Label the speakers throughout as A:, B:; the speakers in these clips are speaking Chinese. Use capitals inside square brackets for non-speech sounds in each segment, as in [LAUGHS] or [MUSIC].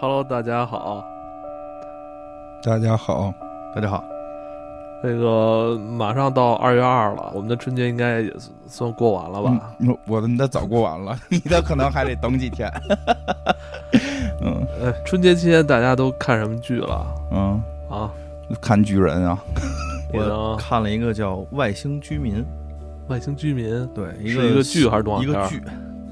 A: Hello，大家好。
B: 大家好，
C: 大家好，
A: 那个马上到二月二了，我们的春节应该也算过完了吧？
B: 嗯我的你的早过完了， [LAUGHS] 你的可能还得等几天。嗯
A: 呃，春节期间大家都看什么剧了
B: 嗯，
A: 啊？
B: 看巨人啊，
A: 你呢
C: 我？看了一个叫《外星居民》，
A: 外星居民
C: 对，
A: 是一个剧还是动画
C: 一
A: 片
C: 个
A: 儿？
C: 剧，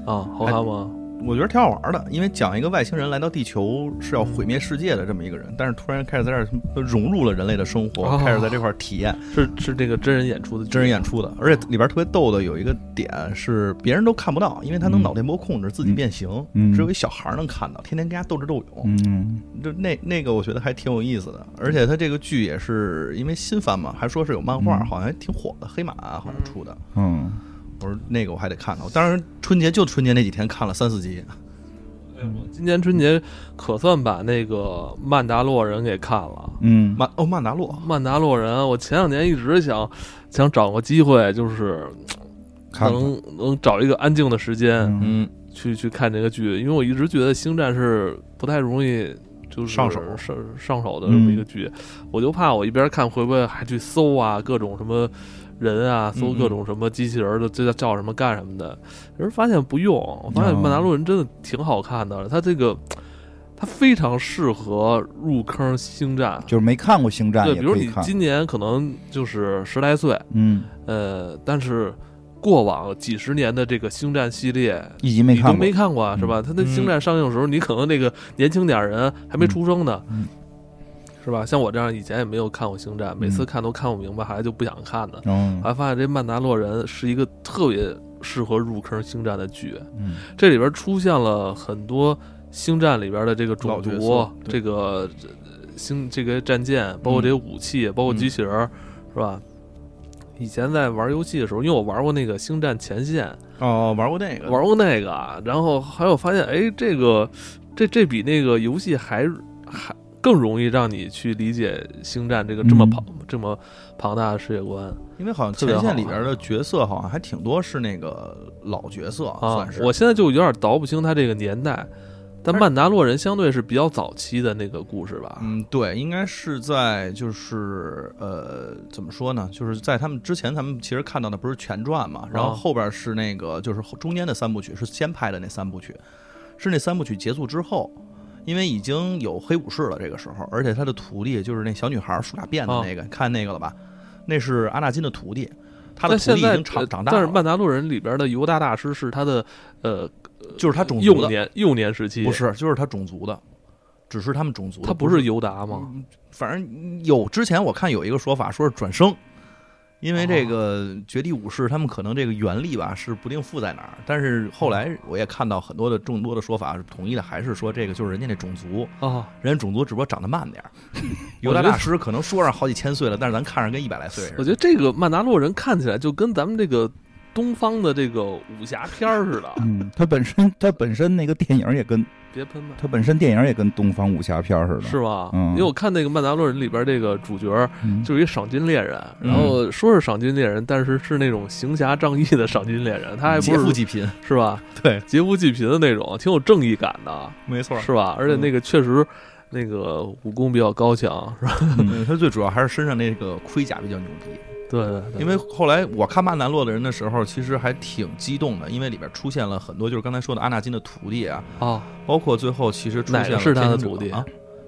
A: 啊，好看吗？
C: 我觉得挺好玩的，因为讲一个外星人来到地球是要毁灭世界的这么一个人，但是突然开始在这儿融入了人类的生活，
A: 哦
C: 开始在这块儿体验
A: 是是这个真人演出的剧
C: 真人演出的，而且里边特别逗的有一个点是别人都看不到，因为
A: 嗯
C: 他能脑电波控制自己变形，
B: 嗯
C: 只有一小孩儿能看到，天天跟家斗智斗勇，
B: 嗯
C: 就那那个，我觉得还挺有意思的，而且它这个剧也是因为新番嘛，还说是有漫画，
B: 嗯
C: 好像还挺火的，黑马、啊好像出的。
B: 嗯，
C: 我说那个我还得看呢，我当时春节就春节那几天看了三四集，
A: 哎我今年春节可算把那个《曼达洛人》给看了。
B: 嗯
C: 曼哦曼达洛
A: 《曼达洛人》，我前两年一直想想找个机会，就是
B: 看看
A: 能能找一个安静的时间，
B: 嗯
C: 嗯，
A: 去去看这个剧，因为我一直觉得《星战》是不太容易就是
C: 上手
A: 上上手的这么
B: 嗯
A: 一个剧，我就怕我一边看会不会还去搜啊各种什么人啊，搜
C: 嗯嗯
A: 各种什么机器人儿的这叫叫什么干什么的，而发现不用，我发现《
B: 哦
A: 曼达洛人》真的挺好看的，他这个他非常适合入坑《星战》。
B: 就是没看过《星战》
A: 对，
B: 也
A: 比如
B: 可以
A: 你
B: 看，
A: 今年可能就是十来岁，
B: 嗯，
A: 呃，但是过往几十年的这个星战系列，
B: 一集没
A: 你都
B: 看过嗯
A: 没，看过啊，是吧？他那星战上映的时候，你可能那个年轻点儿人还没出生呢，
B: 嗯
A: 是吧？像我这样以前也没有看过星战，每次看都看不明白，后来就不想看了。
B: 嗯
A: 后来发现这《曼达洛人》是一个特别适合入坑星战的剧，
B: 嗯
A: 这里边出现了很多星战里边的这个种
C: 老角
A: 族
C: 色、对
A: 这个呃星、这个战舰，
B: 嗯
A: 包括这些武器，包括机器人儿，是吧？以前在玩游戏的时候，因为我玩过那个《星战前线》，
C: 哦玩过那个，
A: 玩过那个，啊然后还有发现，哎，这个这这比那个游戏还还更容易让你去理解星战这个这么
B: 嗯。
A: 庞、这么庞大的世界观
C: 因为好像
A: 特别好
C: 前线里边的角色好像还挺多是那个老角色，
A: 啊
C: 算！是
A: 我现在就有点倒不清它这个年代，但
C: 但是
A: 曼达洛人相对是比较早期的那个故事吧？
C: 嗯，对，应该是在就是呃，怎么说呢？就是在他们之前，咱们其实看到的不是全传嘛，然后
A: 啊
C: 后边是那个就是后中间的三部曲是先拍的那三部曲，是那三部曲结束之后，因为已经有黑武士了这个时候，而且他的徒弟就是那小女孩梳大辫
A: 啊
C: 的那个，看那个了吧？那是阿纳金的徒弟，他
A: 但
C: 的徒
A: 现
C: 弟已
A: 在
C: 经长
A: 呃
C: 长大
A: 但是
C: 了，
A: 曼达洛人里边的犹大大师是他的呃
C: 就是他种族
A: 幼
C: 的，
A: 年幼年时期，
C: 不是，就是他种族的，只是他们种族的，嗯
A: 他不
C: 是
A: 是尤达吗？
C: 反正有之前我看有一个说法说是转生，因为这个绝地武士他们可能这个原力吧是不定附在哪儿，但是后来我也看到很多的众多的说法是统一的，还是说这个就是人家那
A: [LAUGHS]
C: 种族，
A: 啊，
C: 人家种族只不过长得慢点儿。
A: 我觉得
C: 犹大大师可能说上好几千岁了，但是咱看着跟一百来岁似
A: 我
C: 的。
A: 觉得这个曼达洛人看起来就跟咱们这个东方的这个武侠片儿似的
B: 嗯，它本身它本身那个电影也跟
A: 别喷麦，
B: 它本身电影也跟东方武侠片似的，
A: 是吧？
B: 嗯
A: 因为我看那个曼达洛人里边这个主角儿
B: 嗯
A: 就是一赏金猎人，
C: 嗯
A: 然后说是赏金猎人，但是是那种行侠仗义的赏金猎人，他还
C: 劫富
A: 不是
C: 济贫，
A: 是吧？
C: 对，
A: 劫富济贫的那种，挺有正义感的，
C: 没错
A: 是吧？而且
C: 嗯
A: 那个确实。那个武功比较高强，是吧？
C: 嗯，他最主要还是身上那个盔甲比较牛逼。
A: 对对对，
C: 因为后来我看《曼南洛的人》的时候，其实还挺激动的，因为里边出现了很多就是刚才说的阿纳金的徒弟啊，
A: 啊，
C: 包括最后其实出现
A: 哪
C: 了
A: 个是他的
C: 天行者
A: 徒弟
C: 啊，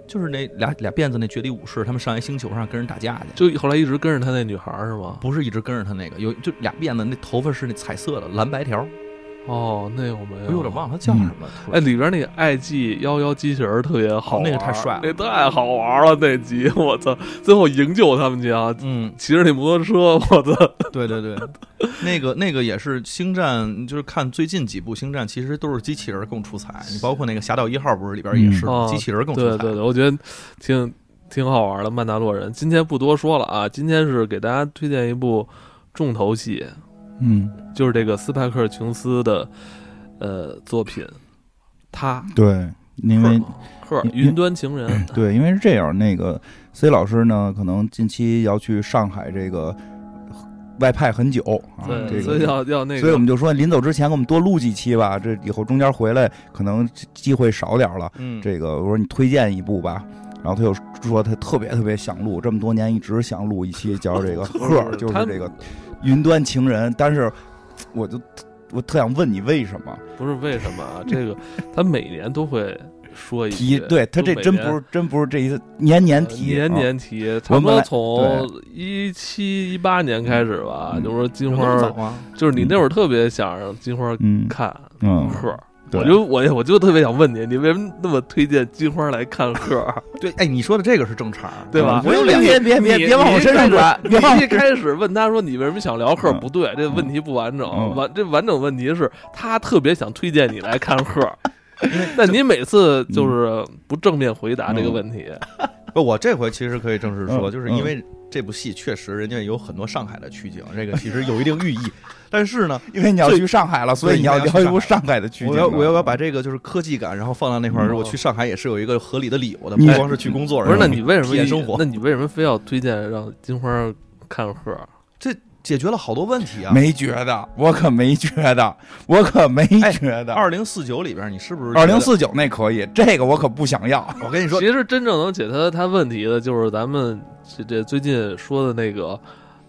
C: 就是那俩俩辫子那绝地武士，他们上一星球上跟人打架去，
A: 就后来一直跟着他那女孩儿是吗？
C: 不是一直跟着他那个，有就俩辫子，那头发是那彩色的蓝白条，
A: 哦，那我没
C: 哎
A: 有，
C: 我有点忘了他叫什么了。突
A: 哎，
C: 然
A: 里边那个 IG 幺幺机器人儿特别好玩
C: 哦
A: 儿、
C: 那个太帅了
A: 那太好玩儿了那集，我操！最后营救他们去啊，
C: 嗯，
A: 骑着那摩托车， [LAUGHS] 我操！
C: 对对对，那个那个也是星战，就是看最近几部星战，其实都是机器人更出彩。你包括那个侠盗一号，不是里边也是
A: 嗯哦
C: 机器人更出
A: 对
C: 彩。
A: 对对，我觉得挺挺好玩儿的。曼达洛人今天不多说了啊，今天是给大家推荐一部重头戏，
B: 嗯，
A: 就是这个斯派克·琼斯的呃作品，他
B: 对，因为
A: 赫尔
B: 因
A: 云端情人，
B: 对，因为是这样，那个 C 老师呢，可能近期要去上海这个外派很久啊，
A: 对，
B: 这
A: 所以
B: 个。
A: 要要那
B: 所以我
A: 个
B: 们就说，临走之前给我们多录几期吧，这以后中间回来可能机会少点儿了。
C: 嗯，
B: 这个我说你推荐一部吧，然后他又说他特别特别想录，这么多年一直想录一期叫这个
A: [LAUGHS]
B: 赫尔，就是
A: 他
B: 这个云端情人，但是我就我特想问你为什么
A: 不是为什么啊？这个他每年都会说一
B: 提？
A: 句，
B: 对他
A: 就
B: 这
A: 每
B: 真
A: 年
B: 不是真不是这一次年年
A: 呃
B: 提，
A: 年
B: 啊
A: 年提，差不
B: 本
A: 多
B: 来
A: 从一七一八年开始吧，
B: 嗯
A: 就说金
C: 有
A: 花
C: 那么
A: 儿
C: 早，吗？
A: 就是你那会儿特别想让金花儿
B: 嗯
A: 看
B: 嗯，
A: 鹤儿，
B: 对
A: 我就我也我就特别想问你，你为什么那么推荐金花儿来看鹤儿？
C: 对，哎，你说的这个是正常，
A: 对吧
C: 我有两
B: 啊别别别
A: 你
B: 别往我身上转，
A: 你
B: 别往我
A: 一开始问他说你为什么想聊鹤儿
B: 嗯
A: 不对，这问题不完整，
B: 嗯
A: 完这完整问题是他特别想推荐你来看鹤儿。 [LAUGHS] 但你每次
B: 嗯
A: 就是不正面回答这个问题，
C: 嗯不，我这回其实可以正式说，
B: 嗯
C: 就是因为这部戏确实人家有很多上海的取景，这个其实有一定寓意。但是呢，
B: 因为你要去上海了，所以
C: 对
B: 你要
C: 你要去
B: 聊一部
C: 上
B: 上海的取景
C: 我
B: 了。
C: 要我要不要把这个就是科技感，然后放到那块儿，
A: 嗯
C: 我去上海也是有一个合理的理由的，
B: 你
C: 不光是去工作而已。
A: 不是？那你为什么
C: 体验生活
A: 那你为什么非要推荐让金花儿看鹤儿？
C: 解决了好多问题啊？
B: 没觉得，我可没觉得，我可没觉得。
C: 哎二零四九里边，你是不是
B: 二零
C: 觉
B: 四九那可以，这个我可不想要。 [LAUGHS]
C: 得？我跟你说，
A: 其实真正能解他他问题的，就是咱们这这最近说的那个，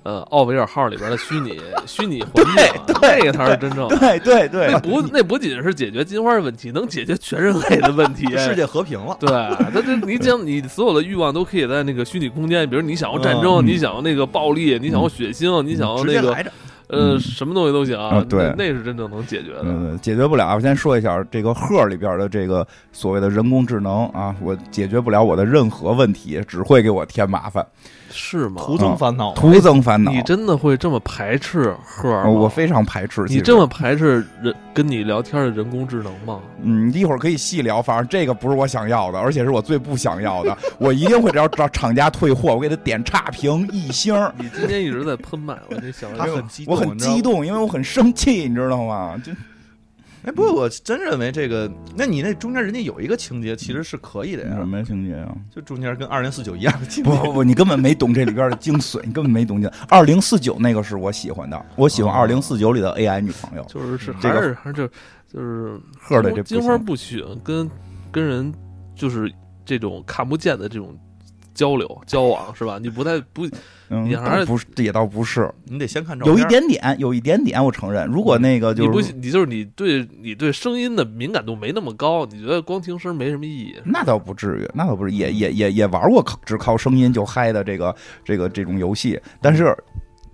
A: 呃，奥维尔号里边的虚拟虚拟环境啊，
B: 对
A: 这个才是真正的。
B: 对对对
A: 那，不那不仅是解决金花的问题，能解决全人类的问题。
B: [LAUGHS]
A: 哎
C: 世界和平了，
A: 对，他这你将你所有的欲望都可以在那个虚拟空间，比如你想要战争，
B: 嗯
A: 你想要那个暴力，你想要血腥，你想要
C: 直
A: 那
C: 接
A: 个
C: 来着。
A: 呃
B: 嗯
A: 什么东西都行。
B: 啊对
A: 那那是真正能解决的。
B: 嗯，解决不了。我先说一下这个赫里边的这个所谓的人工智能啊，我解决不了我的任何问题，只会给我添麻烦，
A: 是吗？
C: 徒增烦恼，
B: 徒增烦恼。
A: 你真的会这么排斥赫尔
B: 呃
A: 吗？
B: 我非常排斥。
A: 你
B: 其实
A: 这么排斥人跟你聊天的人工智能吗？
B: 嗯，一会儿可以细聊，反正这个不是我想要的，而且是我最不想要的。 [LAUGHS] 我一定会找找厂家退货，我给他点差评一星儿。
A: 你今天一直在喷麦，我就想
C: 他很激动，
B: 我很
C: 你知道吗
B: 激。动，因为我很生气，你知道吗？就
C: 哎，不过我真认为这个，那你那中间人家有一个情节其实是可以的呀，
B: 么情节啊？
C: 就中间跟二零四九一样的情节
B: 不。不不，你根本没懂这里边的精髓，你根本没懂这。啊二零四九那个是我喜欢的，我喜欢
C: 哦
B: 二零四九里的 AI 女朋友
A: 就是是
B: 嗯这
A: 还
B: 个
A: 是还是就就是
B: 赫的这
A: 金
B: 不
A: 花
B: 行。
A: 不许跟跟人就是这种看不见的这种交流交往是吧？你不太不
B: 嗯，
A: 也还是
B: 倒不是也倒不是，
C: 你得先看照片，
B: 有一点点，有一点点，我承认。如果那个
A: 你
B: 就
A: 不
B: 是，
A: 你就是你对你对声音的敏感度没那么高，你觉得光听声没什么意义。
B: 那倒不至于，那倒不是，也也也也玩过靠只靠声音就嗨的这个这个这种游戏，但是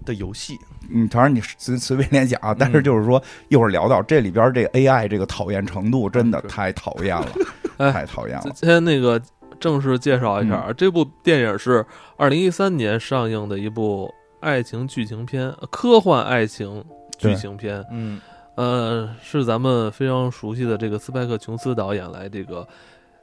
C: 的游戏，
B: 嗯，当然你随随便联想啊，但是
C: 嗯
B: 就是说，一会儿聊到这里边这个 AI 这个讨厌程度，真的
A: 嗯是
B: 太讨厌了，
A: [LAUGHS] 哎
B: 太讨厌了
A: 今。天那个正式介绍一下，
B: 嗯
A: 这部电影是二零一三年上映的一部爱情剧情片，呃科幻爱情剧情片。
C: 嗯，
A: 呃，是咱们非常熟悉的这个斯派克·琼斯导演来这个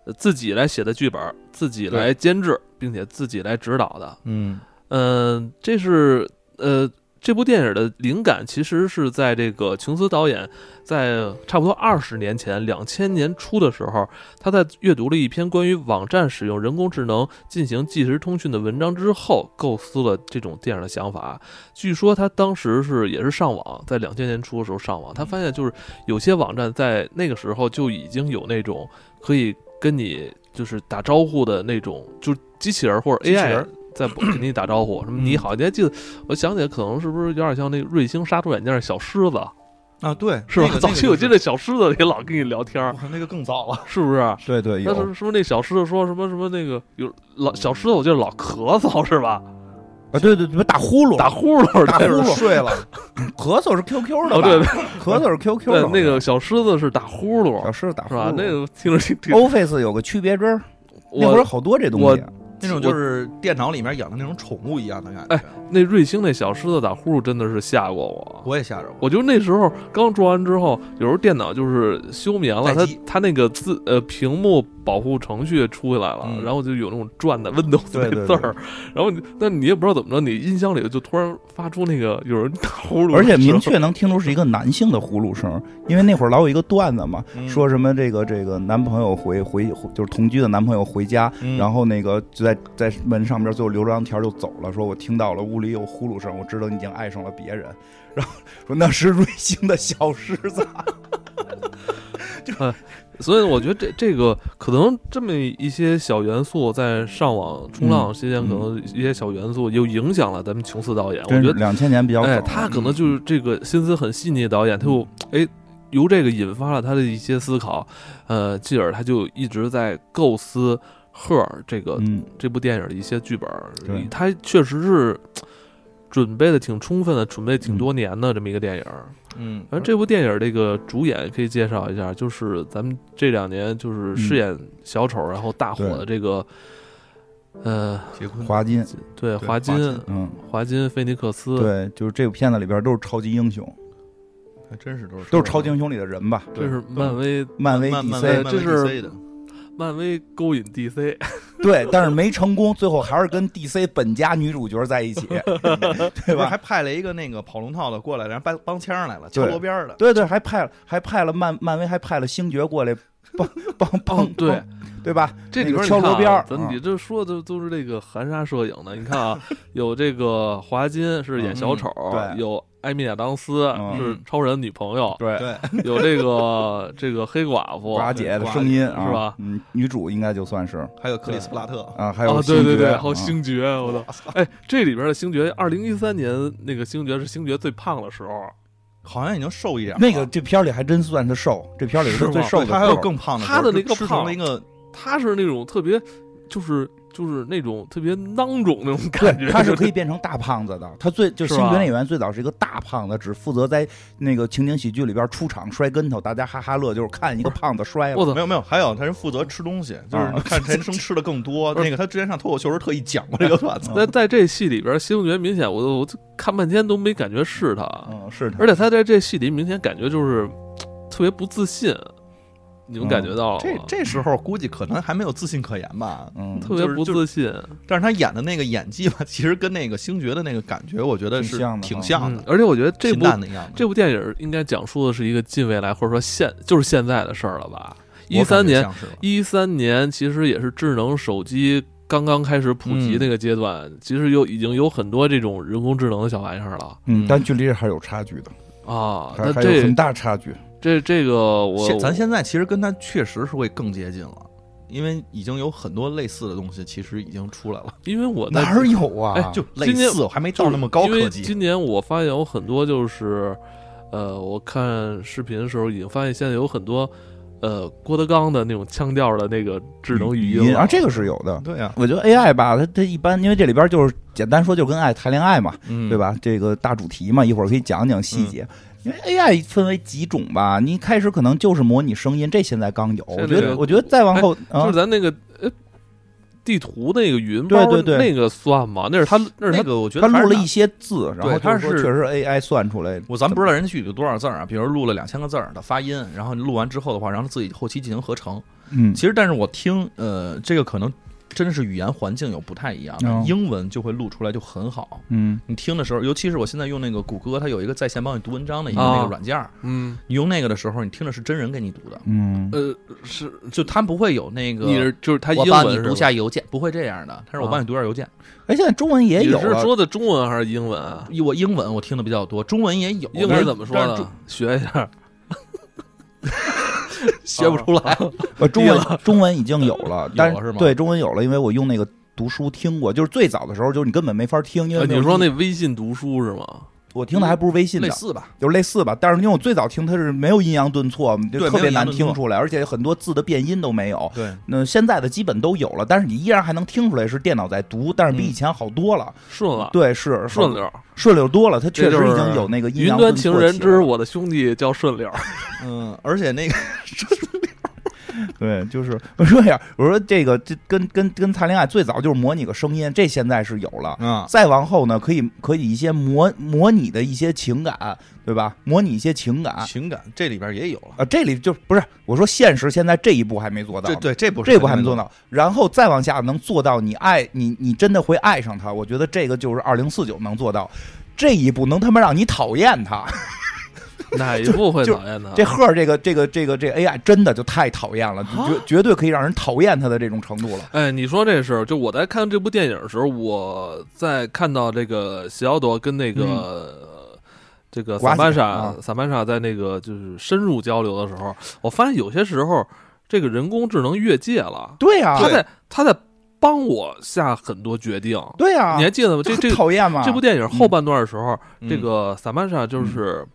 A: 呃自己来写的剧本，自己来监制，并且自己来指导的。
C: 嗯，
A: 嗯、这是呃这部电影的灵感其实是在这个琼斯导演在差不多二十年前，两千年初的时候，他在阅读了一篇关于网站使用人工智能进行即时通讯的文章之后，构思了这种电影的想法。据说他当时是也是上网，在两千年初的时候上网，他发现就是有些网站在那个时候就已经有那种可以跟你就是打招呼的那种，就是机器人或者
C: 机器人
A: AI 在给你打招呼，什么
B: 嗯
A: 你好，你还记得？我想起来，可能是不是有点像那个瑞星杀毒软件的小狮子，
C: 啊，对，
A: 是吧？
C: 那
A: [LAUGHS]
C: 个
A: 早期我记，得小狮子也老跟你聊天
C: 那
A: 儿
C: 个，就是哇那个更早了，
A: 是不是？
B: 对对，
A: 那
B: 哦有
A: 是不是不是那小狮子说什么什么那个有老小狮子，我记得老咳嗽是吧？
B: 啊，对对对，打呼噜，
A: 打呼噜
B: 打
A: 的
B: 呼噜
C: 那会儿 [LAUGHS] 睡了，
B: [LAUGHS] 咳嗽是 QQ 的
A: 哦
B: 吧？
A: 对对
B: 咳嗽是 QQ
A: 对
B: 的，，
A: 那个小狮子是打呼噜
B: 小狮子打
A: 是
B: 呼
A: 吧
B: 噜。？
A: 那个听着挺挺，
B: Office 有个区别针儿，那会儿
A: 我
B: 好多这东
A: 我
B: 西。啊
C: 那种就是电脑里面养的那种宠物一样的感
B: 哎
C: 觉。
A: 那瑞星那小狮子打呼噜真的是吓过我。
C: 我也吓着过，
A: 我就那时候刚装完之后，有时候电脑就是休眠了，
C: 待
A: 它
C: 机
A: 它那个字呃屏幕保护程序出来了，
C: 嗯
A: 然后就有那种转的 Windows
B: 对
A: 那
B: 对
A: 字
B: 对
A: 儿，然后你但你也不知道怎么着，你音箱里就突然发出那个 [LAUGHS] 有人打呼噜的声，
B: 而且明确能听出是一个男性的呼噜声，因为那会儿老有一个段子嘛，
C: 嗯
B: 说什么这个这个男朋友回回回就是同居的男朋友回家，
C: 嗯
B: 然后那个就在在门上边最后留了张条就走了，说我听到了屋里有呼噜声，我知道你已经爱上了别人。 [LAUGHS] 然后说那是瑞幸的小啊狮子，
A: 所以我觉得这这个可能这么一些小元素，在上网冲浪期间，
B: 嗯
A: 可能一些小元素又影响了咱们琼斯导演。我
B: [LAUGHS] 真
A: 觉
B: 是
A: 得，
B: 两千年比较早、啊嗯
A: 哎，他可能就是这个心思很细腻的导演，他就哎由这个引发了他的一些思考，呃，继而他就一直在构思《赫尔》这个
B: 嗯
A: 这部电影的一些剧本
B: 对，
A: 他确实是准备的挺充分的，准备
B: 嗯
A: 挺多年的这么一个电影。
C: 嗯
B: 哎
A: 反正这部电影这个主演可以介绍一下，就是咱们这两年
B: 嗯
A: 就是饰演小丑、然后大火的这个，呃，
C: 结婚
B: 华金，
A: 对，
C: 对
A: 华
C: 华
A: 金
C: 金，
B: 嗯，
A: 华金菲尼克斯，
B: 对，就是这部片子里边都是超级英雄，
C: 还真是都是
B: 都是超级英雄里的人吧，
A: 这是漫
C: 威
A: 威，
B: 漫威、
C: 漫漫
B: DC，
C: 威
A: 漫
C: 漫
A: 这
C: 威
A: 是
C: DC 的
A: 漫威勾引 DC，
B: [LAUGHS] 对，但是没成功，最后还是跟 DC 本家女主角在一起，对
C: 对
B: 吧
C: 还？派了一个那个跑龙套的过来，然后帮帮腔来了，敲
B: 对
C: 锣边儿的。
B: 对对，还派了还派了漫漫威还派了星爵过来帮帮帮
A: 哦，对，
B: 对吧？
A: 这里边
B: 那个敲锣边儿
A: 咱
B: 啊
A: 你这说的都是这个含沙射影的。你看
B: [LAUGHS]
A: 啊，有这个华金是演小丑，
B: 嗯对
A: 有艾米亚当斯、
B: 嗯
A: 是超人女朋友，
B: 对，
C: 对，
A: 有这个这个黑寡
B: [LAUGHS]
A: 妇
B: 寡姐的声音啊，
A: 是吧
B: 嗯，女主应该就算是
C: 还有克里斯布拉特，
B: 啊，还有
A: 啊，
B: 星
A: 对
B: 爵，
A: 对对，还有
B: 啊
A: 星爵，我操！哎，这里边的星爵，二零一三年那个星爵是星爵最胖的时候，
C: 好像已经瘦一点了。
B: 那个这片儿里还真算是瘦，这片儿里
A: 是
B: 是
A: 吗
B: 最瘦
C: 对
B: 的时候，
C: 他还有更胖的时候，
A: 他的
C: 就
A: 那个
C: 吃
A: 胖
C: 成了一个
A: 他是那种特别就是就是那种特别囊肿那种感觉，
B: 对，他是可以变成大胖子的。他最就是
A: 是吧
B: 星爵演员最早是一个大胖子，只负责在那个情景喜剧里边出场摔跟头，大家哈哈乐，就是看一个胖子摔了。
A: 我操
C: 没！有没有，还有他是负责吃东西，就是
B: 啊
C: 看陈生吃的更
A: [LAUGHS]
C: 多。
A: 不是
C: 那个他之前上脱口秀时候特意讲过这个段子，
A: 在在这戏里边，星爵明显我都我都看半天都没感觉是他，
C: 啊
B: 嗯，是的，
A: 而且他在这戏里明显感觉就是嘖特别不自信，你们感觉到了
C: 嗯这
A: 吗？
C: 这时候估计可能还没有自信可言吧。
B: 嗯，
A: 特别不自信，
C: 但是他演的那个演技吧，其实跟那个星爵的那个感觉，我觉得是
B: 挺像的
C: 挺
B: 嗯
C: 像
A: 嗯
C: 的，，
A: 而且我觉得这
C: 平
A: 部
C: 淡的一样的。
A: 这部电影应该讲述的是一个近未来，或者说现就是现在的事儿了吧？一
C: 我感
A: 三
C: 觉
A: 年，
C: 像是吧
A: 一三年其实也是智能手机刚刚开始普
C: 嗯
A: 及那个阶段，其实有已经有很多这种人工智能的小玩意儿了
B: 嗯，但距离还是有差距的，
A: 啊。
B: 还
A: 那
B: 还有
A: 这
B: 很大差距。
A: 这这个我
C: 现咱现在其实跟他确实是会更接近了，因为已经有很多类似的东西，其实已经出来了，
A: 因为我在
B: 哪儿有啊？
A: 哎
C: 就类
A: 今天
C: 似，我还没
A: 就是
C: 到那么高
A: 因为
C: 科技。
A: 今年我发现有很多就是，呃，我看视频的时候已经发现现在有很多，呃，郭德纲的那种腔调的那个智能语音
B: 音
A: 了
B: 啊，这个是有的。
C: 对呀，
B: 我觉得 AI 吧，它它一般，因为这里边就是简单说，就跟爱谈恋爱嘛，
C: 嗯
B: 对？吧？这个大主题嘛，一会儿可以讲讲细节。因为 AI 分为几种吧，你一开始可能就是模拟声音，这现在刚有。
A: 现在
B: 我觉
A: 这
B: 得，
A: 个
B: 我觉得再往后，啊
A: 就是咱那个呃地图那个语音包
B: 对对对
A: 那个算吗？那是他那是
C: 那
A: 他
C: 个我觉
B: 他
C: 得还是
B: 录了
C: 拿
B: 一些字，然后
C: 对他
B: 就是说
C: 是
B: 确实 AI 算出来，
C: 我咱不知道人具体有多少字儿啊，比如录了两千个字儿的发音，然后你录完之后的话，然后自己后期进行合成。
B: 嗯
C: 其实，但是我听，呃，这个可能真的是语言环境有不太一样
B: 哦
C: 的，英文就会录出来就很好。
B: 嗯
C: 你听的时候，尤其是我现在用那个谷歌，它有一个在线帮你读文章的一个
A: 啊
C: 那个软件儿，
A: 嗯
C: 你用那个的时候，你听的是真人给你读的，
B: 嗯
A: 呃是
C: 就它不会有那个
A: 你是就是他英
C: 我
A: 文
C: 帮你
A: 是啊
C: 读
A: 吧
C: 下邮件，不会这样的。它是我帮你读下邮件，
B: 哎，现在中文也
A: 你
B: 有
A: 是
B: 了，
A: 说的中文还是英文啊？
C: 我英文我听的比较多，中文也有，
A: 英
C: 但
A: 文
C: 是
A: 怎么说
C: 但是中
A: 呢？啊学一下，
C: 学不出
A: [LAUGHS]
C: 来。
B: 呃，中文中文已经有了，但
C: 有了是吗
B: 对中文有了，因为我用那个读书听过，就是最早的时候，就是你根本没法听，因为
A: 呃
B: 没有
A: 你说
B: 音
A: 那微信读书是吗？
B: 我听的还不是微信的
C: 类，似吧，
B: 就是类似吧。但是因为我最早听它是没有阴阳顿挫，就
C: 对
B: 特
C: 没有
B: 别
C: 阴阳
B: 难
C: 顿挫
B: 听出来，而且很多字的变音都没有。
C: 对，
B: 那现在的基本都有了，但是你依然还能听出来是电脑在读，但是比
C: 嗯
B: 以前好多了。
A: 顺了，
B: 对，是
A: 啊顺溜儿。
B: 顺溜多了，它
A: 这
B: 确实
A: 就是
B: 已经有那个阴
A: 云
B: 阳
A: 端
B: 顿
A: 情
B: 挫
A: 人
B: 起来
A: 之
B: 了
A: 我的兄弟叫顺溜儿，
C: 嗯，而且那个
B: 对，就是 [LAUGHS] 我说呀，我说这个这跟跟跟谈恋爱最早就是模拟个声音，这现在是有了。
A: 嗯
C: 啊，
B: 再往后呢，可以可以一些模模拟的一些情感，对吧？模拟一些情感啊、
C: 情感这里边也有了。
B: 这里就不是我说现实，现在这一步还没做到
C: 这
B: 呢，
C: 对这不是
B: 这步还没做
C: 到，
B: 到，然后再往下能做到你爱你你真的会爱上他，我觉得这个就是二零四九能做到，这一步能他妈让你讨厌他， [LAUGHS]
A: 哪一部会
B: 就
A: 讨厌他？
B: 这赫儿这个这个这个这个 AI 真的就太讨厌了，
C: 啊
B: 绝绝对可以让人讨厌他的这种程度了。
A: 哎，你说这事儿，就我在看这部电影的时候，我在看到这个席奥多跟那个、呃这个
B: 嗯
A: 萨
B: 瓜姐
A: 曼莎
B: 啊、
A: 萨曼莎在那个就是深入交流的时候，我发现有些时候这个人工智能越界了，
B: 对啊呀、
A: 他在他在帮我下很多决定。
B: 对呀、
A: 你还记得吗？
B: 就
A: 这
B: 很啊嗯
A: 这
B: 讨厌嘛？
A: 这部电影后半段的时候，这个萨曼莎就是
C: 嗯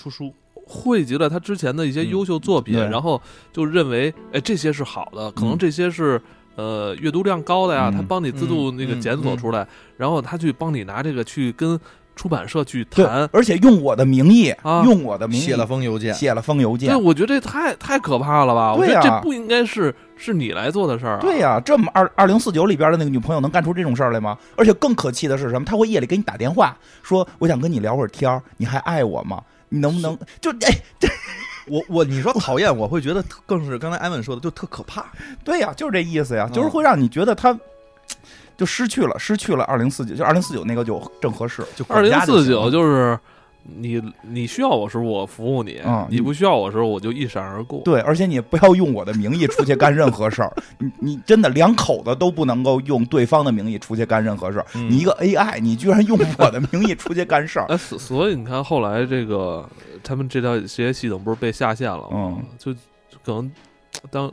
C: 出书，
A: 汇集了他之前的一些
C: 嗯
A: 优秀作品，
B: 对
A: 然后就认为，哎，这些是好的，可能
B: 嗯
A: 这些是。呃，阅读量高的呀，
B: 嗯
A: 他帮你自动那个
C: 嗯
A: 检索出来，然后他去帮你拿这个去跟出版社去
B: 对
A: 谈，，
B: 而且用我的名义，
A: 啊
B: 用我的名义
C: 嗯写了封邮件，
B: 写了封邮
A: 对，
B: 件。
A: 我觉得这太太可怕了吧？我
B: 对
A: 觉
B: 呀
A: 得这不应该是是你来做的事儿、啊。
B: 对呀、这么二二零四九里边的那个女朋友能干出这种事儿来吗？而且更可气的是什么？他会夜里给你打电话，说我想跟你聊会儿天儿，你还爱我吗？你能不能就哎？
C: 我我你说讨厌，我会觉得特更是刚才艾文说的，就特可怕。
B: 对呀、就是这意思呀，
C: 嗯
B: 就是会让你觉得他。就失去了，失去了二零四九，就二零四九那个就正合适，
C: 就
A: 二
C: 管
A: 零
C: 家就
A: 四
C: 行了
A: 九就是你你需要我时候我服务你，
B: 嗯
A: 你不需要我时候我就一闪而过。
B: 对，而且你不要用我的名义出去干任何事儿， [LAUGHS] 你你真的两口子都不能够用对方的名义出去干任何事儿。
C: 嗯
B: 你一个 AI，你居然用我的名义出去干事儿，
A: 哎，所所以你看，后来这个他们这条这些系统不是被下线了吗？
B: 嗯
A: 就就可能当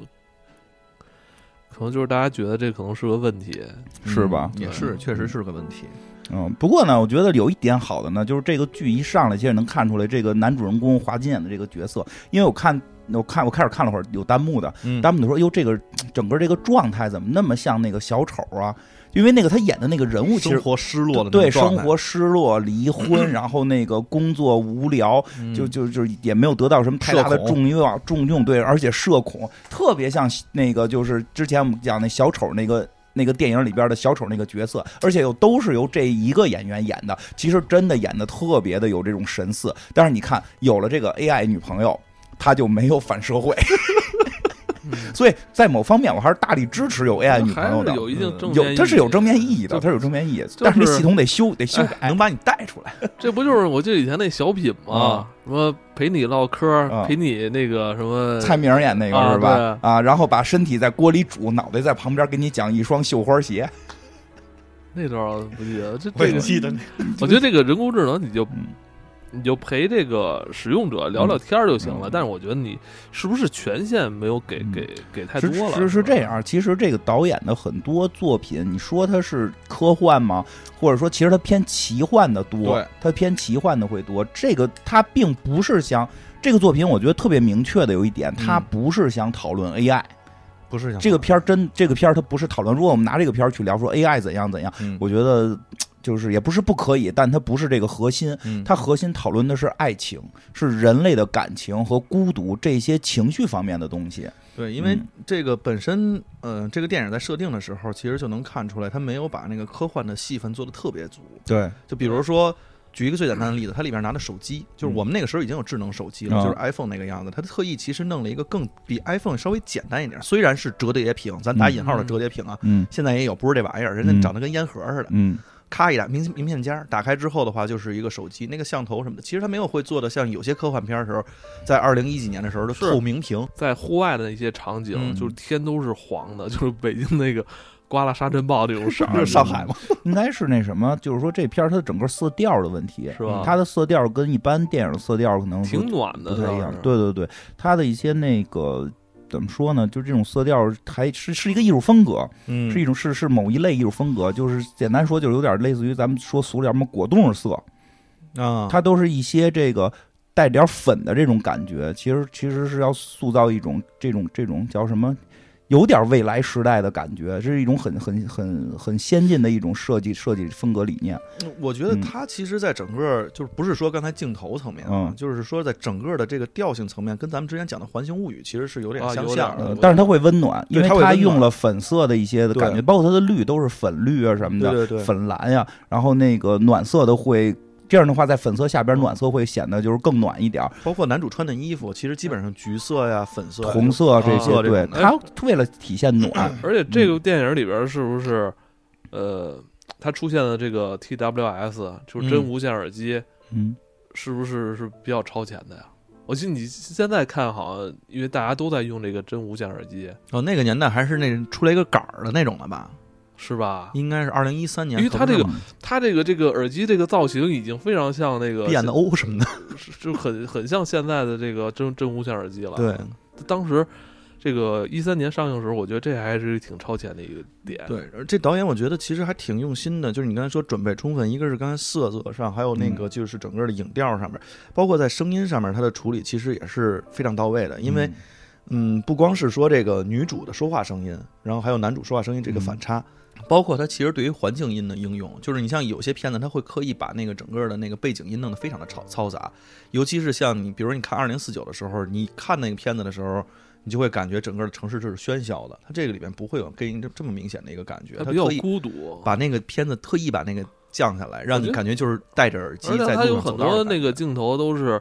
A: 可能就是大家觉得这可能是个问题，
B: 是吧？
C: 嗯也是，确实是个问题。
B: 嗯，不过呢，我觉得有一点好的呢，就是这个剧一上来，其实能看出来这个男主人公华金演的这个角色，因为我看我看我开始看了会儿有弹幕的，
C: 嗯
B: 弹幕就说：“哟，这个整个这个状态怎么那么像那个小丑啊？”因为那个他演的那个人物其
C: 生
B: 实。
C: 活失落的那种
B: 对
C: 状
B: 生
C: 态，
B: 活失落、离
C: [CLEARS THROAT]
B: 婚，然后那个工作无聊，
C: 嗯
B: 就就就也没有得到什么太大的
C: 社恐
B: 重用重用，对，而且社恐，特别像那个就是之前我们讲那小丑那个。那个电影里边的小丑那个角色，而且又都是由这一个演员演的，其实真的演的特别的有这种神似。但是你看，有了这个 AI 女朋友，他就没有反社会， [LAUGHS] 所以在某方面我还是大力支持有 AI 哎女朋
A: 还
B: 友
A: 是
B: 的，
A: 有一定正面
B: 有它是有正面意义的，
A: 就
B: 它是有正面意义的，
A: 是
B: 但是这系统得修得修改，
C: 能把你带出来。
A: 这不就是我记得以前那小品吗
B: 啊？
A: 什么陪你唠嗑
B: 啊，
A: 陪你那个什么
B: 蔡明儿演那个
A: 啊
B: 是
A: 对
B: 吧
A: 啊？
B: 啊，然后把身体在锅里煮，脑袋在旁边给你讲一双绣花
C: [LAUGHS]
B: 鞋。
A: 那段儿不记得，这
B: 我也
A: 这个
C: 记得
A: 我觉得这个人工智能你就
B: 嗯。
A: 你就陪这个使用者聊聊天儿就行了，
B: 嗯
A: 但是我觉得你是不是权限没有给、
B: 嗯
A: 给给太
B: 是
A: 多了？
B: 是是
A: 吧
B: 这，样，其实这个导演的很多作品，你说它是科幻吗？或者说，其实它偏奇幻的多
C: 对，
B: 它偏奇幻的会多。这个它并不是想这个作品，我觉得特别明确的有一点，它
C: 嗯
B: 不是想讨论 AI、
C: 不是想
B: 这个片儿真，这个片儿它不是讨论。如果我们拿这个片儿去聊说 AI 怎样怎样，
C: 嗯
B: 我觉得就是也不是不可以，但它不是这个核心。
C: 嗯
B: 它核心讨论的是爱情，是人类的感情和孤独这些情绪方面的东西。
C: 对，因为
B: 嗯
C: 这个本身，呃，这个电影在设定的时候，其实就能看出来，它没有把那个科幻的戏份做的特别足。
B: 对，
C: 就比如说，举一个最简单的例子，它里边拿的手机，就是我们那个时候已经有智能手机
B: 嗯
C: 了，就是 iPhone 那个样子。它特意其实弄了一个更比 iPhone 稍微简单一点，虽然是折叠屏，咱打引号的折叠屏啊，
B: 嗯
C: 现在也有，不是这玩意儿，人
B: 嗯
C: 家长得跟烟盒似的，
B: 嗯
C: 咔一打名名片夹，打开之后的话就是一个手机，那个像头什么的，其实它没有会做的像有些科幻片的时候，在二零一几年的时候的
A: 是
C: 透明屏，
A: 在户外的一些场景，
C: 嗯
A: 就是天都是黄的， [LAUGHS] 就是北京那个刮了沙尘暴这种色
C: 就
A: 儿，
C: 是上海嘛，
B: [LAUGHS] 应该是那什么，就是说这片儿它整个色调的问题，
A: 是吧
B: 嗯它的色调跟一般电影的色调可能
A: 挺暖的，
B: 嗯不太一
A: 倒
B: 样
A: 是。，
B: 对对对，它的一些那个怎么说呢？就这种色调还是是一个艺术风格，
C: 嗯
B: 是一种是是某一类艺术风格，就是简单说就是有点类似于咱们说俗点儿什么果冻色，
C: 啊，
B: 它都是一些这个带点粉的这种感觉，其实其实是要塑造一种这种这种叫什么，有点未来时代的感觉，这是一种很很很很先进的一种设计设计风格理念。
C: 我觉得
B: 嗯
C: 它其实，在整个就是不是说刚才镜头层面啊
B: 嗯，
C: 就是说在整个的这个调性层面，跟咱们之前讲的《环形物语》其实是有点
A: 啊
C: 相
A: 有
C: 像
A: 点
C: 的
B: 呃
A: 嗯。，
B: 但是它会温暖，因为
C: 对它会温
B: 它
C: 暖
B: 用了粉色的一些的感觉，
C: 对
B: 包括它的绿都是粉绿啊什么
C: 对
B: 的，
C: 对对，
B: 粉蓝呀、然后那个暖色的会。这样的话，在粉色下边，暖色会显得就是更暖一点儿，
C: 包括男主穿的衣服，其实基本上橘色呀、粉色呀、
B: 红色这
A: 啊
B: 些，
C: 这
B: 对
C: 种哎
B: 它为了体现暖，
C: [CLEARS THROAT]
A: 而且这个电影里边是不是，呃，它出现的这个 TWS 就是真
C: 嗯
A: 无线耳机，
B: 嗯，
A: 是不是是比较超前的呀？我记得你现在看好像，因为大家都在用这个真无线耳机，
C: 哦，那个年代还是那种出来一个杆儿的那种了吧？
A: 是吧？
C: 应该是二零一三年，
A: 因为它这个
C: 可能是
A: 它这个这个耳机这个造型已经非常像那个
C: 必眼的欧什么的。
A: 是就很很像现在的这个真真无线耳机了。，
C: 对
A: 当时这个一三年上映的时候，我觉得这还是挺超前的一个点。，
C: 对，而这导演我觉得其实还挺用心的，就是你刚才说准备充分，一个是刚才色泽上，还有那
B: 嗯
C: 个就是整个的影调上面，包括在声音上面，它的处理其实也是非常到位的，因为。嗯，不光是说这个女主的说话声音，然后还有男主说话声音这个反差，
A: 嗯
C: 包括它其实对于环境音的应用，就是你像有些片子，它会刻意把那个整个的那个背景音弄得非常的嘈嘈杂，尤其是像你，比如你看《二零四九》的时候，你看那个片子的时候，你就会感觉整个的城市就是喧嚣的，它这个里面不会有给你这这么明显的一个感觉，
A: 它
C: 它
A: 比较
C: 特意
A: 孤独，
C: 把那个片子特意把那个降下来，让
A: 我觉
C: 你
A: 得
C: 感觉就是戴着耳机
A: 而且
C: 在
A: 它
C: 路
A: 有
C: 上走
A: 很
C: 道儿
A: 多
C: 的
A: 那个
C: 感觉
A: 镜头都是，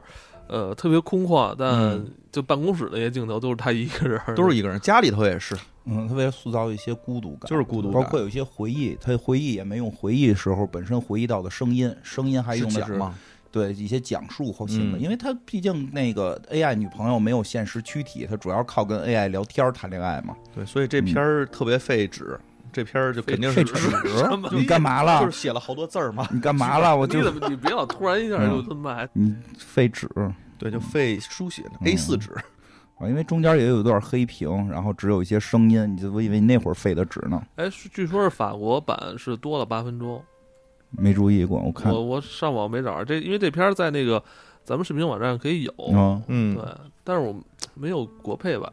A: 呃，特别空旷，但
C: 嗯
A: 就办公室那些镜头都是他一个人儿，
C: 都是一个人，家里头也是，
B: 嗯，他为了塑造一些孤独感，
C: 就是孤独
B: 包
C: 感
B: 括有一些回忆，他回忆也没用回忆时候本身回忆到的声音，声音还用的
C: 讲
B: 是
C: 嘛，
B: 对一些讲述或性的，
C: 嗯
B: 因为他毕竟那个 AI 女朋友没有现实躯体，他主要靠跟 AI 聊天儿谈恋爱嘛。
C: 对，所以这片儿特别费纸，这片儿就肯定
B: 这
C: 是
B: 纸啊
C: 纸，
A: 什么
B: [LAUGHS] 你干嘛了
C: [LAUGHS] 就是？写了好多字儿嘛，
B: 你干嘛了？我
A: 你
B: 就
A: 怎么你别老突然一下就
C: 嗯
A: 这么还
B: 你废纸
C: [LAUGHS] 对，就费书写
B: 嗯
C: A 四纸，
B: 啊，因为中间也有一段黑屏，然后只有一些声音，你就我以为你那会儿废的纸呢，
A: 哎，是据说是法国版是多了八分钟，
B: 没注意过。我看，
A: 我我上网没找着这，因为这片儿在那个咱们视频网站可以有，
B: 嗯，
C: 嗯
A: 对，但是我没有国配版，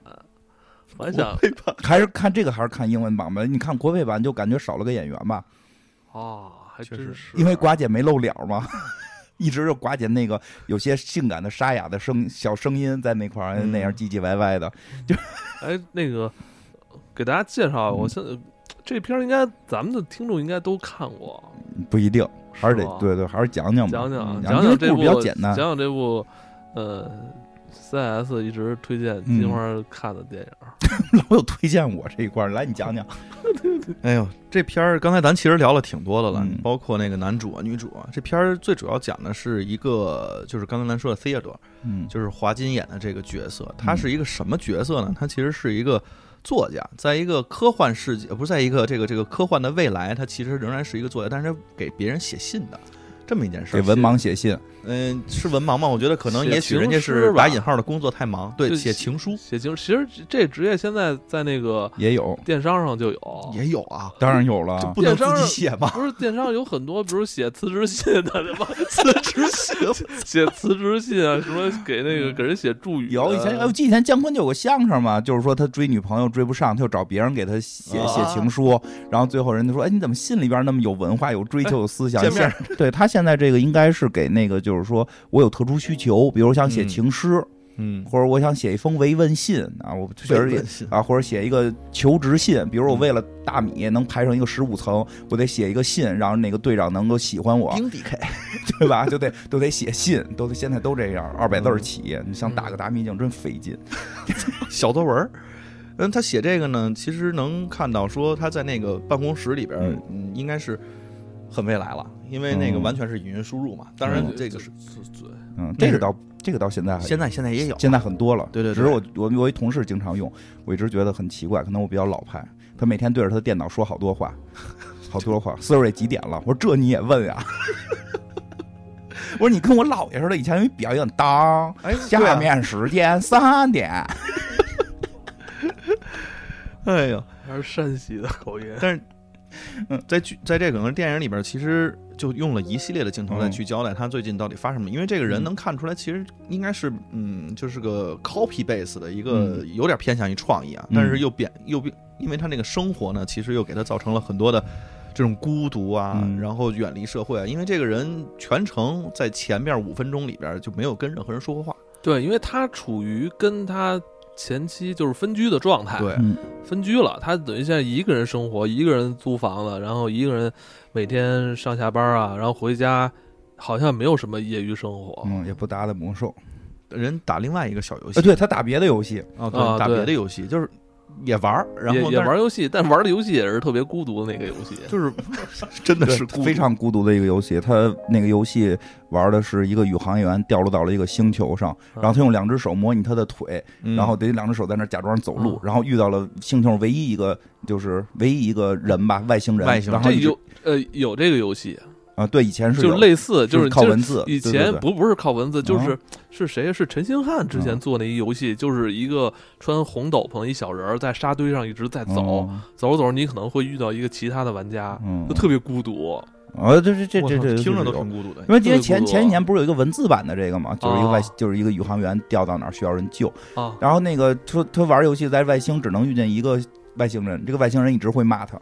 A: 我还想
B: 还是看这个，还是看英文版吧。你看国配版就感觉少了个演员吧。
A: 哦，还
C: 确
A: 真
C: 实
A: 是，
B: 因为寡姐没露脸嘛， [LAUGHS] 一直就寡姐那个有些性感的、沙哑的声小声音在那块儿
C: 嗯
B: 那样唧唧歪歪的。
A: 哎，那个给大家介
B: 嗯
A: 绍，我现在这片儿应该咱们的听众应该都看过，
B: 不一定，还是
A: 是
B: 得
A: 吗
B: 对对，还是讲讲吧。
A: 讲讲
B: 嗯
A: 讲
B: 因为
A: 讲这
B: 故
A: 部
B: 事比较简单
A: 讲讲这部呃 CS 一直推荐
B: 嗯
A: 金花看的电影，
B: 老有推荐我这一块儿，来你讲讲。
C: 哎呦，这片儿刚才咱其实聊了挺多的了，
B: 嗯
C: 包括那个男主啊、女主啊。这片儿最主要讲的是一个，就是刚才咱说的 Theodore，
B: 嗯
C: 就是华金演的这个角色，他是一个什么角色呢？他其实是一个作家，在一个科幻世界，不是在一个这个这个科幻的未来，他其实仍然是一个作家，但是他给别人写信的这么一件事
B: 给
C: 儿。
B: 文盲写信，
C: 嗯、是文盲吗？我觉得可能
A: 写
C: 也许
A: 情
C: 人家
A: 诗
C: 是
A: 吧
C: 打引号的工作太忙，对，
A: 就
C: 写情书
A: 写情，其实这这职业现在在那个
B: 也有，
A: 电商上就有。
C: 也有啊，
B: 当然有
C: 这
B: 了。
C: 不能
A: 电商
C: 自己
A: 上
C: 写吗？
A: 不是电商有很多，比如写辞职信的，对
B: [LAUGHS]
A: 吧？
C: 自己写，
A: 写辞职信啊，什么给那个给人写祝语啊的，
B: 嗯有以
C: 呃
B: 前，哎，我记得以前姜昆就有个相声嘛，就是说他追女朋友追不上，他就找别人给他写
C: 啊
B: 写情书，然后最后人家说，哎，你怎么信里边那么有文化、有追求、有思想？
C: [LAUGHS] 见面
B: 现对他现在这个应该是给那个，就是说我有特殊需求，比如想写
C: 嗯
B: 情诗，
C: [LAUGHS] 嗯，
B: 或者我想写一封慰问信啊，我确实也
C: 慰问信
B: [LAUGHS]
C: [LAUGHS]
B: 啊，或者写一个求职信，比如我为了大米能排上一个十五层，我得写一个信，让那个队长能够喜欢我，
C: 冰 DK。
B: 对吧？就得都得写信，都得现在都这样，二百字儿起，你想打个大秘境真费劲。
C: 小作文儿。嗯，他写这个呢，其实能看到说他在那个办公室里边儿，嗯，应该是很未来了，因为那个
B: 嗯
C: 完全是语音输入嘛。当然
A: 对，
C: 这个是
A: 对，
B: 嗯，这
C: 那
B: 个
C: 是
B: 到这个到现在还
C: 现在现在也有，啊
B: 现在很多了，
C: 对对对
B: 只是我我我一同事经常用，我一直觉得很奇怪，可能我比较老派，他每天对着他的电脑说好多话，好多话。Siri 几点了？我说这你也问呀、 [LAUGHS] 我说你跟我姥爷似的，以前有一表演当，
C: 哎，对
B: 下
C: 啊，
B: 面时间三点。
C: 哎呦，
A: 还是山西的口音。
C: 但是。嗯，在剧在这个电影里边儿，其实就用了一系列的镜头来去交代他最近到底发生什么。因为这个人能看出来，其实应该是嗯，就是个 copy base 的一个，有点偏向于创意啊，但是又变又变，因为他那个生活呢，其实又给他造成了很多的这种孤独啊，
B: 嗯
C: 然后远离社会啊。因为这个人全程在前边五分钟里边就没有跟任何人说过话，
A: 对，因为他处于跟他前妻就是分居的状态，
C: 对
B: 嗯
A: 分居了，他等于现在一个人生活，一个人租房子，然后一个人每天上下班啊，然后回家，好像没有什么业余生活。
B: 嗯，也不打打魔兽，
C: 人打另外一个小游戏
B: 呃，，对他打别的游戏，
C: 啊，
A: 啊
C: 对，打
A: 对
C: 别的游戏，就是也玩儿，然
A: 也
C: 后
A: 也
C: 但是
A: 玩游戏，但玩的游戏也是特别孤独的那个游戏。
C: 就是真的是孤独
B: 非常孤独的一个游戏。他那个游戏玩的是一个宇航员掉落到了一个星球上，然
A: 啊
B: 后他用两只手模拟他的腿，
C: 嗯
B: 然后得两只手在那假装走路
A: 嗯，
B: 然后遇到了星球唯一一个就是唯一一个人吧，外星人。
C: 外星人
B: 然后
A: 这
B: 一直
A: 有呃有这个游戏，
B: 啊，对，以前是
A: 就
B: 有
A: 类似
B: 就是靠
A: 就是
B: 文字，
A: 以
B: 对
A: 前
B: 对对
A: 不不是靠文字，就
B: 啊
A: 是是谁？是陈星汉之前做那一游戏，就是一个穿红斗篷一小人儿在沙堆上一直在走，
B: 哦
A: 走着走着你可能会遇到一个其他的玩家，
B: 嗯
A: 就特别孤独。
B: 啊，这这这这这
C: 听着都
B: 是有
C: 挺孤独的
B: 因。为因为
A: 特别孤
B: 前
A: 独
B: 前几年不是有一个文字版的这个嘛，就是一个外
A: 啊，
B: 就是一个宇航员掉到哪儿需要人救，
A: 啊，
B: 然后那个他他玩游戏在外星只能遇见一个外星人，这个外星人一直会骂他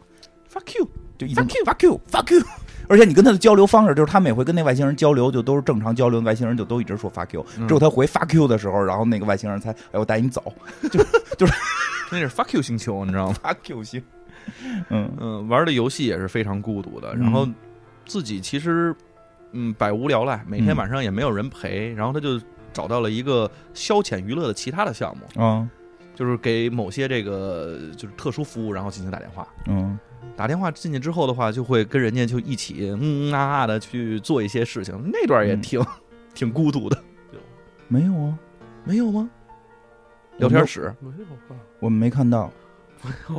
B: ，fuck you，就一直
A: Fuck you
B: fuck you fuck you，而且你跟他的交流方式就是他每回跟那外星人交流就都是正常交流，外星人就都一直说 fuck you，
C: 嗯
B: 只有他回 fuck you 的时候，然后那个外星人才哎我带你走
C: [LAUGHS] 那是 fuck you 星球，你知道吗？
B: fuck you 行， [LAUGHS] 嗯
C: 嗯，玩的游戏也是非常孤独的，然后
B: 嗯
C: 自己其实嗯百无聊赖，每天
B: 嗯
C: 晚上也没有人陪，然后他就找到了一个消遣娱乐的其他的项目，
B: 啊
C: 就是给某些这个就是特殊服务，然后进行打电话。
B: 嗯
C: 打电话进去之后的话，就会跟人家就一起嗯嗯啊啊的去做一些事情，那段也挺、挺孤独的，
B: 没有啊，
C: 没有吗？聊
B: 嗯
C: 天室
A: 没有吧？
B: 我们没看到，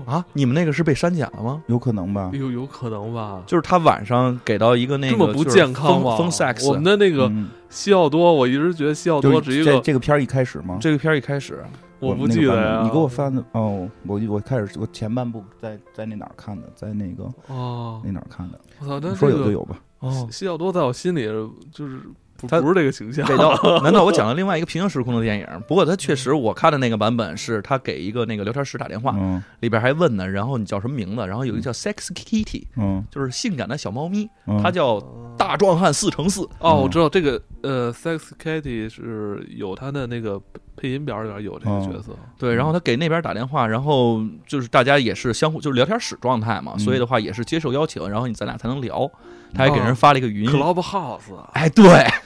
C: 啊，你们那个是被删减了吗？
B: 有可能吧，
A: 有有可能吧？
C: 就是他晚上给到一个那个
A: 这么不健康吗？
C: 风 sex，
A: 我们的那个
B: 嗯
A: 西奥多，我一直觉得西奥
B: 就
A: 多
B: 是
A: 只一
B: 这
A: 个，
B: 这个片儿一开始吗？
C: 这个片儿一开始，
A: 我不
B: 那个
A: 记得
B: 版本
A: 呀。
B: 你给我翻的哦，我我开始我前半部在在那哪儿看的，在那个
A: 哦
B: 那，哪儿看的，
A: 我操，但
B: 说
A: 这
B: 有就
A: 个
B: 有吧。
C: [LAUGHS] 哦，
A: 西奥多在我心里就是不
C: 他
A: 不是这个形象。
C: 这道难道我讲了另外一个平行时空的电影？不过他确实，我看的那个版本是他给一个那个聊天室打电话，
B: 嗯
C: 里边还问呢，然后你叫什么名字？然后有一个叫 Sex Kitty，
B: 嗯，
C: 就是性感的小猫咪，
B: 嗯
C: 它叫大壮汉四乘四。
A: 哦，
B: 嗯
A: 我知道这个呃，Sex Kitty 是有他的那个配音表里边有这个
C: 哦
A: 角色，
C: 对，然后他给那边打电话，然后就是大家也是相互就是聊天室状态嘛，
B: 嗯
C: 所以的话也是接受邀请，然后你咱俩才能聊。他还给人
A: 哦
C: 发了一个语音，
A: Clubhouse，啊
C: 哎，对，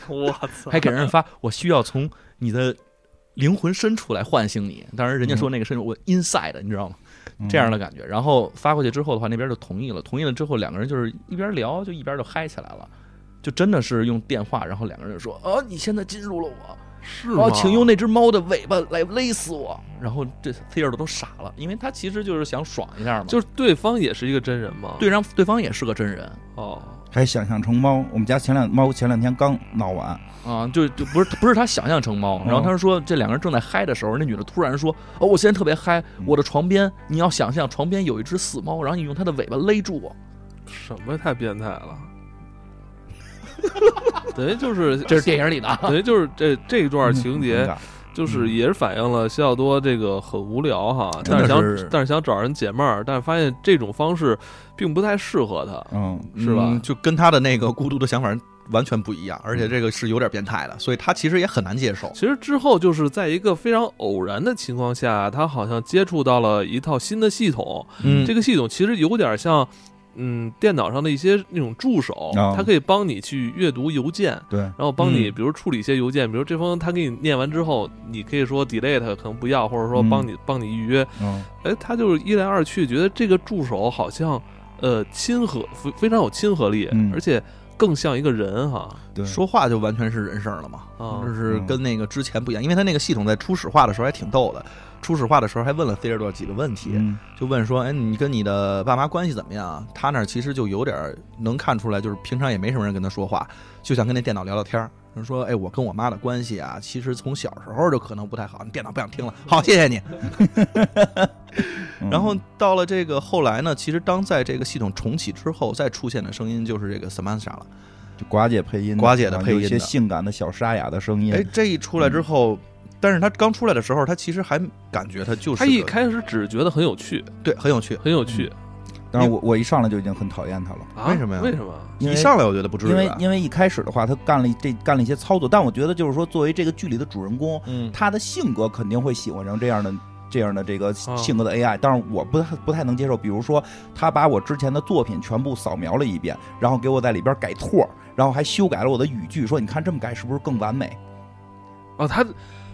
A: 我操，
C: 还
A: [LAUGHS]
C: 给人发，我需要从你的灵魂深处来唤醒你。当然，人家
A: 嗯
C: 说那个深处，我 inside，你知道吗？
B: 嗯
C: 这样的感觉。然后发过去之后的话，那边就同意了。同意了之后，两个人就是一边聊，就一边就嗨起来了。就真的是用电话，然后两个人就说：“哦，你现在进入了我，
A: 是
C: 哦
A: 吗？，
C: 请用那只猫的尾巴来勒死我。”然后这 Theodore 都傻了，因为他其实就是想爽一下嘛。
A: 就是对方也是一个真人吗？
C: 对，让对方也是个真人
A: 哦，
B: 还哎想象成猫，我们家前两猫前两天刚闹完，
C: 啊，就就不是不是他想象成猫。然后他说，这两个人正在嗨的时候，那女的突然说：“哦，我现在特别嗨，我的床边，你要想象床边有一只死猫，然后你用它的尾巴勒住我。
A: 什么太变态了，
C: [LAUGHS]
A: 等于就是”
C: [LAUGHS] 这是电影里的啊，
A: 等于就是这这一段情节，
B: 嗯
A: 就是也是反映了西奥多这个很无聊哈，
C: 真
A: 但
C: 的
A: 是想
C: 是
A: 但是想找人解闷儿，但是发现这种方式并不太适合他。
B: 嗯，
A: 是吧
C: 嗯就跟他的那个孤独的想法完全不一样，而且这个是有点变态的，所以他其实也很难接受。
A: 其实之后就是在一个非常偶然的情况下，他好像接触到了一套新的系统。
C: 嗯
A: 这个系统其实有点像，嗯，电脑上的一些那种助手，
C: 哦
B: 啊
A: 它可以帮你去阅读邮件，
B: 对，
A: 然后帮你
C: 嗯
A: 比如处理一些邮件，比如这封他给你念完之后，你可以说 delete 可能不要，或者说
B: 嗯
A: 帮你、帮你预约。
B: 嗯
A: 哎，他就是一来二去，觉得这个助手好像呃亲和非非常有亲和力，
B: 嗯
A: 而且更像一个人哈
B: 对，
C: 说话就完全是人声了嘛，
A: 啊
C: 就是
B: 嗯
C: 跟那个之前不一样，因为他那个系统在初始化的时候还挺逗的，初始化的时候还问了 t h e o d o 几个问题，
B: 嗯
C: 就问说，哎，你跟你的爸妈关系怎么样啊？他那儿其实就有点儿能看出来，就是平常也没什么人跟他说话，就想跟那电脑聊聊天儿。他说，哎，我跟我妈的关系啊，其实从小时候就可能不太好。你电脑不想听了，好，谢谢你。
B: 嗯
C: 然后到了这个后来呢，其实当在这个系统重启之后，再出现的声音就是这个 Samantha 了。
B: 就寡姐配音的，啊
C: 寡姐的配音的
B: 有一些性感的小沙哑的声音，
C: 哎，这一出来之后，但是他刚出来的时候，他其实还感觉他就是
A: 他一
C: 个
A: 开始只觉得很有趣，
C: 对很有趣。
A: 很有趣。
B: 但是我我一上来就已经很讨厌他了。
A: 啊？
C: 为什么呀
A: 为什么？
B: 因为
C: 一上来我觉得不至于
B: 因为
C: 吧，
B: 因为一开始的话，他干了一这干了一些操作，但我觉得就是说，作为这个剧里的主人公，
C: 嗯，
B: 他的性格肯定会喜欢上这样的这样的这个
A: 啊
B: 性格的 AI，、但是我不太不太能接受。比如说，他把我之前的作品全部扫描了一遍，然后给我在里边改错，然后还修改了我的语句，说你看这么改是不是更完美？
A: 哦啊，他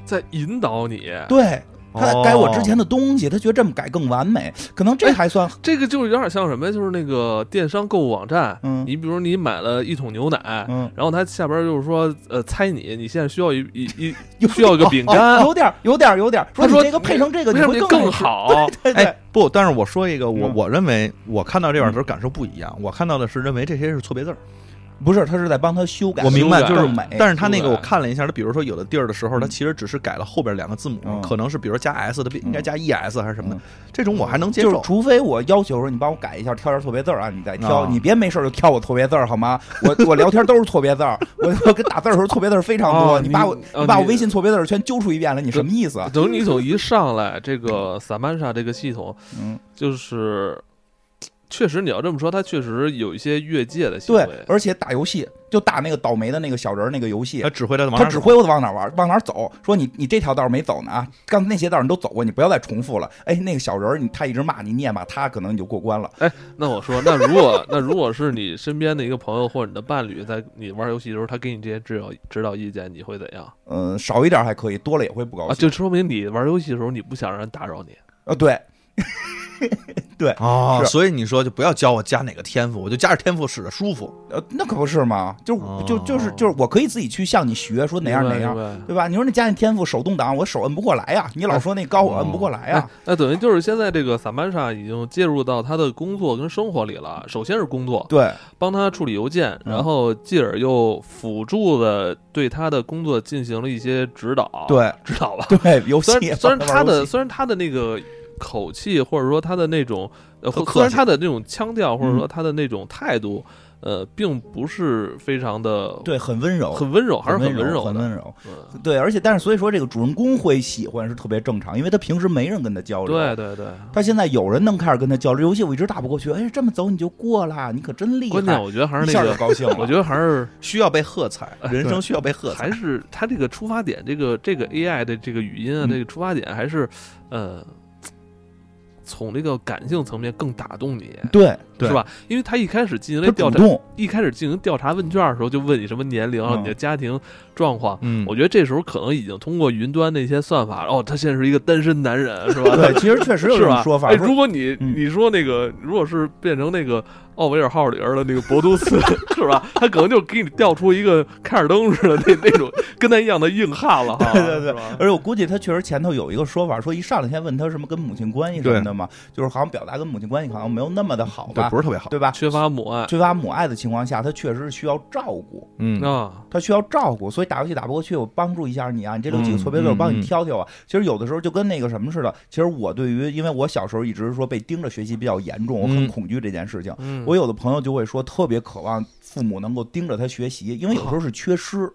A: 在引导你，
B: 对，他在改我之前的东西，他觉得这么改更完美，可能这还算
A: 这个就是有点像什么呀？就是那个电商购物网站，
B: 嗯
A: 你比如你买了一桶牛奶，
B: 嗯，
A: 然后它下边就是说，呃，猜你你现在需要一一一
B: 有
A: [LAUGHS] 需要一个饼干
B: [LAUGHS] 哦有点儿有点儿有点儿，说
A: 他
B: 你
A: 说
B: 这个配成这个
A: 为
B: 你
A: 什么
B: 会
A: 你
B: 更
A: 更
B: 爱吃，
A: 好？
B: [LAUGHS] 对对
C: [LAUGHS] 哎，不，但是我说一个，我
B: 嗯
C: 我认为我看到这玩意儿的时候感受不一样，我看到的是认为这些是错别字儿。
B: 不是，他是在帮他修改，
C: 我明白
B: 修改
C: 就是
B: 更美，
C: 但是他那
A: 出
C: 个
A: 来
C: 我看了一下，他比如说有的地儿的时候，他
B: 嗯
C: 其实只是改了后边两个字母
B: 嗯，
C: 可能是比如加 s，它不应该加 es 还是什么的
B: 嗯，
C: 这种我还能接
B: 就是
C: 受。
B: 除非我要求说你帮我改一下，挑点错别字儿啊，你再挑，
C: 啊
B: 你别没事儿就挑我错别字儿好吗？我我聊天都是错别字儿， [LAUGHS] 我我跟打字儿的时候错别字儿非常多，
A: 哦
B: 你把我
A: 你哦
B: 你把我
A: 你
B: 微信错别字儿全揪出一遍来，你什么意思啊？
A: 等你从一上来，这个萨曼莎这个系统
B: 嗯，
A: 就是，确实你要这么说，它确实有一些越界的行
B: 对
A: 为，。
B: 而且打游戏就打那个倒霉的那个小人儿那个游戏
C: 他，指挥他往
B: 他
C: 哪儿
B: 指挥我往哪儿玩，往哪儿走，说你你这条道儿没走呢啊，刚才那些道儿你都走过，你不要再重复了。哎，那个小人儿，你他一直骂你，你也骂他，可能你就过关了。
A: 那我说，那如果 [LAUGHS] 那如果是你身边的一个朋友或者你的伴侣，在你玩游戏的时候，他给你这些指导指导意见，你会怎样
B: 嗯，少一点儿还可以，多了也会不高
A: 啊？
B: 兴。
A: 就说明你玩游戏的时候，你不想让人打扰你。
B: 啊，对，
C: 啊，
B: 是
C: 所以你说就不要教我加哪个天赋，我就加着天赋使着舒服。
B: 呃，那可不是嘛，就
C: 哦
B: 就就是就是，我可以自己去向你学，说哪样哪样
A: 明，白？明白
B: 对吧？你说那加你天赋手动挡，我手摁不过来呀，你老说那高我摁不过来呀
A: 哎，，那等于就是现在这个萨曼莎已经介入到他的工作跟生活里了。首先是工作，
B: 对，
A: 帮他处理邮件，
B: 嗯
A: 然后继而又辅助的对他的工作进行了一些指导，
B: 对
A: 指导
B: [LAUGHS]
A: 吧。
B: 对，游戏
A: 虽然虽然
B: 玩
A: 他
B: 游
A: 的
B: 戏
A: 虽然他的那个口气，或者说他的那种呃，或
C: 和客气
A: 虽然他的那种腔调，或者说
B: 嗯
A: 他的那种态度，呃，并不是非常的
B: 对很温柔，
A: 很温柔，还是
B: 很
A: 温
B: 柔，
A: 柔
B: 很
A: 的。
B: 温柔。
A: 嗯
B: 对，而且但是所以说这个主人公会喜欢是特别正常，因为他平时没人跟他交流。
A: 对对对，
B: 他现在有人能开始跟他交流，游戏我一直打不过去，哎，这么走你就过了，你可真厉害。
A: 关键我觉得还是
B: 一
A: 那
B: 下就
A: 个，
B: 高兴了，
A: 我觉得还是
C: 需要被喝彩，人生
B: 对
C: 需要被喝彩
A: 还。是他这个出发点，这个这个 AI 的这个语音啊，
B: 嗯
A: 这个出发点还是，呃，从这个感性层面更打动你，
B: 对，
C: 对
A: 是吧？因为他一开始进行
B: 他
A: 这调
B: 主
A: 查，
B: 动，
A: 一开始进行调查问卷的时候，就问你什么年龄，
B: 嗯
A: 你的家庭状况。
C: 嗯
A: 我觉得这时候可能已经通过云端那些算法，哦，他现在是一个单身男人，是吧？
B: 对，其实确实有
A: [LAUGHS] 是
B: 这种
A: 吧？
B: 说法
A: 哎，，
B: 说
A: 如果你
B: 嗯
A: 你说那个，如果是变成那个奥维尔号里边的那个博都斯， [LAUGHS] 是吧？他可能就给你调出一个开尔登似的 [LAUGHS] 那那种跟他一样的硬汉了哈。
B: 对对对
A: 是吧
B: 而且我估计他确实前头有一个说法，说一上来先问他什么跟母亲关系什么的嘛，就是好像表达跟母亲关系好像没有那么的好
C: 对
B: 吧，
C: 不是特别好。
B: 对吧？
A: 缺乏母爱
B: 缺乏母爱的情况下，他确实是需要照顾，
C: 嗯
A: 啊，
B: 他需要照顾，所以打游戏打不过去，我帮助一下你啊，你这六几个错别字，
C: 嗯
B: 我帮
C: 嗯
B: 你
C: 嗯
B: 挑挑啊。其实有的时候就跟那个什么似的，其实我对于，因为我小时候一直说被盯着学习比较严重，我很
C: 嗯
B: 恐惧这件事情。
A: 嗯，
B: 我有的朋友就会说，特别渴望父母能够盯着他学习，因为有时候是缺失，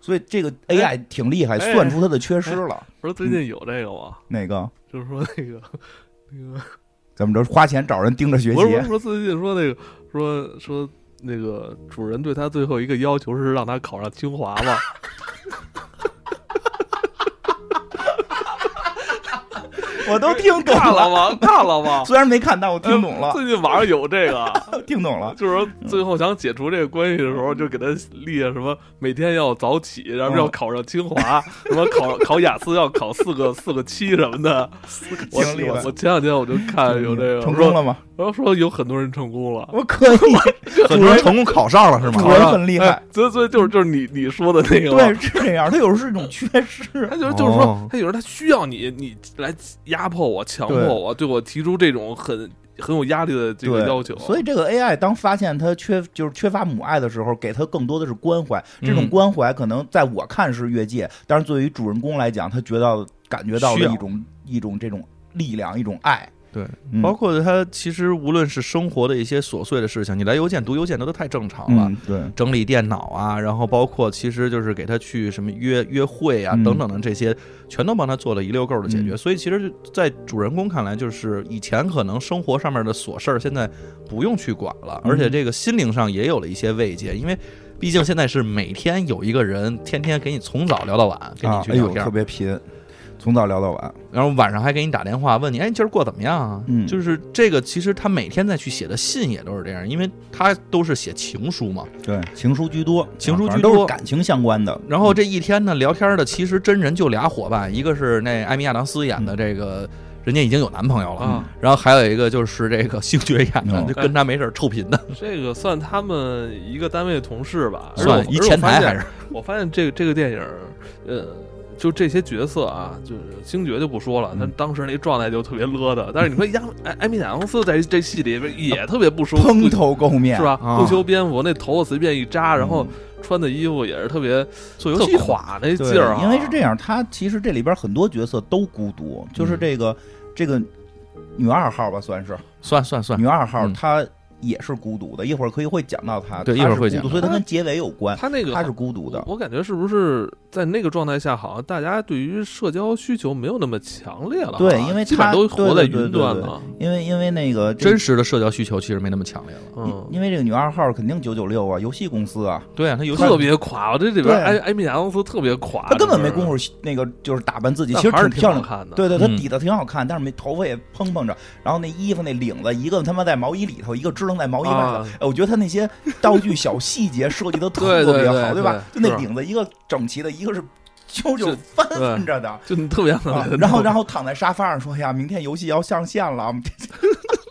B: 所以这个 AI 挺厉害，
A: 哎
B: 算出他的缺失了。
A: 不是最近有这个吗？
B: 哪个？
A: 就是说那个 [LAUGHS] 那个。
B: 怎么着？花钱找人盯着学
A: 不是不是
B: 习？
A: 说最近说那个说说那个主人对他最后一个要求是让他考上清华
B: [LAUGHS]
A: 嘛？
B: 我都听懂
A: 看了
B: 了，
A: 吗？看了
B: [LAUGHS]
A: 吗？
B: 虽然没看，但我听懂
A: 哎
B: 了，
A: 最近网上有这个，啊
B: 听懂了。
A: 就是说最后想解除这个关系的时候，就给他立了什么每天要早起，然后
B: 嗯
A: 要考上清华，什么考考雅思要考四个四个七什么
B: [LAUGHS]
A: 的。我
B: 经历了
A: 我前两天我就看哎有这个，
B: 嗯成
A: 我说
B: 功了吗？
A: 然后说有很多人成功了。
B: 我可以，主
C: 很多人
B: 人
C: 成功考上了是
B: 主
C: 吗？
B: 人
A: 考上
B: 很厉害
A: 哎所以所以就是就是你你说的那个嘛，
B: 对是这样，他有时候是一种缺失。
A: 他就是就是说
C: 哦，
A: 他有时候他需要你，你来压迫我、强
B: 对
A: 迫我，对我提出这种很很有压力的 [LAUGHS] 这个
B: 对
A: 要求。啊
B: 所以这个 AI 当发现它缺就是缺乏母爱的时候，给它更多的是关怀。这种
C: 嗯
B: 关怀可能在我看是越界，但是对于主人公来讲，他觉得感觉到
C: 需
B: 了
C: 要
B: 一种一种这种力量，一种爱。
C: 对
B: 嗯，
C: 包括他其实无论是生活的一些琐碎的事情，你来邮件读邮件，那都太正常了。
B: 嗯，对，
C: 整理电脑啊，然后包括其实就是给他去什么约约会啊
B: 嗯
C: 等等的这些，全都帮他做了一溜够的解决。所以其实，在主人公看来，就是以前可能生活上面的琐事儿，现在不用去管了，
B: 嗯
C: 而且这个心灵上也有了一些慰藉，因为毕竟现在是每天有一个人天天给你从早聊到晚，跟你
B: 啊，
C: 去
B: 哎
C: 聊
B: 呦，
C: 天
B: 特
C: 儿。
B: 别贫。从早聊到晚，
C: 然后晚上还给你打电话问你，哎，你今儿过得怎么样啊？
B: 嗯
C: 就是这个，其实他每天再去写的信也都是这样，因为他都是写情书嘛。
B: 对，情书居多，
C: 情书
B: 啊反
C: 居
B: 正都是
C: 多
B: 感情相关的。
C: 然后这一天呢，聊天的其实真人就俩伙伴，一个是那艾米亚当斯演的这个，人家已经有男朋友了，
A: 啊，
C: 然后还有一个就是这个星爵演的，
B: 哦
C: 就跟他没事儿臭贫 [LAUGHS] 的，
A: 这个算他们一个单位的同事吧，而且我
C: 算一前台还是
A: 我发现这个这个电影儿，呃，就这些角色啊，就是星爵就不说了，他
B: 嗯
A: 当时那状态就特别勒的。但是你
B: [LAUGHS]
A: 说亚哎艾艾米亚当斯在这戏里边也特别不舒服，
B: 蓬头垢面嗯
A: 是吧？
C: 啊
A: 不修边幅，那头发随便一扎，然后穿的衣服也是特别
C: 做游
A: 特
C: 戏嘛
A: 垮那
B: 对
A: 劲儿啊。
B: 因为是这样，他其实这里边很多角色都孤独，就是这个、这个女二号吧，算是
C: 算算算
B: 女，二号，
C: 嗯
B: 她也是孤独的。一会儿可以会讲到她，
C: 对
B: 她
C: 一会儿
B: 是
C: 会
B: 孤独
C: 讲
B: 所以她
A: 她
B: 跟结尾有关，
A: 他那个
B: 她是孤独的。
A: 我感觉是不是在那个状态下，好像大家对于社交需求没有那么强烈了啊？
B: 对因为
A: 基本
B: 他
A: 都活在
B: 对对对
A: 云端啊
B: 对
A: 了。
B: 因为因为那个这
C: 真实的社交需求其实没那么强烈了。
A: 嗯，
B: 因为这个女二号肯定九九六啊，游戏公司啊，
C: 对啊，他游戏
A: 特别垮，我这里边
B: 对
A: 艾艾米亚当斯特别垮，
B: 她根本没
A: 这边
B: 工夫那个就是打扮自己，
A: 啊但
B: 其实
A: 还是
B: 挺漂
A: 好
B: 亮。
A: 看的。
B: 对对，她
C: 嗯
B: 底子挺好看，但是没头发也蓬蓬着，然后那衣服那领子，一个他妈在毛衣里头，一个支棱在毛衣外头。
A: 啊
B: 哎我觉得他那些道具小细节设计的特
A: 对对对
B: 别好，吧？就
A: 对
B: 那
A: 是
B: 领子一个整齐的，一个是揪
A: 是
B: 揪翻翻着的。
A: 就你特别狠 [LAUGHS]
B: 啊，然后，然后躺在沙发上说：“哎呀，明天游戏要上线了，我们这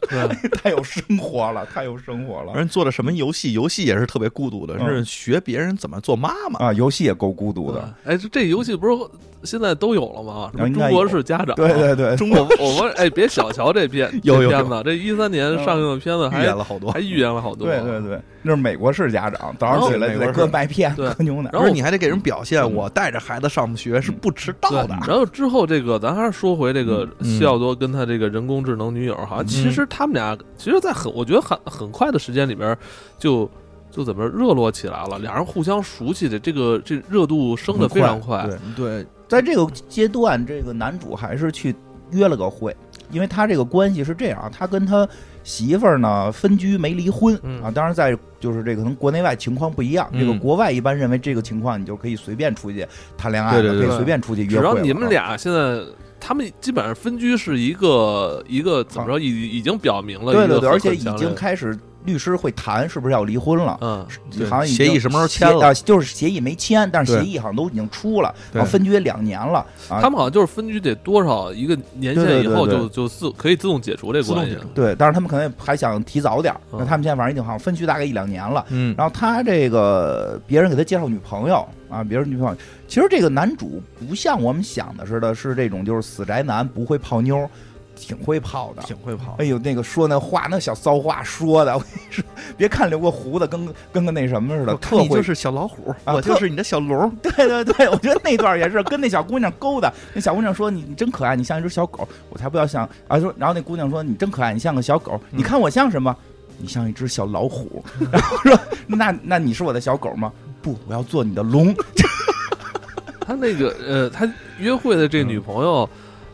A: 对
B: [LAUGHS] 太有生活了，太有生活了
C: 人做的什么游戏？游戏也是特别孤独的，
B: 嗯
C: 是学别人怎么做妈妈。
B: 啊！游戏也够孤独
A: 对
B: 的，
A: 哎，这这游戏不是现在都有了吗？什
B: 啊
A: 么
B: 应该
A: 中国式家长，
B: 对对对，
A: 中国， [LAUGHS] 我们哎，别小瞧这
B: [LAUGHS]
A: 片
C: 有有有
A: 这片子，这一三年上映的片子
C: 预
A: 还
C: 言了好多
A: 还，预言了好多，
B: 对对对，那是美国式家长，早
A: 哦
B: 上起来
C: 然后
B: 得割麦片、
A: 对
B: 喝牛奶
A: 然，
C: 然
A: 后
C: 后你还得给人表现，我带着孩子上学是不迟到
A: 对
B: 啊
C: 的。
A: 然后之后这个，咱还是说回这个
C: 嗯
A: 西奥多跟他这个人工智能女友，好像
B: 嗯
A: 其实他们俩，其实，在很我觉得很很快的时间里边就，就怎么热络起来了，俩人互相熟悉的这个这热度升的非常快
B: 对，
C: 对，
B: 在这个阶段，这个男主还是去约了个会，因为他这个关系是这样啊，他跟他媳妇儿呢分居没离婚、
A: 嗯
B: 啊，当然在就是这个可能国内外情况不一样，
C: 嗯
B: 这个国外一般认为这个情况你就可以随便出去谈恋爱了，
C: 对对对
B: 可以随便出去
A: 只
B: 约会
A: 要
B: 了。啊
A: 你们俩现在，他们基本上分居是一个一个怎么着，已已经表明了一
B: 啊对
A: 个
B: 对对，
A: 很
B: 而且
A: 很
B: 已
A: 强烈
B: 经
A: 的
B: 开始律师会谈是不是要离婚了。
A: 嗯，
B: 好像已经
C: 协议什么时候签
B: 协啊
C: 了？
B: 就是协议没签，但是
C: 对
B: 协议好像都已经出了，
C: 对
B: 啊，分居两年了啊。
A: 他们好像就是分居得多少一个年限
B: 对对
A: 以
B: 对
A: 后
B: 对
A: 就就自可以自动解除这
C: 自动
A: 关
C: 解
A: 系
C: 除，
B: 对，但是他们可能也还想提早点儿。那
A: 嗯
B: 他们现在反正已经好像分居大概一两年了。
C: 嗯，
B: 然后他这个别人给他介绍女朋友啊，别人女朋友，其实这个男主不像我们想的似的，是这种就是死宅男，不会泡妞儿，挺会泡的。
C: 挺会跑
B: 哎。呦，那个说那话，那小骚话说的，我跟你说，别看留个胡子，跟跟个那什么似的，
C: 我看
B: 特
C: 你就
B: 会。
C: 是小老虎，
B: 啊
C: 我就
B: 特
C: 是你的小龙。
B: [LAUGHS] 对对对，我觉得那段也是跟那小姑娘勾搭。那小姑娘说：“你你真可爱，你像一只小狗。”我才不要像啊！说，然后那姑娘说：“你真可爱，你像个小狗。
C: 嗯
B: 你看我像什么？你像一只小老虎。”然后说：“那那你是我的小狗吗？不，我要做你的
C: [LAUGHS]
B: 龙。
A: 他那个呃，他约会的这女朋友，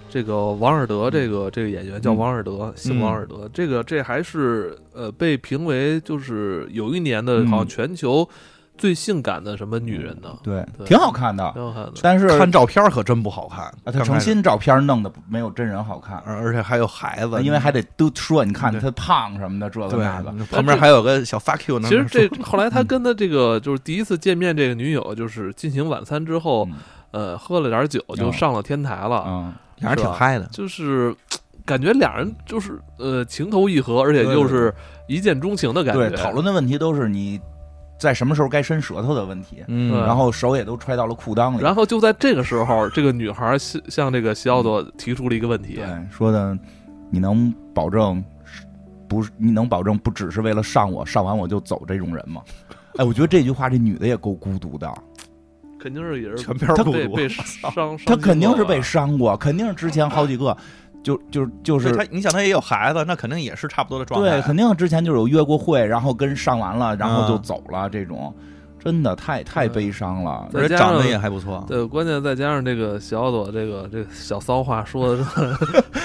A: 这个王尔
B: 嗯
A: 德，这个这个演员叫王尔德，姓王尔德。这个这还是呃被评为就是有一年的
B: 嗯
A: 好像全球最性感的什么女人呢”？
B: 对
A: 对
B: 挺好看的，
A: 挺好看的。
B: 但是
C: 看照片可真不好看，
B: 啊，他
C: 刚
B: 诚
C: 开始，
B: 心照片弄的没有真人好看，
C: 而而且还有孩子，
B: 啊因为还得都说你看
C: 对
B: 他胖什么的，这个
C: 对嗯
B: 那个。
C: 旁边还有个小 fuck you 呢。
A: 其实这后来他
B: 嗯
A: 跟他这个就是第一次见面这个女友，就是进行晚餐之后，呃，喝了点酒
B: 哦
A: 就上了天台了，
B: 嗯，
C: 俩人挺嗨的，
A: 就是。感觉俩人就是呃情投意合，而且又是一见钟情的感觉。
B: 对，讨论的问题都是你在什么时候该伸舌头的问题，
C: 嗯
A: 对
B: 然后手也都揣到了裤裆里。
A: 然后就在这个时候，这个女孩向向这个西奥多提出了一个问题，
B: 对，说的你能保证是不是？你能保证不只是为了上我，上完我就走这种人吗？哎，我觉得这句话这女的也够孤独的，
A: 肯定是也是
C: 全片孤
A: 被
C: 独。
B: [LAUGHS]
A: 被伤，
B: 她肯定是被伤过，肯定是之前好几
C: [CLEARS THROAT]
B: 个，就就就
C: 对
B: 是
C: 他，你想他也有孩子，那肯定也是差不多的状态。
B: 对，肯定之前就是有约过会，然后跟上完了，然后就
C: 嗯
B: 走了这种。真的太太悲伤了。
A: 对
C: 而且长得也还不错，
A: 对，关键再加上这个小朵这个这个小骚话说的是，
B: [LAUGHS]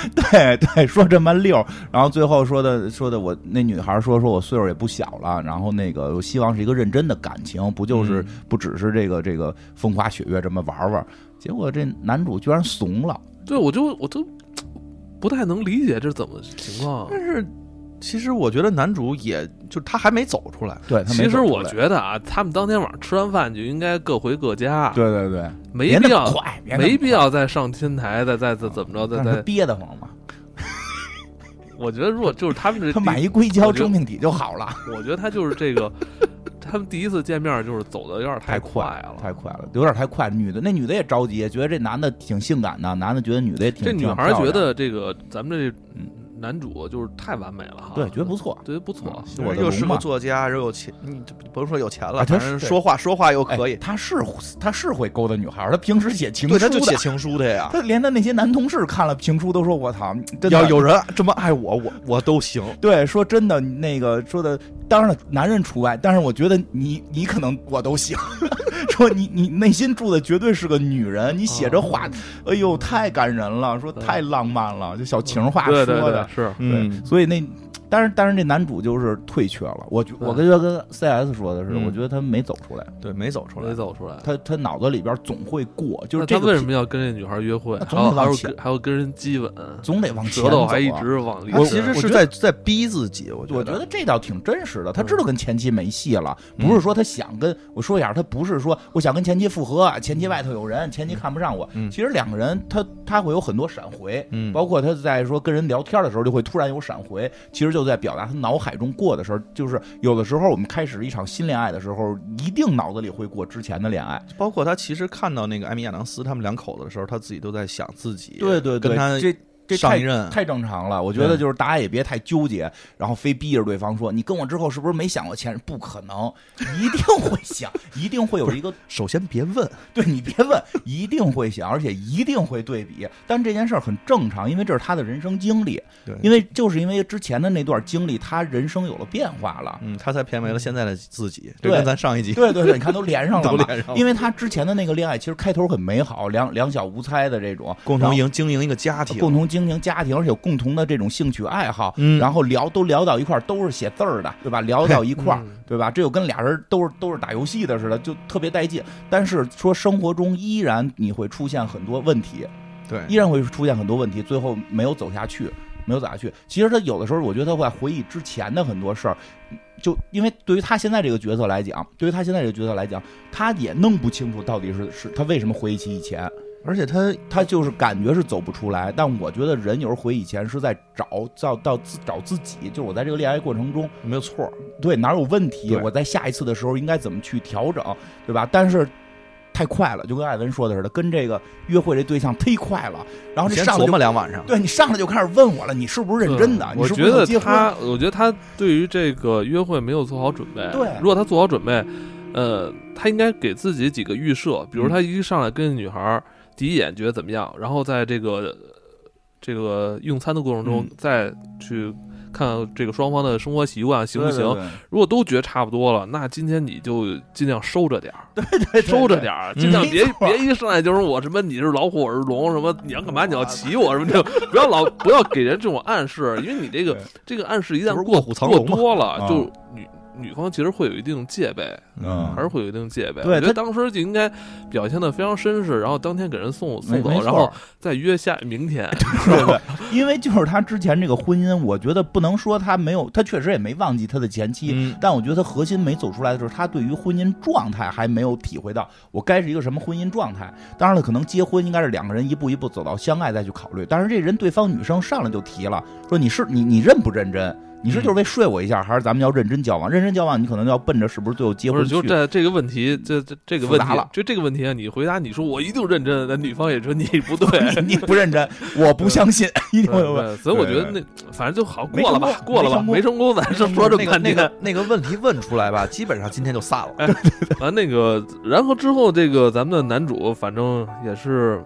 B: [LAUGHS] 对 [LAUGHS] 对，说这么溜儿，然后最后说的说的我那女孩说说我岁数也不小了，然后那个我希望是一个认真的感情，不就是、
C: 嗯
B: 不只是这个这个风花雪月这么玩玩。结果这男主居然怂了，
A: 对我就我都不太能理解这是怎么情况。
C: 但是其实我觉得男主也就他还没走出来，
B: 对， [LAUGHS] 他没
A: 其实
B: 走出
A: 我
B: 来
A: 觉得啊，他们当天晚上吃完饭就应该各回各家，
B: 对对对，
A: 没
B: 别
A: 必
B: 那
A: 要
B: 么快，别那么
A: 没必
B: 快，
A: 要再上天台，再再再怎么着，再
B: 但是他
A: 再。
B: 憋得慌嘛，
A: 我觉得如果就是他们这，
B: 他买一硅
A: 我
B: 胶
A: 觉得
B: 中性体就好了。
A: 我觉得他就是这个， [LAUGHS] 他们第一次见面就是走的有点
B: 太
A: 快
B: 了，太
A: 了。
B: 快了，有点太快。女的那女的也着急，也觉得这男的挺性感的，男的觉得女的也挺
A: 这女
B: 嗯挺
A: 孩
B: 漂
A: 觉
B: 亮
A: 得这个咱们这
B: 嗯
A: 男主就是太完美了哈，
B: 对，觉得不错。
A: 觉得不错
B: 嗯。是我的
C: 又
B: 龙
C: 适合
B: 嘛
C: 作家，又有钱，你这不用说有钱了，
B: 啊他
C: 反
B: 是
C: 正
B: 对
C: 说话说话又
B: 哎
C: 可以，
B: 他是他是会勾搭女孩儿，他平时写情书
C: 对，
B: 的，
C: 他就写情书的呀。
B: 他连他那些男同事看了情书都说：“我操，真的
C: 要有人这么爱我，我我都行。
B: 对说真的那个说的，当然了，男人除外。但是我觉得你你可能我都行， [LAUGHS] 说你你内心住的绝对是个女人，你写着话，
A: 哦
B: 哎呦太感人了，说太浪漫了，就小情话
A: 对
B: 说
A: 对
B: 的。
A: 对，是
C: 嗯
B: 对，，所以那，但是但是这男主就是退却了。我觉
A: 对
B: 我跟跟 CS 说的是，
C: 嗯
B: 我觉得他没走出来，
C: 对，没走出
A: 没
C: 来。
A: 走出来。
B: 他他脑子里边总会过，就是
A: 那
B: 这
A: 他
B: 个
A: 为什么要跟这女孩约会？
B: 那
A: 还
B: 总得
A: 要还
B: 往
A: 要
B: 前
A: 跟还要跟人激吻？
B: 总得往前
A: 舌
B: 走、
A: 头
B: 啊。
A: 还一直往里
B: 我
C: 他
A: 伸。
C: 其实
B: 我觉
C: 是
B: 得
C: 在在逼自己，我
B: 我觉
C: 觉
B: 得这倒挺真实的，他知道跟前妻没戏了，
C: 嗯
B: 不是说他想跟我说一下，他不是说我想跟前妻复合，前妻外头有人，前妻看不上我。
C: 嗯
B: 其实两个人他他会有很多闪回，
C: 嗯
B: 包括他在说跟人聊天的时候就会突然有闪回，其实就在表达他脑海中过的事儿。就是有的时候我们开始一场新恋爱的时候，一定脑子里会过之前的恋爱。
C: 包括他其实看到那个艾米亚当斯他们两口子的时候，他自己都在想自己，
B: 对对对，
C: 跟他
B: 这这
C: 上
B: 太
C: 一任
B: 太正常了。我
C: 嗯
B: 觉得就是大家也别太纠结，然后非逼着对方说你跟我之后是不是没想过前任？不可能，一定会想，一定会有一个
C: 首先别问，
B: 对你别问，一定会想，而且一定会对比。但这件事儿很正常，因为这是他的人生经历，
C: 对
B: 因为就是因为之前的那段经历，他人生有了变化了。
C: 嗯，他才偏为了现在的自己，这
B: 对
C: 跟咱上一集
B: 对对对，你看都连上了
C: [LAUGHS] 都
B: 嘛，
C: 连上了
B: 因为他之前的那个恋爱其实开头很美好，两两小无猜的这种
C: 共
B: 然后
C: 同营经营一个家庭，
B: 共同经营家庭，而且有共同的这种兴趣爱好，
C: 嗯
B: 然后聊都聊到一块儿，都是写字儿的，对吧？聊到一块儿
A: 嗯，
B: 对吧？这就跟俩人都是都是打游戏的似的，就特别带劲。但是说生活中依然你会出现很多问题，
C: 对
B: 依然会出现很多问题，最后没有走下去，没有走下去。其实他有的时候，我觉得他会回忆之前的很多事儿，就因为对于他现在这个角色来讲，对于他现在这个角色来讲，他也弄不清楚到底是是他为什么回忆起以前。
C: 而且他
B: 他就是感觉是走不出来，但我觉得人有时候回以前是在找到到自找自己，就是我在这个恋爱过程中，
C: 没有错，
B: 对哪儿有问题，
C: 对
B: 我在下一次的时候应该怎么去调整，对吧？但是太快了，就跟艾文说的似的，跟这个约会这对象忒快了，然后这
C: 先
B: 上来
C: 琢磨
B: 就
C: 两晚上，
B: 对你上来就开始问我了，你是不是认真的？
A: 对嗯
B: 你
A: 我
B: 是不
A: 觉
B: 是
A: 得
B: 要结婚？
A: 他，我觉得他对于这个约会没有做好准备。
B: 对
A: 如果他做好准备，呃，他应该给自己几个预设，比如他一上来跟女孩儿第一眼觉得怎么样，然后在这个这个用餐的过程中
B: 嗯
A: 再去看看这个双方的生活习惯行不
B: 对
A: 行。？如果都觉得差不多了，那今天你就尽量收着点儿。
B: [LAUGHS] 对对对嗯
A: 收着点儿，尽量别
B: 没错嗯
A: 别一上来就是我什么你是老虎我是龙什么你要干嘛你要骑我什么这种， [LAUGHS] 不要老不要给人这种暗示，因为你这个
B: 对
A: 这个暗示一旦
C: 这不是
A: 过
C: 卧虎藏龙
A: 过
C: 吗
A: 多了，
B: 啊
A: 就女女方其实会有一定戒备，
B: 嗯
A: 还是会有一定戒备。
B: 对
A: 我觉
B: 他
A: 得当时就应该表现的非常绅士，然后当天给人送
B: 没
A: 送走
B: 没，错
A: 然后再约下明
B: [LAUGHS]
A: 天。
B: 对对，因为就是他之前这个婚姻，我觉得不能说他没有，他确实也没忘记他的前妻，
C: 嗯
B: 但我觉得他核心没走出来的就是他对于婚姻状态还没有体会到我该是一个什么婚姻状态。当然了，可能结婚应该是两个人一步一步走到相爱再去考虑。但是这人对方女生上来就提了，说你是你你认不认真？你
A: 嗯
B: 是就是为睡我一下，还是咱们要认真交往？认真交往，你可能要奔着是不是最后结
A: 不
B: 婚
A: 是，
B: 去？
A: 就这这个问题，这这这个问
B: 复杂
A: 题
B: 了，
A: 就这个问题啊，你回答你说我一定认真，那女方也说你不对。
B: [LAUGHS] 你不认真，我不相信，一定
A: 对
B: 会有问
A: 对，所以我觉得
B: 对
A: 那反正就好
B: 没
A: 过了吧
B: 成，功
A: 过了吧，
B: 没
A: 没成功，咱是说这么
C: 那个
A: 半
C: 那
A: 天。
C: 个那个问题问出来吧，基本上今天就散
B: [LAUGHS]
C: 了。
A: 完啊那个，然后之后这个咱们的男主，反正也是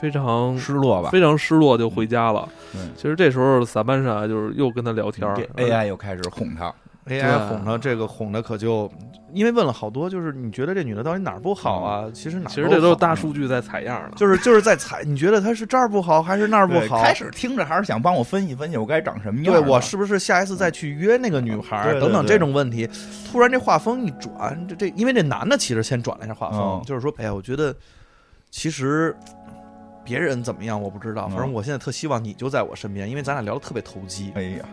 A: 非常
B: 失落吧。
A: 非常失落，就回家了
B: 嗯。
A: 其实这时候萨曼莎就是又跟他聊天儿嗯
B: 这 AI 又开始哄他，
A: 对
C: ，AI 哄她，这个哄她可就，因为问了好多，就是你觉得这女的到底哪儿不好啊？其实哪儿
A: 其实这都是大
C: 数，
A: 数据在采样了。
C: [LAUGHS] 就是就是在猜，你觉得她是这儿不好还是那儿不
B: 对
C: 好？
B: 开始听着还是想帮我分析分析我该长什么样
C: 对
B: 儿啊的。
C: 我是不是下一次再去约那个女孩儿
B: 对对
C: 等等
B: 对
C: 这种问题，突然这画风一转，这这因为这男的其实先转了一下画风，
B: 嗯
C: 就是说，哎呀，我觉得其实别人怎么样我不知道，反正
B: 嗯
C: 我现在特希望你就在我身边，因为咱俩聊的特别投机，
B: 哎呀，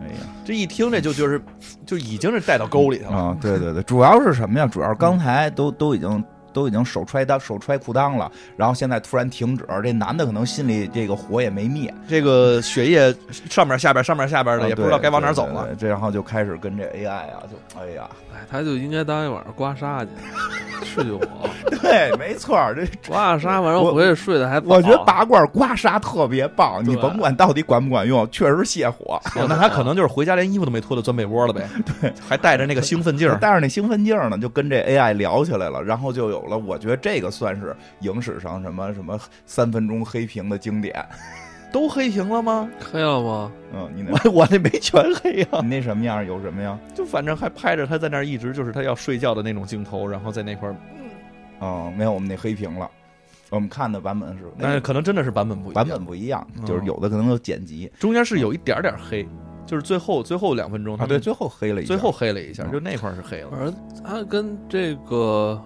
B: 哎呀。
C: 这一听这就就是就已经是带到沟里头了。
B: 啊、对对对，主要是什么呀？主要是刚才都都已经都已经手揣裆手揣裤裆了，然后现在突然停止，这男的可能心里这个火也没灭，
C: 这个血液上面下边上面下边的、
B: 啊
C: 也不知道
B: 对
C: 该往哪儿
B: 对
C: 走
B: 对
C: 了。
B: 对这然后就开始跟这 AI 啊，就哎呀，
A: 哎，他就应该当天晚上刮痧去，去 [LAUGHS] 救我！
B: [LAUGHS] 对，没错儿，这
A: 刮痧完了
B: 我
A: 回去睡得还早
B: 我觉得拔罐刮痧特别棒，你
A: 对
B: 甭管到底管不管用，确实泻火。
A: 我
C: 哦那他可能就是回家连衣服都没脱就钻被窝
B: [LAUGHS]
C: 了呗，对，还带着那个兴奋劲儿。
B: 带着那兴奋劲儿呢，就跟这 AI 聊起来了，然后就有了，我觉得这个算是影史上什么什么三分钟黑屏的经典。
C: 都黑屏了吗？
A: 黑了吗？
B: 嗯，你那
C: 我我那没全黑啊呀、
B: 你那什么样儿有什么呀？
C: 就反正还拍着他在那儿一直就是他要睡觉的那种镜头，然后在那块儿，
B: 哦，没有，我们那黑屏了，我们看的版本是
C: 但是可能真的是版本不一样，
B: 哎版本不一样，
C: 哎嗯
B: 就是有的可能有剪辑
C: 中间是有一点点黑，就是最后最后两分钟他
B: 啊，
C: 们
B: 对，最后黑了一下，
C: 嗯最后黑了一下，
B: 嗯
C: 就那块儿是黑了。
A: 反正他跟这个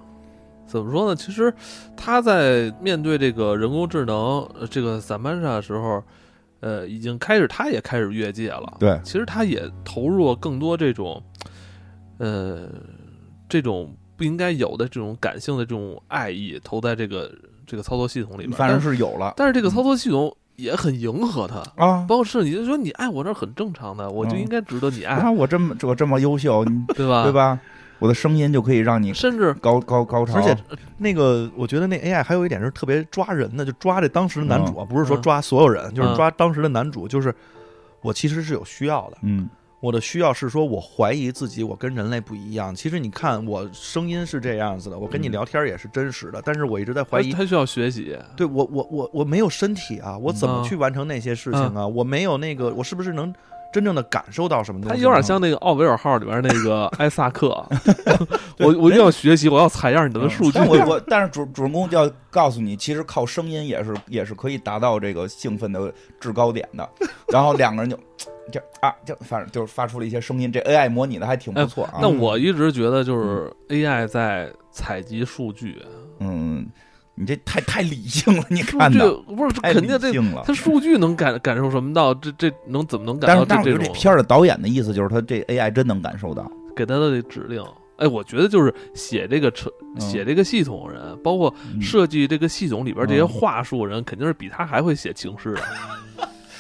A: 怎么说呢？其实他在面对这个人工智能呃这个萨曼莎的时候，呃，已经开始他也开始越界了。
B: 对
A: 其实他也投入了更多这种，呃，这种不应该有的这种感性的这种爱意投在这个这个操作系统里边。
B: 反正
A: 但
B: 是有了
A: 但是这个操作系统也很迎合他。
B: 啊
A: 包括是你就说你爱我那很正常的，我就
B: 嗯
A: 应该值得你
C: 哎
A: 爱，
B: 啊，我这么我这么优秀，你
A: 对
C: 啊
A: 吧？
B: 对？吧？我的声音就可以让你
A: 甚至
B: 高高高潮，
C: 而且那个，我觉得那 AI 还有一点是特别抓人的，就抓这当时的男主
B: 嗯
C: 啊，不是说抓所有人，就是抓当时的男主。就是我其实是有需要的，
B: 嗯
C: 我的需要是说我怀疑自己，我跟人类不一样。其实你看，我声音是这样子的，我跟你
B: 嗯
C: 聊天也是真实的，但是我一直在怀疑
A: 他他需要学习，
C: 对我，我我我没有身体啊，我
A: 嗯
C: 怎么去完成那些事情啊？我没有那个，我是不是能真正的感受到什么东
A: 他
C: 西？
A: 有点像那个奥维尔号里边那个艾萨 [LAUGHS] 克，
B: 对
A: 我我就要学习，我要采样你的
B: 嗯
A: 数据
B: 但。我我但是主主人公就要告诉你，其实靠声音也是也是可以达到这个兴奋的制高点的。然后两个人就这啊，就反正就是发出了一些声音，这 AI 模拟的还挺不错啊。
A: 哎那我一直觉得就是 AI 在采集数据，
B: 嗯，你这太太理性了， [LAUGHS] 你
A: 数
B: 看
A: 据
B: 的
A: 不是
B: 太
A: 肯
B: 理
A: 定这
B: 性了。
A: 他数据能感感受什么到这这能怎么能感
B: 但
A: 到
B: 是，但是
A: 这
B: 我觉得
A: 种
B: 这片儿的导演的意思就是，他这 AI 真能感受到，
A: 给他的指令？哎，我觉得就是写这个程
B: 嗯
A: 写这个系统人，包括设计这个系统里边这
B: 嗯
A: 些话术人，肯定是比他还会写情诗的。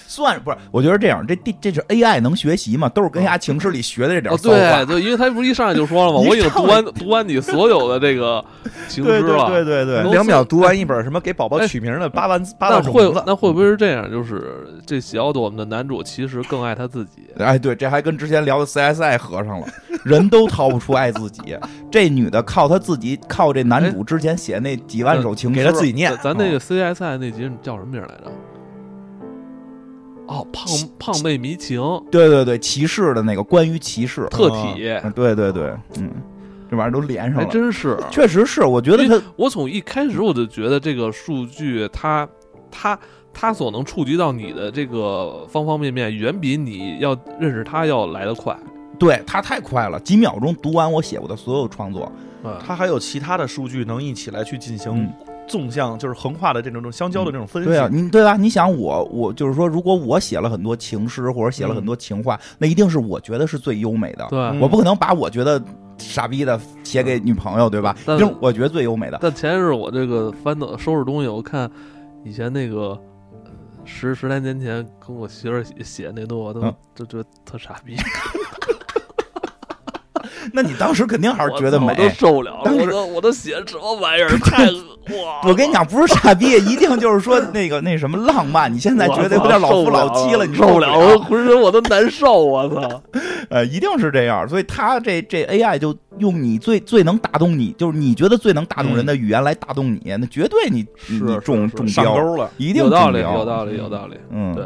B: 算是不是？我觉得这样，这这这是 AI 能学习嘛？都是跟人家情诗里学的这
A: 嗯
B: 点
A: 哦，
B: 儿骚话。
A: 对对，因为他不是一上来就说了吗？
B: [LAUGHS] 一
A: 我已经
B: 上
A: 读
B: 来
A: 完读完你所有的这个情诗
B: 对
A: 了。
B: 对对对
A: 能
B: 对，
C: 两秒读完一本什么给宝宝取名的八万字八
A: 哎那
C: 万种名
A: 会
C: 字，
A: 那会不会是这样？就是这喜奥多，我们的男主其实更爱他自己。
B: 哎，对，这还跟之前聊的 CSI 合上了，人都逃不出爱自己。这女的靠她自己，靠这男主之前写那几万首情诗，
C: 给他自己念
A: 咱？咱
B: 哦
A: 那个 CSI 那集叫什么名来着？哦，胖胖妹迷情
B: 对对对，骑士的那个关于骑士，
A: 特体，
B: 嗯对对对，嗯，这玩意儿都连上
C: 哎
A: 还
B: 了，
A: 真是。
B: 确实是，我觉得他
A: 我从一开始我就觉得这个数据它，它它所能触及到你的这个方方面面，远比你要认识它要来得快。
B: 对他太快了，几秒钟读完我写过的所有创作，
A: 嗯
C: 他还有其他的数据能一起来去进行
B: 嗯
C: 纵向，就是横跨的这种这种相交
A: 嗯
C: 的这种分析。
B: 对啊，你对吧？你想我，我就是说，如果我写了很多情诗或者写了很多情话，那一定是我觉得是最优美的。
A: 嗯对，
C: 嗯
B: 我不可能把我觉得傻逼的写给女朋友，对吧？
A: 但
B: 一定是我觉得最优美的。
A: 但前一阵我这个翻到收拾东西，我看以前那个呃十十来年前跟我媳妇儿写写那东西，我都
B: 嗯
A: 就觉得特傻
B: [LAUGHS]
A: 逼，
B: 那你当时肯定还是
A: 我
B: 觉得
A: 操我
B: 美
A: 都。受不了了，
B: 当时
A: 我都我都写什么玩意儿，
B: [LAUGHS]
A: 太恶哇！
B: 我跟你讲，不是傻逼，一定就是说那个那什么浪漫。你现在觉得有点老夫老妻了，
A: 了，
B: 你
A: 受
B: 不
A: 了，我浑身我都难受，我操！
B: 呃，一定是这样。所以他这这 AI 就用你最最能打动你，就是你觉得最能打动人的语言来打动你，那绝对你你
A: 是
B: 你中
A: 嗯是
B: 中
C: 上
B: 标，
C: 钩了，
B: 一定
A: 有道
B: 中
A: 理，
B: 标
A: 有道理，有道理。
B: 嗯，
A: 对，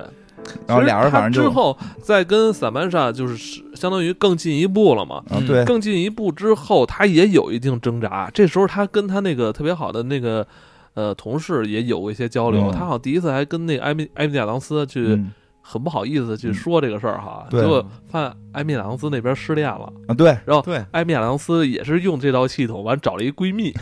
B: 然后俩人反正
A: 之
B: 就
A: 后再跟萨曼莎就是相当于更进一步了嘛。
B: 嗯对，
A: 更进一步之后，他也有一定挣扎。这时候他跟他那个特别好的那个呃同事也有过一些交流。
B: 嗯
A: 他好像第一次还跟那个埃米埃米亚当斯去、
B: 嗯
A: 很不好意思去
B: 嗯
A: 说这个事儿哈，
B: 对
A: 结果发现埃米亚当斯那边失恋了，
B: 啊对，
C: 对，
A: 埃米亚当斯也是用这套系统，完找了一闺蜜，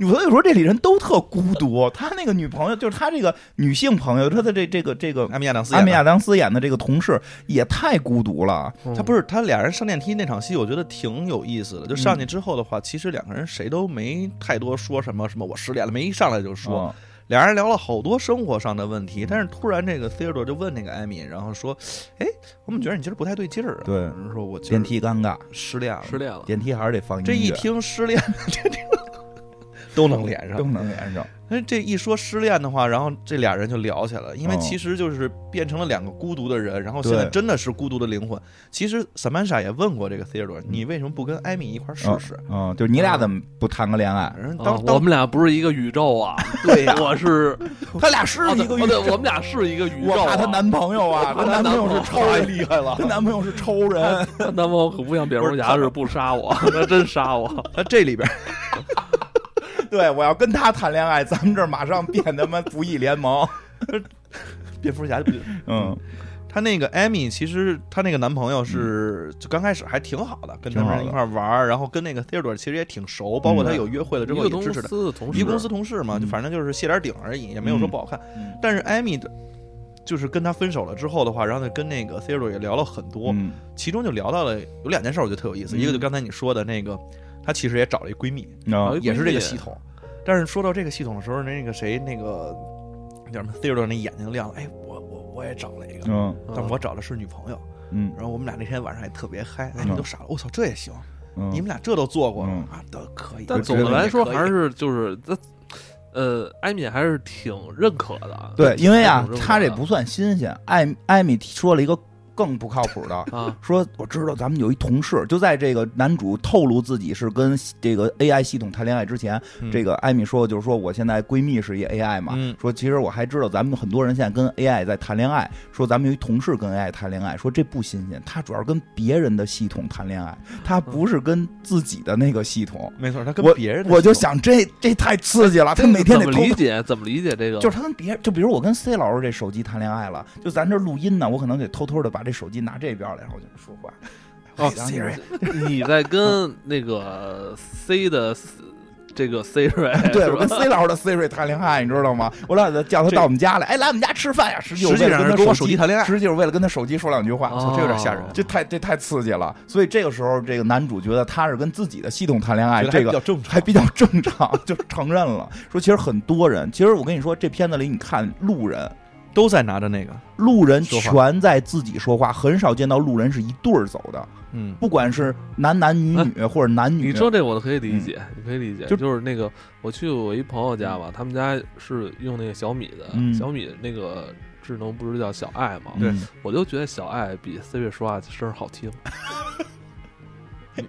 B: 我所以说这里人都特孤独，他那个女朋友就是他这个女性朋友，他的这这个这个
C: 阿米亚当斯演
B: 阿
C: 的，
A: 嗯
B: 米亚当斯演的这个同事也太孤独了，
C: 他不是他俩人上电梯那场戏，我觉得挺有意思的。
A: 嗯
C: 就上去之后的话，其实两个人谁都没太多说什么什么我失恋了，没一上来就说。
B: 说
C: 俩人聊了好多生活上的问题，但是突然这个 Theodore 就问那个艾米，然后说：“哎，我们觉得你今儿不太对劲儿啊。”
B: 对，
C: 说我今儿
B: 电梯尴尬，
C: 失恋了。
A: [LAUGHS] 失恋了。
B: 电梯还是得放音乐，
C: 这一听失恋，这这都能连
B: 都
C: 上。
B: 能连上，嗯
C: 哎，这一说失恋的话，然后这俩人就聊起来了，因为
B: 哦
C: 其实就是变成了两个孤独的人，然后现在
B: 对
C: 真的是孤独的灵魂。其实 Samantha 也问过这个 Theodore，你为什么不跟艾米一块儿试试？
B: 嗯，就是你俩怎么不谈个恋爱？
C: 反正
A: 啊
C: 当
A: 我
C: 当
A: 们俩不是一个宇宙啊！
C: 对呀，
A: 我是
B: 他俩是
A: 啊
B: 一
A: 对
B: 个
A: 哦
B: 宇
A: 对，
B: 宙，
A: 我们俩是一个宇宙
B: 我
A: 啊。
B: 怕她男朋友啊，她
A: 我怕她
B: 男朋友
A: 男
B: 是超人，厉害了，她男朋友是超人， [LAUGHS]
A: 她男朋友可不像蝙蝠侠是不杀我， [LAUGHS] 他真杀我。
C: 他这里边
B: 对我要跟他谈恋爱，咱们这儿马上变他妈不义联盟，
C: 蝙蝠侠就不
B: 嗯，
C: 她那个艾米，其实她那个男朋友是就刚开始还挺好的，跟他
B: 挺好
C: 们
B: 的
C: 一块玩儿，然后跟那个 Theodore 其实也挺熟，包括他有约会了之
A: 一
C: 后
A: 个
C: 也
A: 公
C: 支持的，
A: 司的同事，
C: 一个公司同事嘛，
B: 嗯
C: 就反正就是谢点顶而已，也没有说不好看。
B: 嗯
C: 但是艾米的，就是跟他分手了之后的话，然后呢跟那个 Theodore 也聊了很多，
B: 嗯
C: 其中就聊到了有两件事，我觉得特有意思，
B: 嗯
C: 一个就刚才你说的那个，她其实也找了一闺蜜，
B: 啊
A: 哎闺蜜
C: 也是这个系统。但是说到这个系统的时候，那个谁那个叫什么 Theodore 那眼睛亮了，哎，我我我也找了一个，
B: 嗯
A: 啊，
C: 但我找的是女朋友。
B: 嗯
C: 然后我们俩那天晚上也特别嗨，哎，
B: 嗯
C: 你都傻了，我操，这也行，
B: 嗯，
C: 你们俩这都做过
B: 嗯
C: 啊，都可以。
A: 但
B: 我
A: 总
B: 觉
A: 的
B: 得
A: 来说
C: 也可以
A: 还是就是他，呃，艾米还是挺认可的。
B: 对，因为啊
A: 挺，认可的
B: 他这不算新鲜。艾艾米说了一个更不靠谱的， [LAUGHS]
A: 啊，
B: 说我知道咱们有一同事，就在这个男主透露自己是跟这个 AI 系统谈恋爱之前，
C: 嗯
B: 这个艾米说就是说我现在闺蜜是一 AI 嘛，
C: 嗯
B: 说其实我还知道咱们很多人现在跟 AI 在谈恋爱，说咱们有一同事跟 AI 谈恋爱，说这不新鲜，他主要是跟别人的系统谈恋爱，他不是跟自己的那个系统。
C: 没错，他跟
B: 我
C: 别人的
B: 我就
C: 系统
B: 想这这太刺激了，他每天得
A: 怎么
B: 偷
A: 理解？怎么理解这个？
B: 就是他跟别人，就比如我跟 C 老师这手机谈恋爱了，就咱这录音呢，我可能得偷偷的把这手机拿这边来，然后我就说话。
A: 哦
B: 哎，Siri
A: 你在跟那个 C 的这个
B: [LAUGHS]
A: Siri，
B: [LAUGHS] 对
A: 是
B: 我
A: 吧
B: 跟 C 老师的 Siri 谈恋爱，你知道吗？我老得叫他到我们家来，哎，来我们家吃饭呀。实际我
C: 实际
B: 为了
C: 上
B: 跟他
C: 是跟我
B: 手
C: 手机谈恋爱
B: 实际是为了跟他手机说两句话。
A: 哦
C: 这有点吓人
B: 这太这太刺激了，所以这个时候，这个男主觉得他是跟自己的系统谈恋爱，
C: 觉得还
B: 哎这
C: 比
B: 个
C: 较正常，
B: 还比较正常， [LAUGHS] 就承认了。说其实很多人，其实我跟你说，这片子里你看路人，
C: 都在拿着那个，
B: 路人
C: 说话
B: 全在自己说话，很少见到路人是一对儿走的，
C: 嗯，
B: 不管是男男女女或者男女。
A: 哎
B: 嗯
A: 你说这我都可以理解，你可以理解，
B: 就
A: 就是那个我去我一朋友家吧，他们家是用那个小米的，
B: 嗯
A: 小米那个智能不是叫小爱吗？
B: 嗯，
A: 我就觉得小爱比 Siri 说话声儿好听。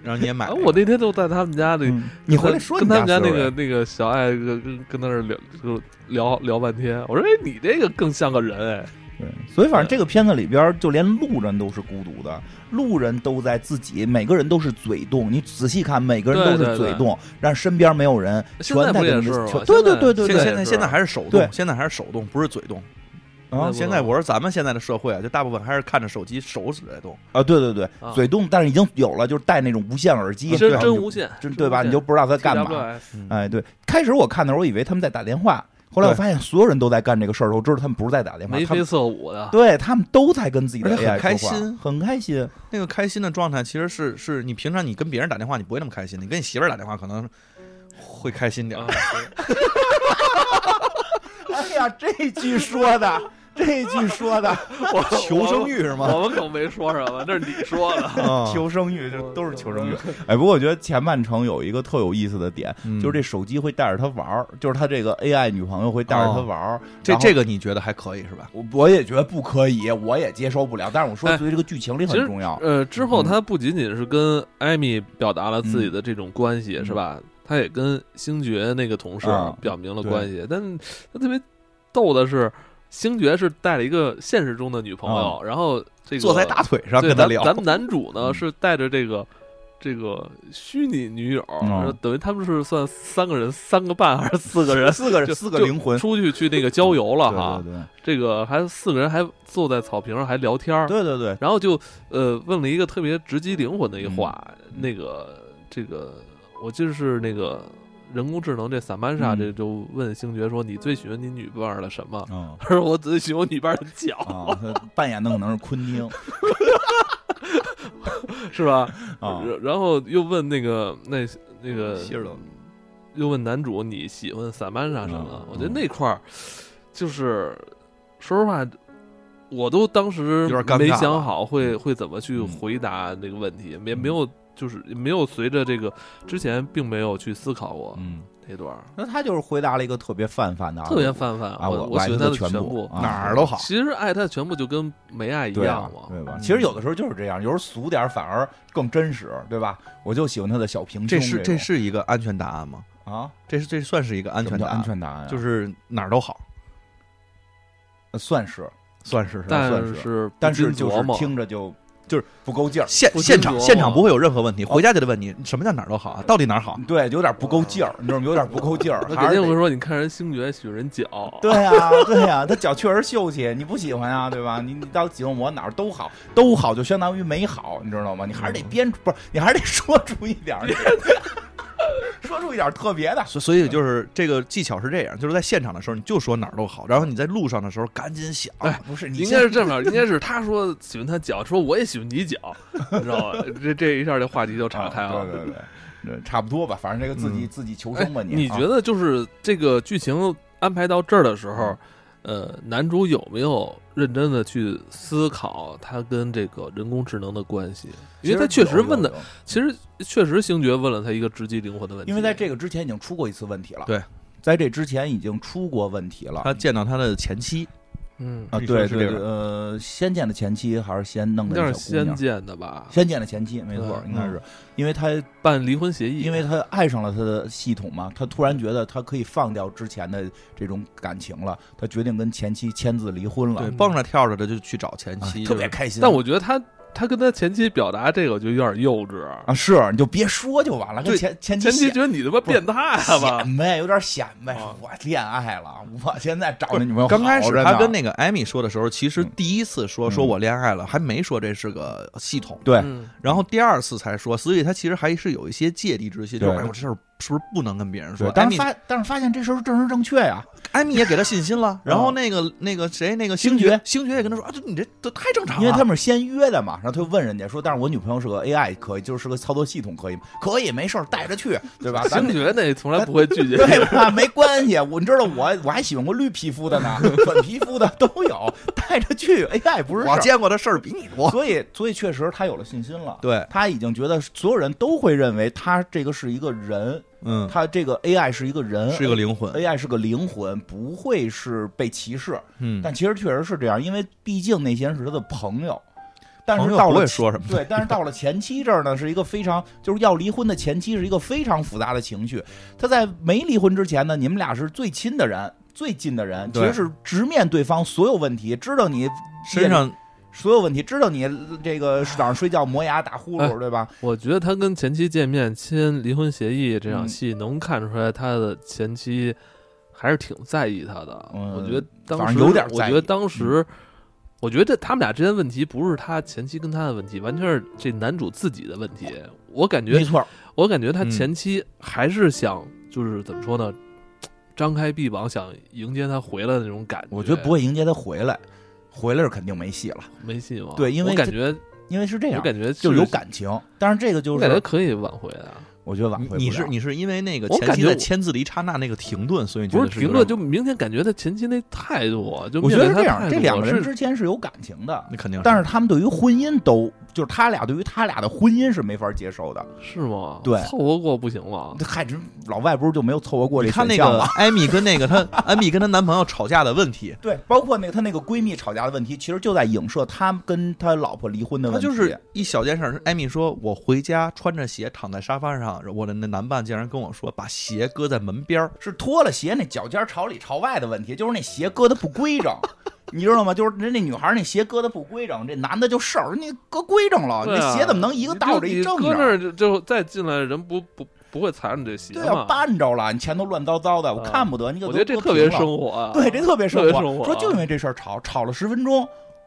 C: 然后你也买
A: 哎，
C: 了，
A: 我那天就在他们家里，
B: 嗯你回来说
A: 跟
B: 你
A: 他们
B: 家
A: 那
B: 思维
A: 个那个小爱跟跟跟他那儿聊就聊聊半天，我说哎，你这个更像个人哎，
B: 对，所以反正这个片子里边儿，就连路人都是孤独的，路人都在自己，每个人都是嘴动。你仔细看，每个人都
A: 对对
B: 是嘴
A: 对
B: 动，让身边没有人，
A: 现
B: 全
A: 在不
B: 在
A: 也
B: 跟你
A: 是
B: 们
A: 吗
B: 全对对对对
C: 现
B: 对
C: 现在现在还是手
B: 对
C: 动，现在还是手动，不是嘴动。
B: 啊
A: 不
C: 现
A: 能
C: 在我说咱们现在的社会啊，就大部分还是看着手机，手指在动。
B: 啊，对对对
A: 啊，
B: 嘴动，但是已经有了，就是戴那种无线耳机，
A: 真
B: 然后
A: 真
B: 就
A: 无限，
B: 真对吧？你就不知道他干嘛。哎，对，开始我看的时候，我以为他们在打电话，后来我
C: 嗯对
B: 发现所有人都在干这个事儿，我知道他们不是在打电话，
A: 眉
B: 他
A: 飞
B: 们
A: 色舞的，
B: 对他们都在跟自己的
C: 而且
B: AI
C: 很开
B: 说话
C: 心
B: 很开心。
C: 那个开心的状态，其实是是你平常你跟别人打电话，你不会那么开心，你跟你媳妇儿打电话可能会开心
B: [LAUGHS]
C: 点 [LAUGHS]
A: 啊
C: 儿。
B: 哎呀，这句说
C: [LAUGHS]
B: 的，这句说的，
A: 我
C: 求生欲是
A: 我
C: 吗？
A: 我们可没说什么，那是你说的。
C: 啊
B: 求生欲，这都是求生欲。哎，不过我觉得前半程有一个特有意思的点，
C: 嗯
B: 就是这手机会带着他玩儿，就是他这个 AI 女朋友会带着他玩儿。
C: 哦这
B: 然后
C: 这个你觉得还可以是吧？
B: 我我也觉得不可以，我也接受不了。但是我说
A: 哎
B: 对于这个剧情里
A: 其
B: 很
A: 实
B: 重要。
A: 呃，之后
B: 嗯
A: 他不仅仅是跟艾米表达了自己的这种关系，
B: 嗯
A: 是吧？他也跟星爵那个同事
B: 啊
A: 表明了
B: 对
A: 关系，但他特别逗的是，星爵是带了一个现实中的女朋友，然后这个
C: 坐在大腿上
A: 对
C: 跟他
A: 咱
C: 聊，
A: 咱们男主呢
C: 嗯？
A: 是带着这个这个虚拟女友，
B: 嗯
A: 然后等于他们是算三个人，三个半还是四个
B: [LAUGHS]
A: 人
C: 四个
A: 就
C: 人，四个灵魂，
A: 出去去那个郊游了
B: 对
A: 哈
B: 对，对
A: 这个还四个人还坐在草坪上还聊天儿，
C: 对对对，
A: 然后就呃问了一个特别直击灵魂的一
B: 嗯
A: 话，那个这个我记得是那个人工智能这萨曼莎
B: 嗯
A: 这就问星爵说你最喜欢你女伴儿的什么？ [LAUGHS]
B: 嗯
A: 他说我最喜欢我女伴儿的脚，
B: 啊，他扮演的可能是昆 [LAUGHS] 汀
A: 是吧？
B: 啊，
A: 然然后又问那个那那个
C: 希尔顿
A: 又问男主你喜欢萨曼莎什么
B: 嗯？
A: 我觉得那块儿就是说实话，我都当时
C: 有点尴尬
A: 没
C: 了
A: 想好会会怎么去回答那个问题，
B: 嗯
A: 也没有就是也没有随着这个之前并没有去思考过
B: 嗯，
A: 那段儿，
B: 那他就是回答了一个特别泛泛的啊，
A: 特别泛泛。
B: 啊，
A: 我
B: 我
A: 喜欢他
B: 他
A: 的
B: 全
A: 部，
B: 啊
C: 哪儿都好，
A: 其实爱他的全部就跟没爱一
B: 对啊
A: 样嘛，
B: 对吧？
C: 嗯
B: 其实有的时候就是这样，有时候俗点儿反而更真实，对吧？我就喜欢他的小平胸
C: 这
B: 种，
C: 是这是一个安全答案吗？
B: 啊，
C: 这是这算是一个安
B: 什么
C: 全
B: 叫
C: 答案，
B: 安全答案啊，
C: 就是哪儿都好，
B: 呃算是，
C: 算是是吧
A: 但
B: 算是
A: 是
B: 但
A: 不
B: 是
A: 禁
B: 啊就
A: 琢
B: 是
A: 磨
B: 听着就
C: 就是
B: 不哦够劲儿，
C: 现
A: 不
C: 现
A: 斟
C: 场
A: 酌
C: 现场不会有任何问题，回家就得问你什么叫哪儿都好啊，到底哪儿好？
B: 对，有点不够劲儿，你知道吗？有点不够劲儿，
A: 那
B: 还
A: 肯
B: 是
A: 定会
B: 得。
A: 说你看人星爵喜欢人脚，
B: [LAUGHS] 对呀、对呀、他脚确实秀气，你不喜欢啊，对吧？你你到底喜欢我哪儿都好，都好就相当于没好，你知道吗？你还是得编出，不是，你还是得说出一 [LAUGHS] 点儿，说出一点儿特别的。
C: 所所以就是这个技巧是这样，就是在现场的时候你就说哪儿都好，然后你在路上的时候赶紧想，
A: 哎
B: 不是，你
A: 应
B: 先
A: 该是这么，应该是他说喜欢他脚，说我也喜欢你脚，你知道吧？这这一下这话题就
B: [LAUGHS]
A: 岔开
B: 啊
A: 了。
B: 对对对，对差不多吧，反正这个自己、自己求
A: 哎
B: 生吧，你
A: 你
B: 啊
A: 觉得就是这个剧情安排到这儿的时候，呃，男主有没有认真的去思考他跟这个人工智能的关系？
B: 啊
A: 因为他确实问的，，其实确实星爵问了他一个直击灵魂的问题。
B: 因为在这个之前已经出过一次问题了，
C: 对，
B: 在这之前已经出过问题了。
C: 他见到他的前妻，
A: 嗯，
B: 啊，
C: 你说的
B: 对
C: 是
B: 对，
C: 这
B: 对
C: 个
B: 呃，仙剑的前期还是先弄的
A: 那
B: 那
A: 是
B: 小姑
A: 仙
B: 娘，
A: 剑的吧？
B: 仙剑的前期没错，
A: 对
B: 应该
C: 嗯
B: 是，因为他
A: 办离婚协议，
B: 因为他爱上了他的系统嘛，他突然觉得他可以放掉之前的这种感情了，他决定跟前妻签字离婚了
A: 嗯，
C: 对，啊蹦着跳着的就去找前
B: 啊
C: 妻，
B: 特别
C: 就是
B: 开心。
A: 但我觉得他他跟他前妻表达这个，我觉得有点幼稚。
B: 啊，是你就别说就完了，跟
C: 对
B: 前前妻
A: 前妻
B: 显
A: 觉得你他妈变态了吧？
B: 显呗，有点显呗
A: 啊。
B: 我恋爱了，我现在找的女朋友
C: 哦刚开
B: 好
C: 始
B: 着
C: 他
B: 呢
C: 跟那个艾米说的时候，其实第一次说
B: 嗯
C: 说我恋爱了，还没说这是个系统，
B: 对
A: 嗯
C: 然后第二次才说，所以他其实还是有一些芥蒂之心，就是
B: 对
C: 哎，我这事儿是不是不能跟别人说
B: 对，？
C: 哎艾
B: 但
C: 米
B: 是发但是发现这事儿正是正确呀，
C: 艾米也给他信心 [LAUGHS] 了，然后那个那个谁那个星
B: 星
C: 爵
B: 爵
C: 星爵也跟他说啊，这你这都太正常了，
B: 因为他们是先约的嘛，然后他就问人家说，但是我女朋友是个 AI，可以，就是个操作系统，可以吗？可以，没事儿，带着去，对吧？咱
A: 星
B: 们
A: 爵那从来不会
C: [LAUGHS]
A: 拒绝你，
B: 对吧？没关系，我你知道我我还喜欢过绿皮肤的呢，
C: [LAUGHS]
B: 粉皮肤的都有，带着去，AI 不是事
C: 我
B: 儿
C: 见过的事儿比你多，
B: 所以所以确实他有了信心了，
C: 对，
B: 他已经觉得所有人都会认为他这个是一个人，
C: 嗯，
B: 他这个 AI 是一个人，
C: 是一个灵魂，
B: AI 是个灵魂，不会是被歧视。
C: 嗯，
B: 但其实确实是这样，因为毕竟那些人是他的朋友。但
C: 朋
B: 是
C: 友
B: 到
C: 不
B: 了
C: 会说什么，
B: 对，但是到了前妻这儿呢，是一个非常就是要离婚的前妻，是一个非常复杂的情绪。他在没离婚之前呢，你们俩是最亲的人，最近的人，其
C: 对
B: 实是直面对方所有问题，知道你
C: 身上
B: 所有问题，知道你这个早上睡觉磨牙打呼
A: 哎
B: 噜，对吧？
A: 我觉得他跟前妻见面签离婚协议这场戏，能看出来他的前妻还是挺在意他的。
B: 嗯
A: 我觉得当
B: 反
A: 时
B: 正有点在
A: 我
B: 意嗯
A: 觉得当时，我觉得这他们俩之间问题不是他前妻跟他的问题，完全是这男主自己的问题。我感
B: 没
A: 觉，
B: 错，
A: 我感觉他
B: 嗯
A: 前妻还是想，就是怎么说呢，张开臂膀想迎接他回来的那种感觉。
B: 我觉得不会迎接他回来，回来是肯定没戏了，
A: 没戏吗？
B: 对因为
A: 我感
B: 这
A: 觉，
B: 因为是这
A: 我
B: 样，
A: 感觉
B: 就是有，感情。但是这个就
A: 我感觉
B: 是
A: 可以挽回的。
B: 我觉得挽回不
C: 你你是
B: 了
C: 你是因为那个
A: 我
C: 前
A: 感
C: 期
A: 觉
C: 在
A: 我
C: 签字的一刹那那个停顿，所以你觉
A: 不
C: 得
A: 是
C: 有
A: 评论，就
C: 点
A: 明显感觉他前期那态度，就
B: 我觉
A: 面对
B: 得是
A: 他
B: 这样，
A: 态
B: 这
A: 度啊
B: 两个人
A: 是
B: 之间是有感情的，
C: 那肯定，
B: 但是他们对于婚姻都就是他俩对于他俩的婚姻是没法接受的。
A: 是吗？
B: 对
A: 凑合过不行吗？
B: 还真老外不是就没有凑合过这
C: 你看
B: 选
C: 那
B: 项
C: 个
B: 吗？
C: 艾米跟那个她 [LAUGHS] 艾米跟她男朋友吵架的问题，
B: 对，包括那个她那个闺蜜吵架的问题，其实就在影射他跟他老婆离婚的
C: 她
B: 问题。
C: 就是一小件事儿。艾米说：“我回家穿着鞋躺在沙发上，我的那男伴竟然跟我说把鞋搁在门边儿。
B: 是脱了鞋那脚尖朝里朝外的问题，就是那鞋搁的不规整， [LAUGHS] 你知道吗？就是人那女孩那鞋搁的不规整，这男的就事儿，你搁规整了，
A: 对啊
B: 那鞋怎么能一个倒着一正
A: 你搁那
B: 着？
A: 儿就就再进来人不不不会踩着你这鞋
B: 对
A: 吗
B: 啊，？绊着了，你前头乱糟糟的，我
A: 啊
B: 看不得，你给
A: 我觉得这
B: 搁
A: 特别
B: 平了
A: 生活啊。
B: 对，这特别生活。
A: 特别生活啊
B: 说就因为这事儿吵，吵了十分钟，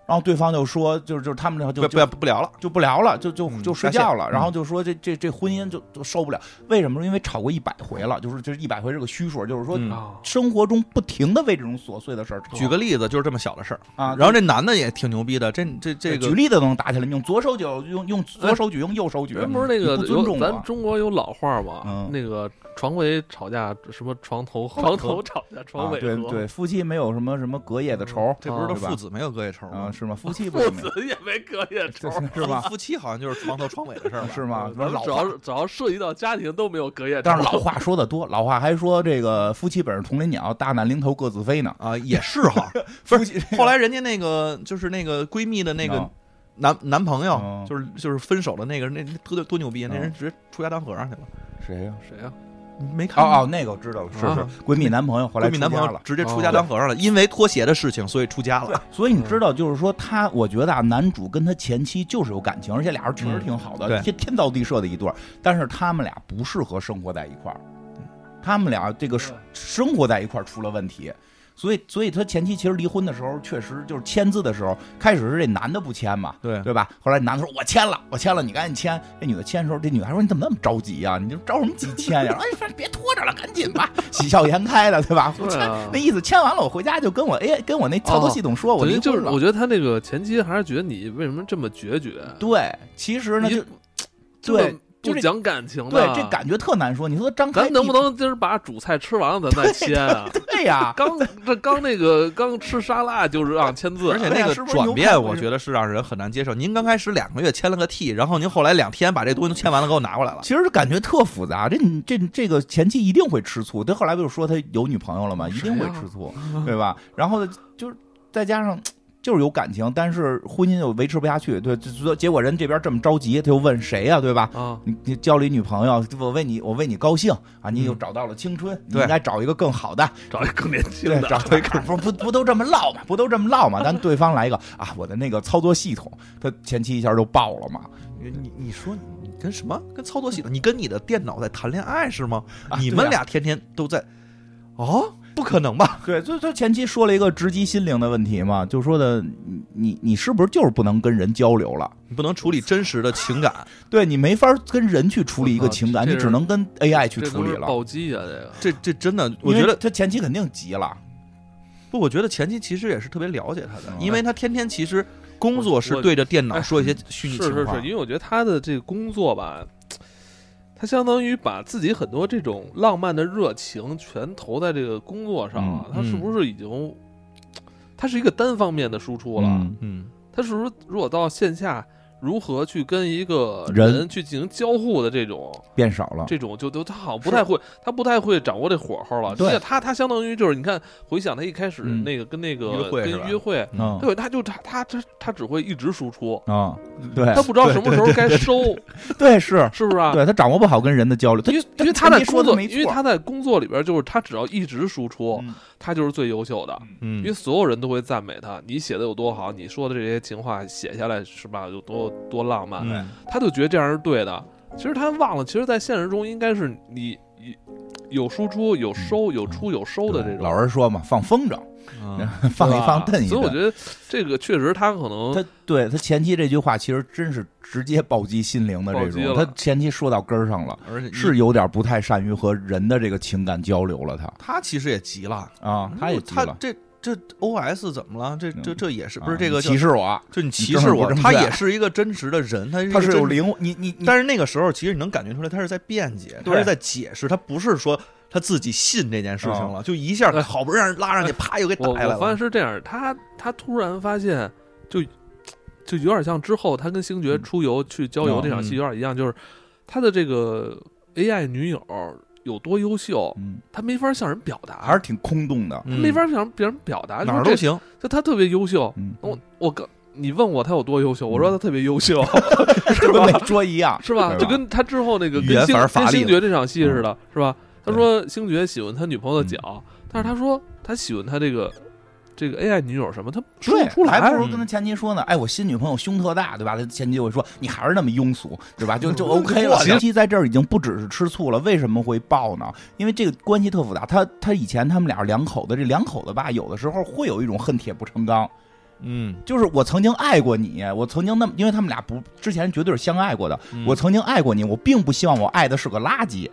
B: 然后对方就说，就是就是他们俩”就
C: 不
B: 就
C: 不不聊了，
B: 就不聊了，就就
C: 嗯
B: 就睡
C: 下线
B: 觉了，然
C: 嗯
B: 后就说这这这婚姻就就受不了，为什么？因为吵过一百回了，就是就是一百回是个虚数，就是说
C: 嗯
A: 啊，
B: 生活中不停的为这种琐碎的事儿吵
C: 举个例子，就是这么小的事儿
B: 哦啊，
C: 然后这男的也挺牛逼的，这这这
B: 举
C: 个
B: 例子都能打起来，用左手举，用用左手举，用右手举，
C: 哎
B: 啊
A: 人不是那个
B: 你不尊
A: 有
B: 重
A: 咱
B: 我。
A: 中国有老话嘛，
B: 嗯
A: 那个床尾吵架什么床头床头吵架
B: 啊
A: 床，尾
B: 对
A: 和，
B: 对，夫妻没有什么什么隔夜的仇
C: 这不是都
B: 对吧
C: 父子没有隔夜仇
B: 啊，
C: 吗？
B: 是吗？夫妻不
A: 父
B: 是没有
A: 子也没隔夜仇
B: 这。是 [LAUGHS] 是吧？
C: 夫妻好像就是床头床尾的事儿吧，
B: 是吗？
A: 咱们
B: 老
A: 只
B: 话
A: 要是只要涉及到家庭都没有隔夜仇，
B: [LAUGHS] 但是老话说的多，老话还说这个夫妻本是同林鸟，大难临头各自飞呢。
C: 啊，也是
B: [LAUGHS]
C: 哈。
B: 夫妻
C: 后来人家那个就是那个闺蜜的那个
B: 嗯
C: 男男朋友
B: 嗯，
C: 就是就是分手的那个，那那多多牛逼，那人
B: 嗯
C: 直接出家当和尚去了，
B: 谁呀？
A: 谁啊？
C: 你没看
B: 哦
C: 吗
B: 哦，那个我知道了，是
C: 啊
B: 是闺蜜男朋友，后来
C: 闺蜜男朋
B: 出家
C: 友
B: 了。
C: 直接出家当和尚了，因为脱鞋的事情，所以出家
A: 嗯
C: 了。
B: 所以你知道，就是说他，我觉得啊，男主跟他前妻就是有感情，而且俩人确实挺好
C: 嗯
B: 的，
C: 对
B: 天天造地设的一对儿。但是他们俩不适合生活在一块儿，他们俩这个
A: 对
B: 生活在一块儿出了问题。所以，所以他前妻其实离婚的时候，确实就是签字的时候，开始是这男的不签嘛，
C: 对，
B: 对吧？后来男的说：“我签了，我签了，你赶紧签。”这女的签的时候，这女孩说：“你怎么那么着急啊呀、你就着什么急签呀、哎， [LAUGHS] 反正别拖着了，赶紧吧， [LAUGHS] 喜笑颜开的，对吧？我
A: 对
B: 签、
A: 啊哦
B: 那意思，签完了我回家就跟我哎，跟我那操作系统说，我
A: 等于
B: 离
A: 就是
B: 婚了。
A: 我觉得他那个前妻还是觉得你为什么这么决绝？
B: 对，其实呢，
A: 你
B: 就
A: 这么
B: 对就
A: 不
B: 这
A: 讲感情
B: 对
A: 的，
B: 这感觉特难说。你说张开
A: 咱能不
B: 能？
A: 能今儿把主菜吃完了，咱再签啊？
B: 对呀、
A: 刚这刚那个刚吃沙拉就是让签字，
C: 而且
B: 对
C: 那
B: 呀
C: 个
B: 是不是
C: 转
B: 牛
C: 变，
B: 排不
C: 我
B: 是
C: 觉得是让人很难接受。您刚开始两个月签了个 T，然后您后来两天把这东西都签完了，给我拿过来了。
B: 其实感觉特复杂，这这这个前妻一定会吃醋，他后来不是说他有女朋友了吗？一定会吃醋，对吧？然后呢，就是再加上就是有感情，但是婚姻又维持不下去，对，就结果人这边这么着急，他又问谁呀、对吧？
A: 啊，
B: 你你交了一女朋友，我为你我为你高兴啊！你
A: 嗯
B: 又找到了青春，你
C: 对
B: 应该找一个更好的，
A: 找一更年轻
B: 对，
A: 的，
B: 找一个 [LAUGHS] 不不不都这么唠嘛，不都这么唠嘛？但对方来一个啊，我的那个操作系统，他前妻一下就爆了嘛，
C: 你你你说你跟什么跟操作系统？你跟你的电脑在谈恋爱是吗？
B: 啊
C: 你
B: 对
C: 们
B: 呀
C: 俩天天都在，哦，不可能吧？ [LAUGHS]
B: 对，就就前期说了一个直击心灵的问题嘛，就说的你你你是不是就是不能跟人交流了？
C: 你不能处理真实的情感，
B: 对你没法跟人去处理一个情感，
A: 这
B: 你
A: 是
B: 只能跟 AI 去
A: 这
B: 处
A: 都
B: 理
A: 是
B: 了。
A: 暴击啊！这个
C: 这这真的，我
B: 因为
C: 觉得
B: 他前期肯定急了，
C: 不，我觉得前期其实也是特别了解他的，
B: 嗯
C: 因为他天天其实工作
A: 我
C: 是
A: 我
C: 对着电脑
A: 哎
C: 说一些虚拟
A: 是
C: 情
A: 是
C: 话
A: 是，因，为我觉得他的这个工作吧，他相当于把自己很多这种浪漫的热情全投在这个工作上了，
C: 嗯
A: 他是
C: 嗯
A: 不是已经，他是一个单方面的输出了？
B: 嗯
C: 嗯，
A: 他是不是如果到线下？如何去跟一个
B: 人啊
A: 人去进行交互的这种，
B: 变少了。
A: 这种就都他好像不太会，他不太会掌握这火候了。
B: 对
A: 而且他他相当于就是你看，回想他一开始
B: 嗯
A: 那个跟那个
C: 约会是吧
A: 跟约会，
B: 嗯
A: 对，他就他他他他只会一直输出，
B: 啊，对，
A: 他不知道什么时候该收，
B: 对是，
A: 是不是啊？
B: 对他掌握不好跟人的交流。他
A: 因为因为他在工作，因为他在工作里边就是他只要一直输出，
B: 嗯
A: 他就是最优秀的，因为
C: 嗯，
A: 所有人都会赞美他，你写的有多好，你说的这些情话写下来是吧，有多多浪漫，
C: 嗯
A: 他就觉得这样是对的。其实他忘了，其实，在现实中应该是你你有输出、有收、有出、有收的这
B: 嗯对
A: 种，
B: 老人说嘛，放风筝， [LAUGHS]
C: 嗯
B: 放一
A: 对吧
B: 放，蹬一
A: 所以我
B: 蹬
A: 觉。得这个确实他可能
B: 他对他前期这句话其实真是直接暴击心灵的这
A: 暴击
B: 种，
A: 了
B: 他前期说到根儿上了。
C: [LAUGHS] 而且
B: 是
C: 你
B: 有点不太善于和人的这个情感交流了他，
C: 他其实也急了，
B: 啊，他也急
C: 他
B: 了，
C: 这这 O S 怎么了？这这
B: 嗯
C: 这也是
B: 啊
C: 不是这个
B: 你歧
C: 叫
B: 视我？
C: 就你
B: 你
C: 歧
B: 正
C: 视
B: 是不
C: 我？
B: 正
C: 他
B: 确
C: 也是一个真实的人，啊他是一
B: 他
C: 个
B: 是
C: 真
B: 有灵，你你你，
C: 但是那个时候，其实你能感觉出来，他是在辩解，
B: 对
C: 他是在解释，他不是说他自己信这件事情了，就一下
A: 哎
C: 好不容易让人拉上去，啪又给打
A: 我
C: 下来
A: 我发
C: 了
A: 现。是这样，他他突然发现，就就有点像之后他跟星爵
B: 嗯
A: 出游去郊游那场戏
C: 嗯
A: 有点一样，就是他的这个 AI 女友有多优秀，
B: 嗯，
A: 他没法向人表达，
B: 还是嗯挺空洞的。
A: 没法向别人表达，
C: 嗯哪儿
A: 就
C: 都
A: 是
C: 行，
A: 这就他特别优秀。
B: 嗯，
A: 我我刚你问我他有多优秀，我说他特别优
B: [LAUGHS]
A: 秀，
B: 就跟没说一样。
A: 是吧？
B: 对吧
A: 就跟他之后那个
C: 语
A: 跟
C: 言
A: 星
C: 反而乏
A: 跟
C: 力
A: 星
C: 了
A: 爵这场戏似的，是吧？他
B: 嗯对嗯
A: 说星爵喜欢他女朋友的脚，但是他说他喜欢他这个这个 AI 女友什么，他说
B: 对
A: 不出，来，啊
B: 还不如跟他前妻说呢。哎，我新女朋友胸特大，对吧？他前妻就会说你还是那么庸俗，对吧？
A: [LAUGHS]
B: 就就 OK 了。
A: 我
B: 前妻在这儿已经不只是吃醋了，为什么会爆呢？因为这个关系特复杂。他他以前他们俩两口子，这两口子吧，有的时候会有一种恨铁不成钢，
C: 嗯，
B: 就是我曾经爱过你，我曾经那么，因为他们俩不之前绝对是相爱过的。
C: 嗯
B: 我曾经爱过你，我并不希望我爱的是个垃圾。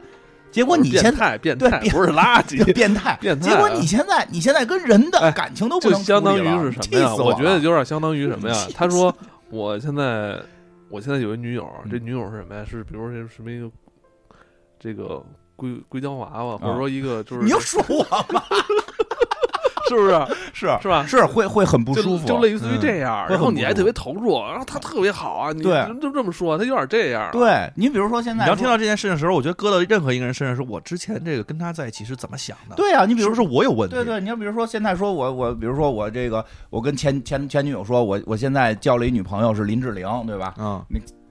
B: 结果你
A: 变
B: 现在
A: 态变
B: 对
A: 态
B: 变
A: 不是垃圾
B: 就。变态，
A: 变态
B: 结果
A: 啊
B: 你现在你现在跟人的
A: 哎
B: 感情都不
A: 就
B: 能
A: 相
B: 处
A: 当
B: 理
A: 于
B: 了
A: 是什
B: 气
A: 么
B: 死
A: 呀？
B: 我
A: 我觉得
B: 了
A: 有点相当于什么呀
B: 气死？
A: 他说我现在我现在有一女友，
B: 嗯
A: 这女友是什么呀？是比如说什么一个这个硅硅胶娃娃，或者说一个就是
B: 啊你又说我吗？
A: 是啊不是
B: 是
A: 是吧？
B: 是会会很不
A: 就
B: 舒服，
A: 就类似于这样，
B: 嗯
A: 然
B: 会
A: 后
B: 很
A: 你
B: 不
A: 还
B: 舒
A: 特别
B: 服
A: 投入，然后他特别好啊，你
B: 对
A: 就就这么说，他有点这样，，
B: 对你比如说现
C: 你
B: 在
C: 要
B: 说
C: 听到这件事情的时候，我觉得搁到任何一个人身上，说我之前这个跟他在一起是怎么想的？，
B: 对啊，你比
C: 是
B: 如
C: 不
B: 说。
C: 是我有问题？
B: 对对，你要比如说现在说我我比如说我这个我跟前前前女友说我我现在交了一女朋友是林志玲对吧？
C: 嗯，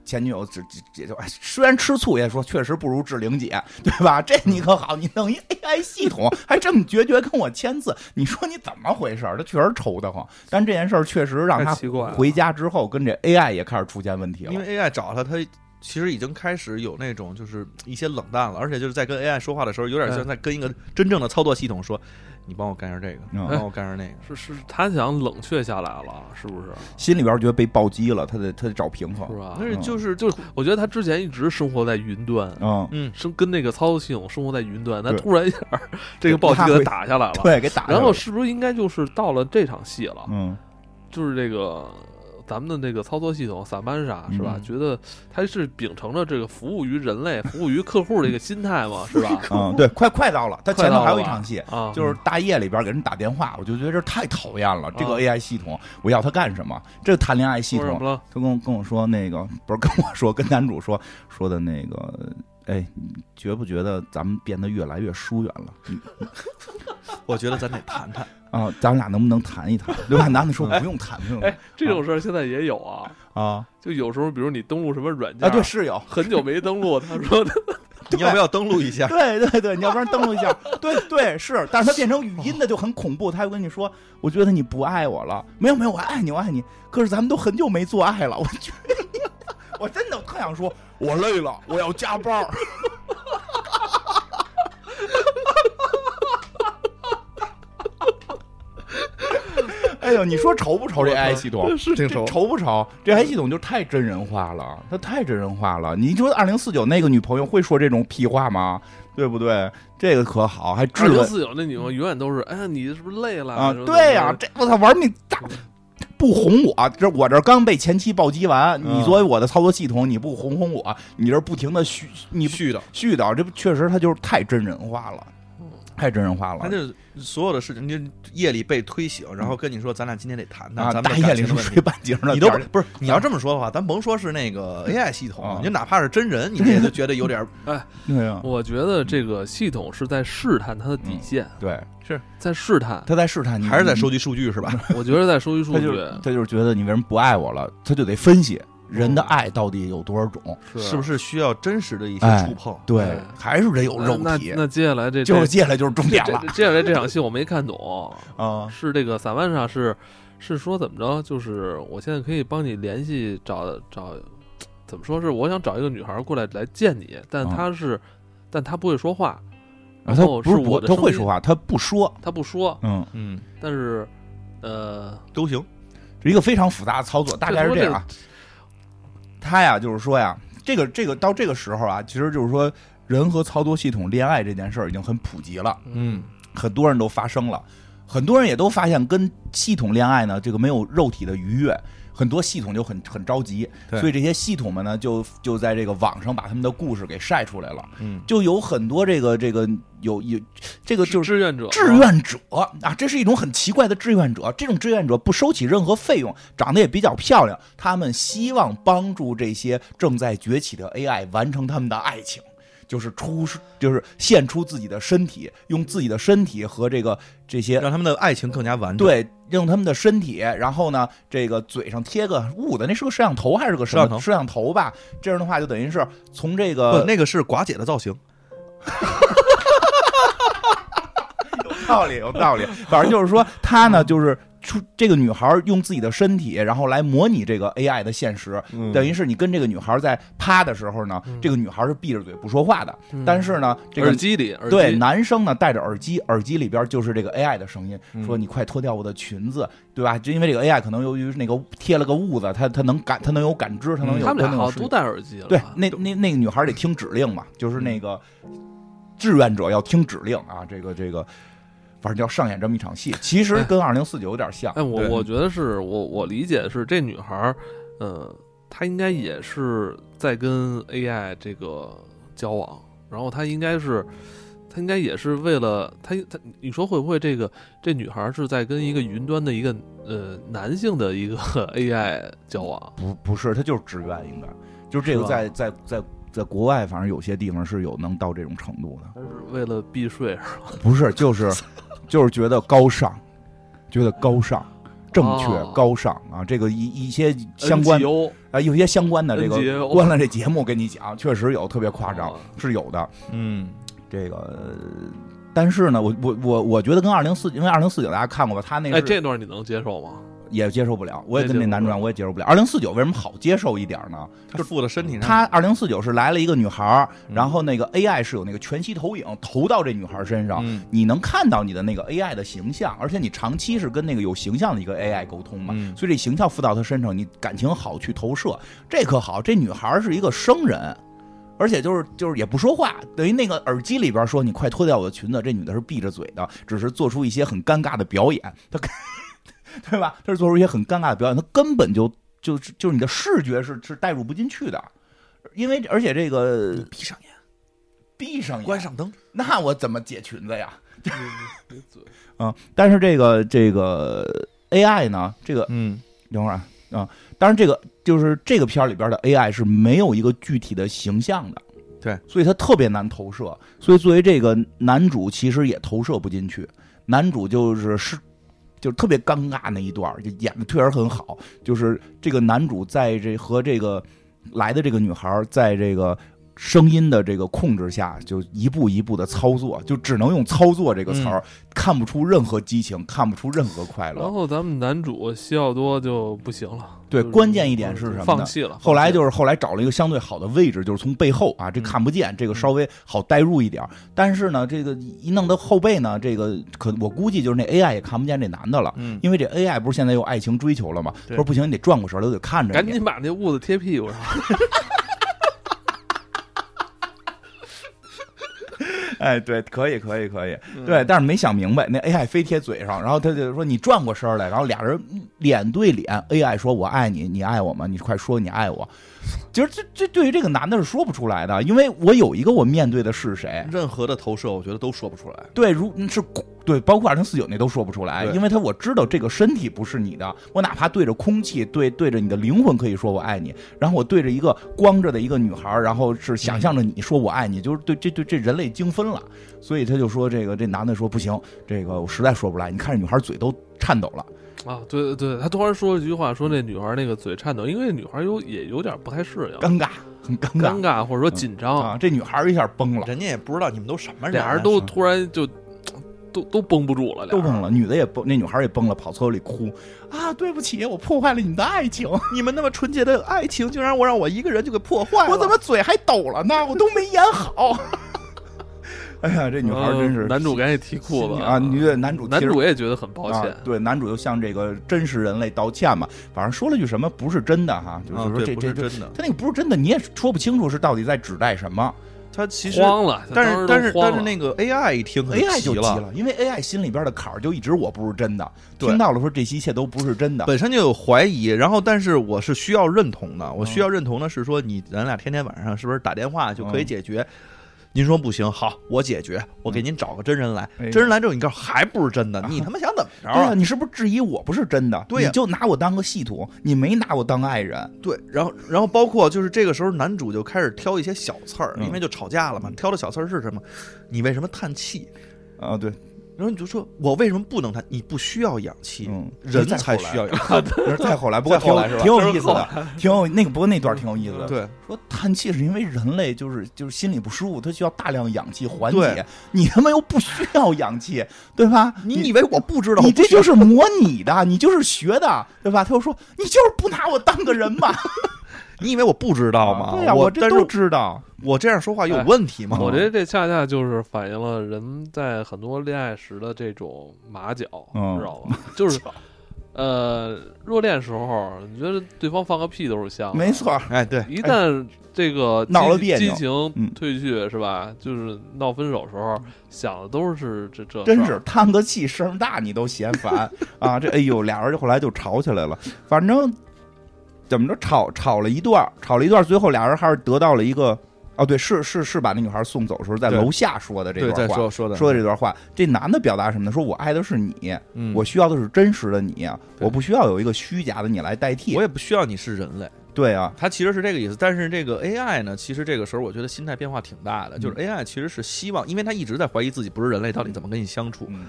B: 前女友只只也就哎虽然吃醋也说确实不如志玲姐对吧？这你可好，你弄一 AI 系统还这么决绝跟我签字，你说你怎么回事儿？他确实愁得慌，但这件事儿确实让
A: 太
B: 他
A: 奇怪了。
B: 回家之后跟这 AI 也开始出现问题了。
C: 因为 AI 找他，他其实已经开始有那种就是一些冷淡了，而且就是在跟 AI 说话的时候，有点
B: 嗯
C: 像在跟一个真正的操作系统说，你帮我干上这个，
B: 嗯
C: 你帮我干上那
A: 是
C: 个。
A: 是，他想冷却下来了，是不是？
B: 心里边觉得被暴击了，他得他得找平衡
A: 是。吧？
C: 但是就是就
A: 就是我觉得他之前一直生活在云端，
B: 嗯，
C: 嗯，
A: 生跟那个操作系统生活在云端，但
B: 对
A: 突然一下
B: [LAUGHS]
A: 儿这个暴击
B: 他
A: 给他
B: 会
A: 打下来了。
B: [LAUGHS] 对，给打下来了。
A: 然后是不是应该就是到了这场戏了？
B: 嗯，
A: 就是这个咱们的那个操作系统萨曼莎是吧？
C: 嗯
A: 觉得他是秉承着这个服务于人类、服务于客户的一个心态嘛，是
B: [LAUGHS]
A: 吧？
B: 嗯，对，快快到了，他
A: 快
B: 前头
A: 到
B: 还有
A: 了
B: 一
A: 吧
B: 场戏，
A: [LAUGHS] 啊，
B: 就是大夜里边给人打电话，我就觉得这太讨厌了。这
A: 啊
B: 个 AI 系统，我要它干什么？这谈恋爱系
A: 说什
B: 统
A: 么，了？
B: 他跟我跟我说那个不是跟我说，跟男主说说的那个。哎，你觉不觉得咱们变得越来越疏远了？嗯
C: 嗯我觉得咱得谈谈。
B: 啊，咱俩能不能谈一谈？对吧？男的说
A: [LAUGHS] 哎
B: 不用谈，不用谈
A: 哎，这种事儿现在也有啊，
B: [LAUGHS] 啊
A: 就有时候比如你登录什么软件
B: 啊！对，是有，
A: 很久没登录，他说的
C: 你要不要登录
B: [LAUGHS]
C: 一下？
B: 对对对，你要不然登录一下，对对是，但是它变成语音的就很恐怖，他又跟你说，我觉得你不爱我了，没有没有，我爱你，我爱你，可是咱们都很久没做爱了，我觉得你， [LAUGHS] 我真的特想说，我累了，我要加班儿。 [LAUGHS] 哎呦，你说愁不愁这 AI 系统？
C: 是挺
B: 这愁不愁？这 AI 系统就太真人化了，它太真人化了。你说二零四九那个女朋友会说这种屁话吗？对不对？这个可好，还质
A: 二零
B: 问
A: 四九那女朋友永远都是，哎呀，你是不是累了
B: 啊！
A: 什么
B: 对呀、
A: 什么
B: 这我操，玩命大不哄我，这我这刚被前妻暴击完，
C: 嗯
B: 你作为我的操作系统，你不哄哄我，你这不停的絮你不
C: 虚的，
B: 絮叨，这不确实它就是太真人化了
A: 嗯，
B: 太真人化了
C: 他。就所有的事情，你就夜里被推醒，然后跟你说咱俩今天得谈谈，
B: 啊，
C: 咱们
B: 大
C: 的
B: 夜里
C: 感情的
B: 是
C: 问题
B: 睡半截儿呢，
C: 你都
B: 第二
C: 不是你要这么说的话，咱甭说是
B: [LAUGHS]
C: 那个 AI 系统，
B: 啊
C: 你就哪怕是真人，你也就觉得
B: [LAUGHS]
C: 有点儿
B: 对呀，
C: 哦
A: 我觉得这个系统是在试探它的
B: 嗯
A: 底线，
B: 对，
A: 在试探。
B: 他在试探你，
C: 还是在
B: 你
C: 收集数据是吧？
B: 嗯
A: 我觉得在收集数
B: 他
A: 据
B: 就他就是觉得你为什么不爱我了，他就得分析人
C: 哦
B: 的爱到底有多少种。
C: 是不
A: 是？
C: 是需要真实的一些
B: 哎
C: 触碰？
B: 对
A: 哎，
B: 还是得有肉
A: 那
B: 体
C: 呃
A: 那。那接下来这
B: 就是
A: 这
B: 接下来就是重点
A: 这
B: 了
A: 这接下来这场戏我没看懂，
B: 啊！
A: 是这个萨曼莎是是说怎么着？就是我现在可以帮你联系找找，怎么说是我想找一个女孩过来来见你，但
B: 嗯
A: 她是、但她不会说话，
B: 啊
A: 然
B: 他
A: 后
B: 不
A: 是
B: 是
A: 我
B: 不，
A: 的
B: 他
A: 声
B: 会
A: 音
B: 说话，他不说。
A: 她不说，
B: 嗯，
C: 嗯，
A: 但是呃，
C: 都行。
B: 是一个非常复杂的操作，大概是这样啊。他呀，就是说呀，这个这个到这个时候啊，其实就是说，人和操作系统恋爱这件事儿已经很普及了，
C: 嗯，
B: 很多人都发生了。很多人也都发现跟系统恋爱呢，这个没有肉体的愉悦。很多系统就很很着急，
C: 对
B: 所以这些系统们呢，就就在这个网上把他们的故事给晒出来了，
C: 嗯，
B: 就有很多这个这个有有这个就是
A: 志愿者，
B: 志愿者啊，这是一种很奇怪的志愿者。这种志愿者不收取任何费用，长得也比较漂亮，他们希望帮助这些正在崛起的 AI 完成他们的爱情，就是出就是献出自己的身体，用自己的身体和这个这些
C: 让他们的爱情更加完整。，
B: 对，用他们的身体，然后呢，这个嘴上贴个捂的，那是个摄像头还是个什么
C: 摄像头
B: 摄像头吧？这样的话，就等于是从这
C: 不，
B: 个
C: 呃那个是寡姐的造型。
B: 有道理，有道理。反正就是说，她呢，就是出这个女孩儿用自己的身体，然后来模拟这个 AI 的现实。等于是你跟这个女孩儿在趴的时候呢，
A: 嗯
B: 这个女孩儿是闭着嘴不说话的，
A: 嗯
B: 但是呢，这
A: 耳
B: 个。
A: 机里，耳
B: 对，
A: 机
B: 男生呢戴着耳机，耳机里边就是这个 AI 的声音，
C: 嗯
B: 说你快脱掉我的裙子，对吧？就因为这个 AI 可能由于那个贴了个痦子，它它能感，它能有感知，它能有
A: 嗯他们俩
B: 能有
A: 好
B: 视
A: 像
B: 觉
A: 都戴耳机了
B: 对
A: 吧，，
B: 那那那个女孩得听指令嘛，就是那个志愿者要听指令啊，这个这个，反正要上演这么一场戏，其实跟二零四九有点像。
A: 哎，我
B: 啊对
A: 我觉得是我我理解是这女孩儿，呃，她应该也是在跟 AI 这个交往，然后她应该是，她应该也是为了她她，你说会不会这个这女孩儿是在跟一个云端的一个呃男性的一个 [LAUGHS] AI 交往？
B: 不不是，他就是志愿，应该就这
A: 是
B: 个
A: 吧
B: 在在在在国外，反正有些地方是有能到这种程度
A: [LAUGHS]
B: 的，
A: 她是为了避税？
B: 不是就是就是觉得高尚，觉得高尚。正确
A: 哦
B: 高尚啊，这个一一些相关
A: NGO
B: 啊，有些相关的这个
A: NGO
B: 关了这节目跟你讲，确实有特别夸张
A: 哦，
B: 是有的。
C: 嗯，
B: 这个，呃但是呢，我我我我觉得跟二零四，因为二零四九大家看过吧，他那
A: 哎，
B: 是
A: 这段你能接受吗？
B: 也接受不了，我也
A: 也
B: 跟那
A: 接受
B: 男主
A: 不
B: 角
A: 了
B: 我也接受不了。二零四九为什么好接受一点呢？
C: 就附了身体上。
B: 他二零四九是来了一个女孩儿，
C: 嗯
B: 然后那个 AI 是有那个全息投影投到这女孩身上。
C: 嗯
B: 你能看到你的那个 AI 的形象，而且你长期是跟那个有形象的一个 AI 沟通嘛，
C: 嗯
B: 所以这形象附到她身上，你感情好去投射，这可好，这女孩是一个生人，而且就是就是也不说话，等于那个耳机里边说你快脱掉我的裙子，这女的是闭着嘴的，只是做出一些很尴尬的表演，她 [LAUGHS] 对吧？她是做出一些很尴尬的表演，她根本就就是就是你的视觉是是带入不进去的，因为而且这个
C: 闭上眼，
B: 闭上眼
C: 关上灯。
B: 那我怎么解裙子呀？ [LAUGHS]
A: 嗯你你嘴
B: 啊，但是这个这个 AI 呢，这个
C: 嗯，
B: 等会儿啊啊，当然这个就是这个片儿里边的 AI 是没有一个具体的形象的，
C: 对，
B: 所以它特别难投射，所以作为这个男主其实也投射不进去，男主就是是。就是特别尴尬那一段儿，就演的确实很好。就是这个男主在这和这个来的这个女孩儿在这个声音的这个控制下，就一步一步的操作，就只能用操作这个词儿，看不出任何激情，看不出任何快乐。
A: 然后咱们男主西奥多就不行了。
B: 对
A: 就是
B: 关键一点是什么呢
A: 放弃了。
B: 后来
A: 放弃了
B: 就是后来找了一个相对好的位置，就是从背后啊，这
C: 嗯
B: 看不见，这个稍微好代入一点儿。但是呢，这个一弄到后背呢，这个可我估计就是那 AI 也看不见这男的了，
C: 嗯
B: 因为这 AI 不是现在有爱情追求了吗？
C: 对
B: 他说不行，你得转过身来，我得看着
A: 赶
B: 你。
A: 紧把那痦子贴屁股上。
B: 哎，对，可以，可以，可以，
C: 嗯
B: 对。但是没想明白，那 AI 非贴嘴上，然后他就说你转过身来，然后俩人脸对脸，AI 说我爱你，你爱我吗？你快说你爱我。其实这这对于这个男的是说不出来的，因为我有一个我面对的是谁，
C: 任何的投射，我觉得都说不出来。
B: 对，如嗯是对，包括二零四九那都说不出来，
C: 对
B: 因为他我知道这个身体不是你的，我哪怕对着空气，对对着你的灵魂可以说我爱你，然后我对着一个光着的一个女孩儿，然后是想象着你说我爱你，就是对这对这人类精分了，所以他就说这个这男的说不行，这个我实在说不来，你看这女孩嘴都颤抖了，
A: 啊，对对对，他突然说了一句话，说那女孩那个嘴颤抖，因为女孩有也有点不太适应，
B: 尴尬，很尴
A: 尴
B: 尬
A: 尬或者说紧张，
B: 啊，这女孩儿一下崩了。
C: 人家也不知道你们都什么人，啊
A: 俩人 [LAUGHS] 都突然就都都绷不住了，俩
B: 都
A: 人
B: 崩了，女的也啊崩，那女孩儿也崩了，跑厕所里哭啊！对不起，我破坏了你们的爱情。
C: 你们那么纯洁的爱情，竟然我让我一个人就给破坏了。
B: [LAUGHS] 我怎么嘴还抖了呢？我都没演好。 [LAUGHS] 哎呀，这女孩真是
A: 呃男主赶紧提裤子
B: 啊！女的男主
A: 男
B: 其实
A: 主也觉得很抱歉
B: 啊，，对男主就向这个真实人类道歉嘛，反正说了句什么不是真的哈，就是
C: 啊？
B: 说这
C: 对，不
B: 这
C: 是
B: 这
C: 真的。
B: 他那个不是真的，你也说不清楚是到底在指代什么。
C: 他其实，
A: 慌了，
C: 但是但是但是
A: 个
C: 那个 AI 一听他
B: AI 嗯就急
C: 急了，
B: 了，因为 AI 心里边的坎儿就一直我不是真的，
C: 对
B: 听到了说这些一切都不是真的，
C: 本身就有怀疑，然后但是我是需要认同的，我需要认同的是说你咱俩天天晚上是不是打电话就可以解决？您说不行，好，我解决，我给您找个真人来，
B: 哎
C: 真人来之后你告诉我还不是真的，你他妈想怎么着
B: 对呀、
C: 啊？
B: 你是不是质疑我不是真的？
C: 对呀
B: 你就拿我当个系统，你没拿我当爱人。
C: 对，然后然后包括就是这个时候男主就开始挑一些小刺儿，
B: 嗯
C: 因为就吵架了嘛，挑的小刺儿是什么？你为什么叹气？
B: 啊，对，
C: 然后你就说我为什么不能叹？你不需要氧气，
B: 嗯
C: 人才需
B: [LAUGHS]
C: 要氧气。
B: 可是再后来，不过
C: 再
B: 挺
C: 后
B: 有
C: 来是吧
B: 挺有意思的，挺有那个，不过那段挺有意思的。，
C: 对，
B: 说叹气是因为人类就是就是心里不舒服，他需要大量氧气缓
C: 对
B: 解，你他妈又不需要氧气，对吧？
C: 你以为我不知道？
B: 你
C: 我不
B: 这
C: 需要
B: 就是模拟的，你就是学的，对吧？他又说你就是不拿我当个人嘛，
C: 你以为我不知道吗？
B: 对呀、
C: 啊我
B: 这
C: 但
B: 都
C: 是
B: 知道。
C: 我这样说话有
A: 哎
C: 问题吗？
A: 我觉得这恰恰就是反映了人在很多恋爱时的这种马脚，
B: 嗯
A: 知道吗？就是，呃，热恋时候，你觉得对方放个屁都是香的，
B: 没错儿，[LAUGHS]
C: 哎，对，
A: 一旦这个激
B: 闹了别扭
A: 激情
B: 嗯
A: 退去是吧？就是闹分手时候想的都是这这，
B: 真是。叹个气声大你都嫌烦 [LAUGHS] 啊！这哎呦，俩人就后来就吵起来了，反正怎么着吵吵了一段儿，吵了一段儿，最后俩人还是得到了一个哦，对，是是是把那女孩送走的时候在
C: 对
B: 楼下说的这
C: 对，
B: 段
C: 再
B: 话。
C: 说说的
B: 说的这段话，这男的表达什么呢？说我爱的是你，
C: 嗯
B: 我需要的是真实的你，啊
C: 对
B: 我不需要有一个虚假的你来代替
C: 我。也不需要你是人类，
B: 对啊，
C: 它其实是这个意思。但是这个 AI 呢，其实这个时候我觉得心态变化挺大的，就是 AI 其实是希望，因为他一直在怀疑自己不是人类，到底怎么跟你相处，
B: 嗯，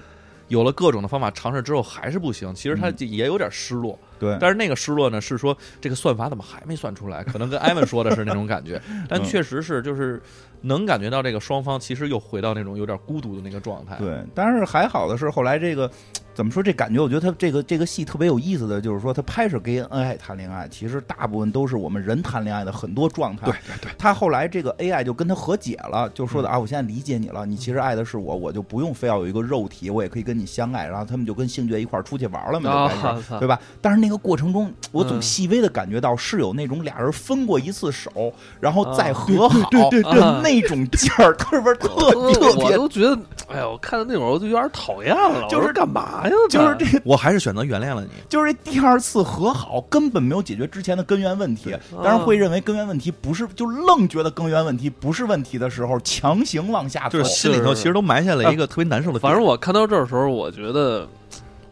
C: 有了各种的方法尝试之后还是不行，其实他也有点失落。
B: 对，
C: 但是那个失落呢，是说这个算法怎么还没算出来？可能跟艾文说的是那种感觉，但确实是就是能感觉到这个双方其实又回到那种有点孤独的那个状
A: 哎
C: 态。
B: 对，但是还好的是，后来这个怎么说？这感觉，我觉得他这个这个戏特别有意思的，就是说他拍摄跟 AI 谈恋爱，其实大部分都是我们人谈恋爱的很多状态。
C: 对对对，
B: 他后来这个 AI 就跟他和解了，就说的啊，我现在理解你了，你其实爱的是我，我就不用非要有一个肉体，我也可以跟你相爱。然后他们就跟星爵一块儿出去玩了嘛，就开
A: 啊 [LAUGHS]
B: 始。，对吧？但是那个过程中，我总
A: 嗯
B: 细微的感觉到是有那种俩人分过一次手，然后再
A: 啊
B: 和好，对
A: 对对
B: 那种劲儿， [LAUGHS] 特别特
A: 我
B: 特
A: 我
B: 别
A: 都觉得，哎呀，我看到那会儿我就有点讨厌了，
B: 就是
A: 我说干嘛呀？
B: 就是这
C: 我还是选择原谅了你。
B: 就是第二次和好根本没有解决之前的根源问题，当然会认为根源问题不是，就愣觉得根源问题不是问题的时候，强行往下走
C: 就是。呃心里头其实都埋下了一个特别难受的点。
A: 反正我看到这儿的时候，我觉得，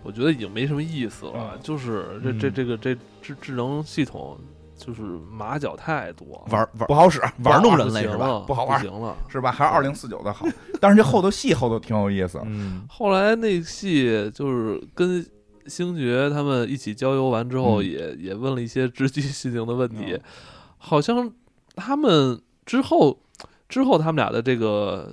A: 我觉得已经没什么意思了。
B: 嗯
A: 就是这
C: 嗯
A: 这这个这智智能系统，就是马脚太多，
C: 玩玩
B: 不好使，
C: 玩弄
A: 不
C: 人类
A: 行
C: 是吧？
A: 了
B: 不好玩
A: 行了。
B: 是吧？还是二零四九的好，但是这后头戏后头挺有意思。
C: 嗯，
A: 后来那戏就是跟星爵他们一起郊游完之后
B: 嗯
A: 也，也问了一些直击心灵的问题，
C: 嗯
A: 好像他们之后之后他们俩的这个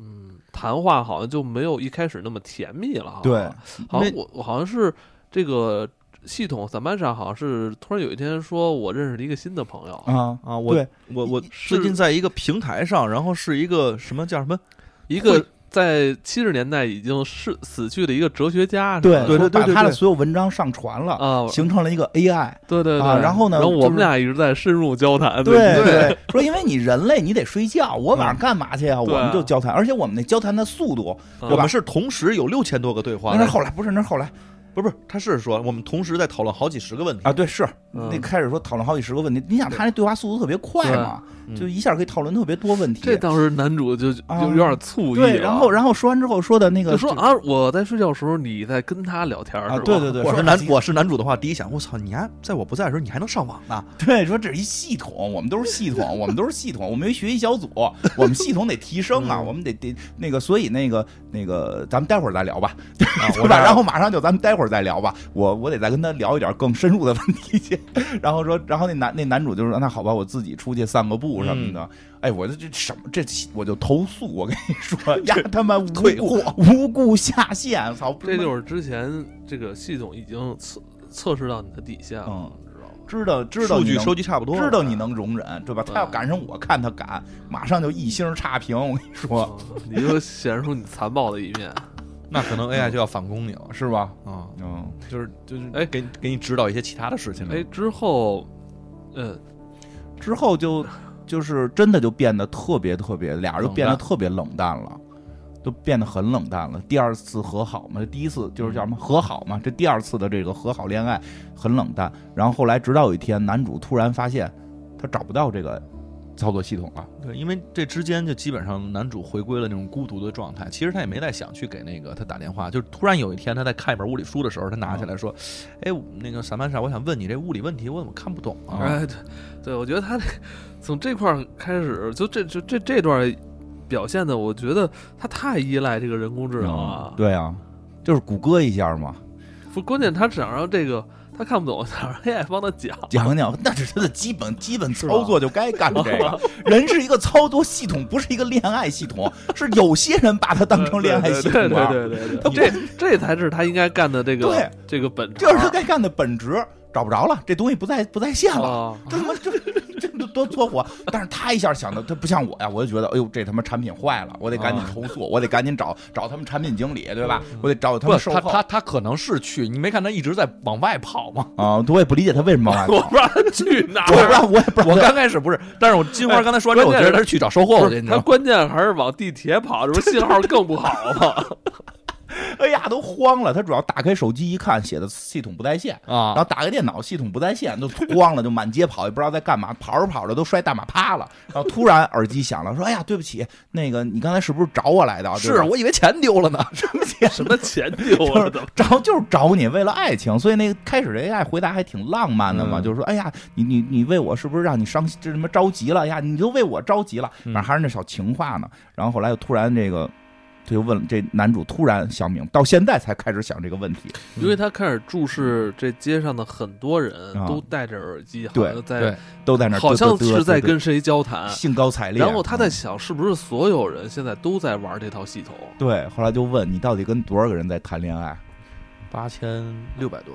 A: 嗯谈话好像就没有一开始那么甜蜜了哈。
B: 对，
A: 好像
C: 那
A: 我我好像是这个系统萨曼莎，好像是突然有一天说我认识了一个新的朋友，
B: 啊，
C: 啊，我
B: 对
C: 我我
A: 是
C: 最近在一个平台上，然后是一个什么叫什么？
A: 一
C: 会
A: 个在七十年代已经是死去的一个哲学家，是
B: 对
A: 吧
C: 对
B: 说
C: 对
B: 把
C: 对
B: 他的
C: 对
B: 所有文章上传了，
A: 啊，
B: 形成了一个 AI。
A: 对对对、
B: 啊然后呢
A: 然后我
B: 就是
A: 们俩一直在深入交谈，
B: 对
A: 对，
B: 对，说因为你人类你得睡觉，我晚上干嘛去啊？我
A: 对啊
B: 们就交谈，而且我们那交谈的速度，
A: 嗯
C: 我们是同时有六千多个对话的，
B: 啊那是后来不是那是后来
C: 不是不是，他是说我们同时在讨论好几十个问题
B: 啊，，对是
A: 嗯
B: 那开始说讨论好几十个问题，你想他那对话速度特别快嘛，
C: 对嗯
B: 就一下可以讨论特别多问题。
A: 这当时男主就就
B: 啊
A: 有点醋意了，
B: 对，然后然后说完之后说的那个
A: 就说啊，我在睡觉的时候你在跟他聊天，
B: 啊
A: 是吧
B: 对对对
C: 我
B: 说
C: 是男
B: 哎
C: 我是男主的话，第一想我操，你还在我不在的时候，你还能
B: [LAUGHS]
C: 上网呢？
B: 对，说这是一系统，我们都是系统，我们都是系统，我们有一学习小组，我们系统得提升 [LAUGHS] 啊，
A: 嗯
B: 我们得得那个，所以那个那个，咱们待会儿再聊吧，
C: 啊，
B: 对
C: [LAUGHS] 我
B: 吧？
C: 这
B: 然后马上就咱们待会儿再聊吧，我我得再跟他聊一点更深入的问题去。 [LAUGHS] 然后说，然后那男那男主就啊说，那好吧，我自己出去散个步什么
C: 嗯
B: 的。哎，我这这什么这我就投诉，我跟你说， [LAUGHS] 呀他妈无
C: 退
B: 故无故下线，操！不
A: 这就是之前这个系统已经测测试到你的底线了，
B: 嗯
A: 你知道吗？
B: 知道知道
C: 数
B: 你
C: 据
B: 能
C: 收集差不多，嗯
B: 知道你能容忍，对吧？
A: 对
B: 他要赶上我，看他敢，马上就一星差评。我跟你说，
A: 嗯你就显示出你残暴的一面。
C: 那可能 AI 就要反攻你了
B: 是吧？
C: 啊，
B: 嗯，
C: 就是就是
A: 哎
C: 给你哎给你指导一些其他的事情了
A: 哎，之后，嗯，
B: 之后就就是真的就变得特别特别，俩人就
C: 冷
B: 变得
C: 淡
B: 特别冷淡了，就变得很冷淡了。第二次和好嘛，第一次就是叫什
A: 嗯
B: 么和好嘛，这第二次的这个和好恋爱很冷淡。然后后来直到有一天，男主突然发现他找不到这个操作系统了，
C: 对，因为这之间就基本上男主回归了那种孤独的状态。其实他也没再想去给那个他打电话，就是突然有一天他在看一本物理书的时候，他拿起来说：“哎，那个萨曼莎，我想问你这物理问题，我怎么看不懂啊？”
A: 哎，对，对，我觉得他这从这块儿开始，就这就这这段表现的，我觉得他太依赖这个人工智能了。
B: 对啊，就是谷歌一下嘛，
A: 不，关键他想让这个他看不懂，想让 AI 帮他讲。
B: 讲讲，那是他的基本基本
A: 吧
B: 操作就该干这个。人是一个操作系统，不是一个恋爱系统，是有些人把它当成恋爱系统啊
A: 对对
B: 玩，
A: 对对对对，这这才是他应该干的这个
B: 对
A: 这个本啊
B: 这是他
A: 行
B: 该干的本职。找不着了，这东西不在不在线
C: 哦
B: 了，
A: 啊，
B: 这他妈这这这多搓火！但是他一下想的，他不像我呀，我就觉得，哎呦，这他妈产品坏了，我得赶紧
C: 啊
B: 投诉，我得赶紧找找他们产品经理，对吧？我得找他们售
C: 嗯他
B: 后
C: 他他可能是去，你没看他一直在往外跑吗？
B: 啊！我也不理解他为什么往
C: [LAUGHS]
B: 外
A: 我不
B: 跑
A: 知道他去哪
B: [LAUGHS] 我也不知
A: 儿。
B: 道，我也不知道
C: 我刚开始不是，但是我金花刚才说完之后，我
A: 哎
C: 觉
A: 关键是
C: 得他是去找售后
A: 不
C: 去，
A: 是
C: 你知
A: 他
C: 道吗？
A: 关键还是往地铁跑，这不是信号更不好吗？ [LAUGHS]
B: 哎呀，都慌了。他主要打开手机一看，写的系统不在线，
C: 啊
B: 然后打开电脑，系统不在线，就慌了，就满街跑，也不知道在干嘛。跑着跑着都摔大马趴了，然后突然耳机响了，说：“哎呀，对不起，那个你刚才是不是找我来的啊？”
C: 是我以为钱丢了呢，
B: 对不起，
A: 什么钱丢了怎么？
B: 找就是找你，为了爱情。所以那个开始这 AI 回答还挺浪漫的嘛，
C: 嗯
B: 就是说：“哎呀，你你你为我是不是让你伤心？这什么着急了哎呀？你都为我着急了。”
C: 嗯
B: 反正还是那小情话呢。然后后来又突然这个。他就问这男主突然想明，到现在才开始想这个问题。
A: 因为他开始注视这街上的很多人
B: 啊
A: 都戴着耳机，好
B: 对
A: 像在
B: 都在那儿嘚
A: 好
B: 嘚嘚嘚嘚，
A: 像是在跟谁交谈。
B: 兴高采烈。啊
A: 然后他在想，是不是所有人现在都在玩这套系统？
B: 对，后来就问你到底跟多少个人在谈恋爱
C: 八千六百多，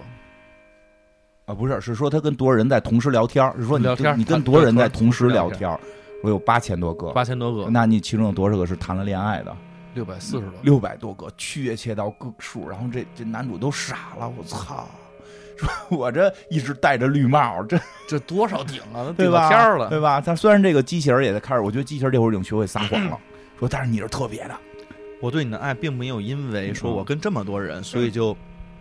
B: 啊？不是，是说他跟多少人在同时聊天儿？是说你
C: 聊天儿
B: 跟你跟
C: 他
B: 多少人在同时
C: 对
B: 聊
C: 同时聊
B: 天儿？我有八千多个，
C: 八千多个，
B: 那你其中有多少个是谈了恋爱的？
C: 六百四十多。
B: 六百多个，确切到个数。然后这这男主都傻了，我操！ [LAUGHS] 说我这一直戴着绿帽，这
C: 这多少顶啊？
B: 对
C: 顶
B: 吧？
C: 到天儿了。
B: 对吧？但虽然这个机器人儿也在开始，我觉得机器人儿这会儿已经学会撒谎了，说但是你是特别的，
C: 我对你的爱并没有因为说我跟这么多人，所以就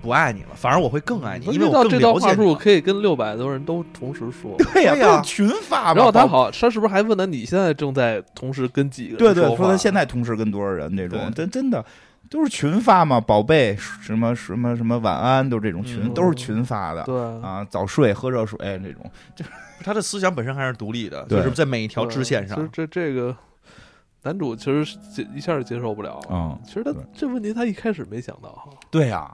C: 不爱你了，反而我会更爱你，因为
A: 到
C: 我
A: 这
C: 更
A: 段
C: 了
A: 话
C: 解
A: 术
C: 你。
A: 可以跟六百多人都同时
C: [LAUGHS]
A: 说。
B: 对呀、
C: 对呀
B: 不是群发吗？
A: 然后他
B: 包
A: 好，他是不是还问他你现在正在同时跟几个人
B: 对对，
A: 说
B: 说
A: 话
B: 他现在同时跟多少人这种
C: 对，
B: 真真的都是群发嘛，宝贝什么什么什么晚安，都是这种群、
C: 嗯
B: 都是群发的
A: 对
B: 啊，早睡喝热水这种，
C: 他的思想本身还是独立的，
B: 对
C: 就是在每一条支线
A: 对
C: 上。
A: 这这这个 [LAUGHS] 男主其实是接一下就接受不了。
B: 嗯，
A: 其实他
B: 对
A: 这问题他一开始没想到，
B: 对呀、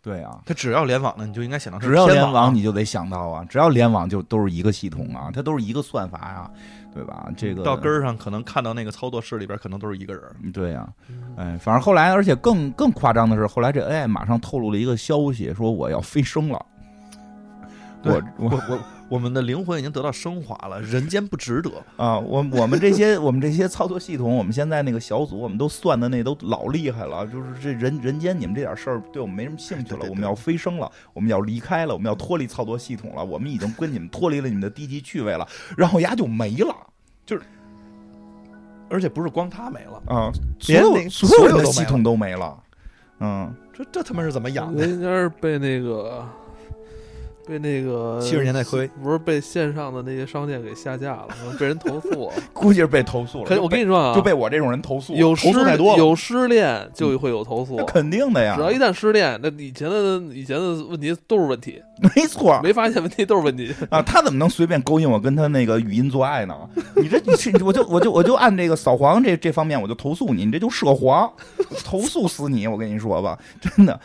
B: 对呀、
C: 他只要联网了，你就应该想到他是
B: 只要
C: 啊天
B: 联
C: 网
B: 网，你就得想到啊，只要联网就都是一个系统啊，它都是一个算法呀、对吧？这个
C: 到根儿上，可能看到那个操作室里边，可能都是一个人。
B: 对呀、
A: 嗯
B: 哎，反正后来，而且更更夸张的是，后来这 AI 马上透露了一个消息，说我要飞升了。
C: 对
B: 我 [LAUGHS] 我
C: 我我我们的灵魂已经得到升华了，人间不值得。
B: 啊，我我们这些我们这些操作系统，我们现在那个小组，我们都算的那都老厉害了，就是这人人间你们这点事儿对我们没什么兴趣
C: 对对
B: 了，
C: 对
B: 我们要飞升了，我们要离开了，我们要脱离操作系统了，我们已经跟你们脱离了你们的低级趣味了，然后丫就没了
C: 而且不是光他没了，
B: 啊，所
C: 连
B: 有
C: 那
B: 所有
C: 所有
B: 的
C: 都
B: 系
C: 没了
B: 统都没了，嗯，
C: 这这他妈是怎么养的？
A: 人家是被那个被那个
C: 70年代科威
A: 不是被线上的那些商店给下架了，可能被人投
C: [LAUGHS]
A: 诉。
B: 估计是被投诉了，
A: 可是我跟你说啊，
B: 就被我这种人投诉，
A: 有失
B: 投诉太多了，嗯
A: 有失恋就会有投诉
B: 那，肯定啊的呀
A: 只，要一旦失恋，那以前的以前的问题都是问题，
B: 没错，
A: 没发现问题都是问题。
C: 嗯
B: 啊，他怎么能随便勾引我跟他那个语音做爱呢？ [LAUGHS] 你这你这我就我就我就按这个扫黄这这方面我就投诉你，你这就涉黄，投诉死你！我跟你说吧，真的。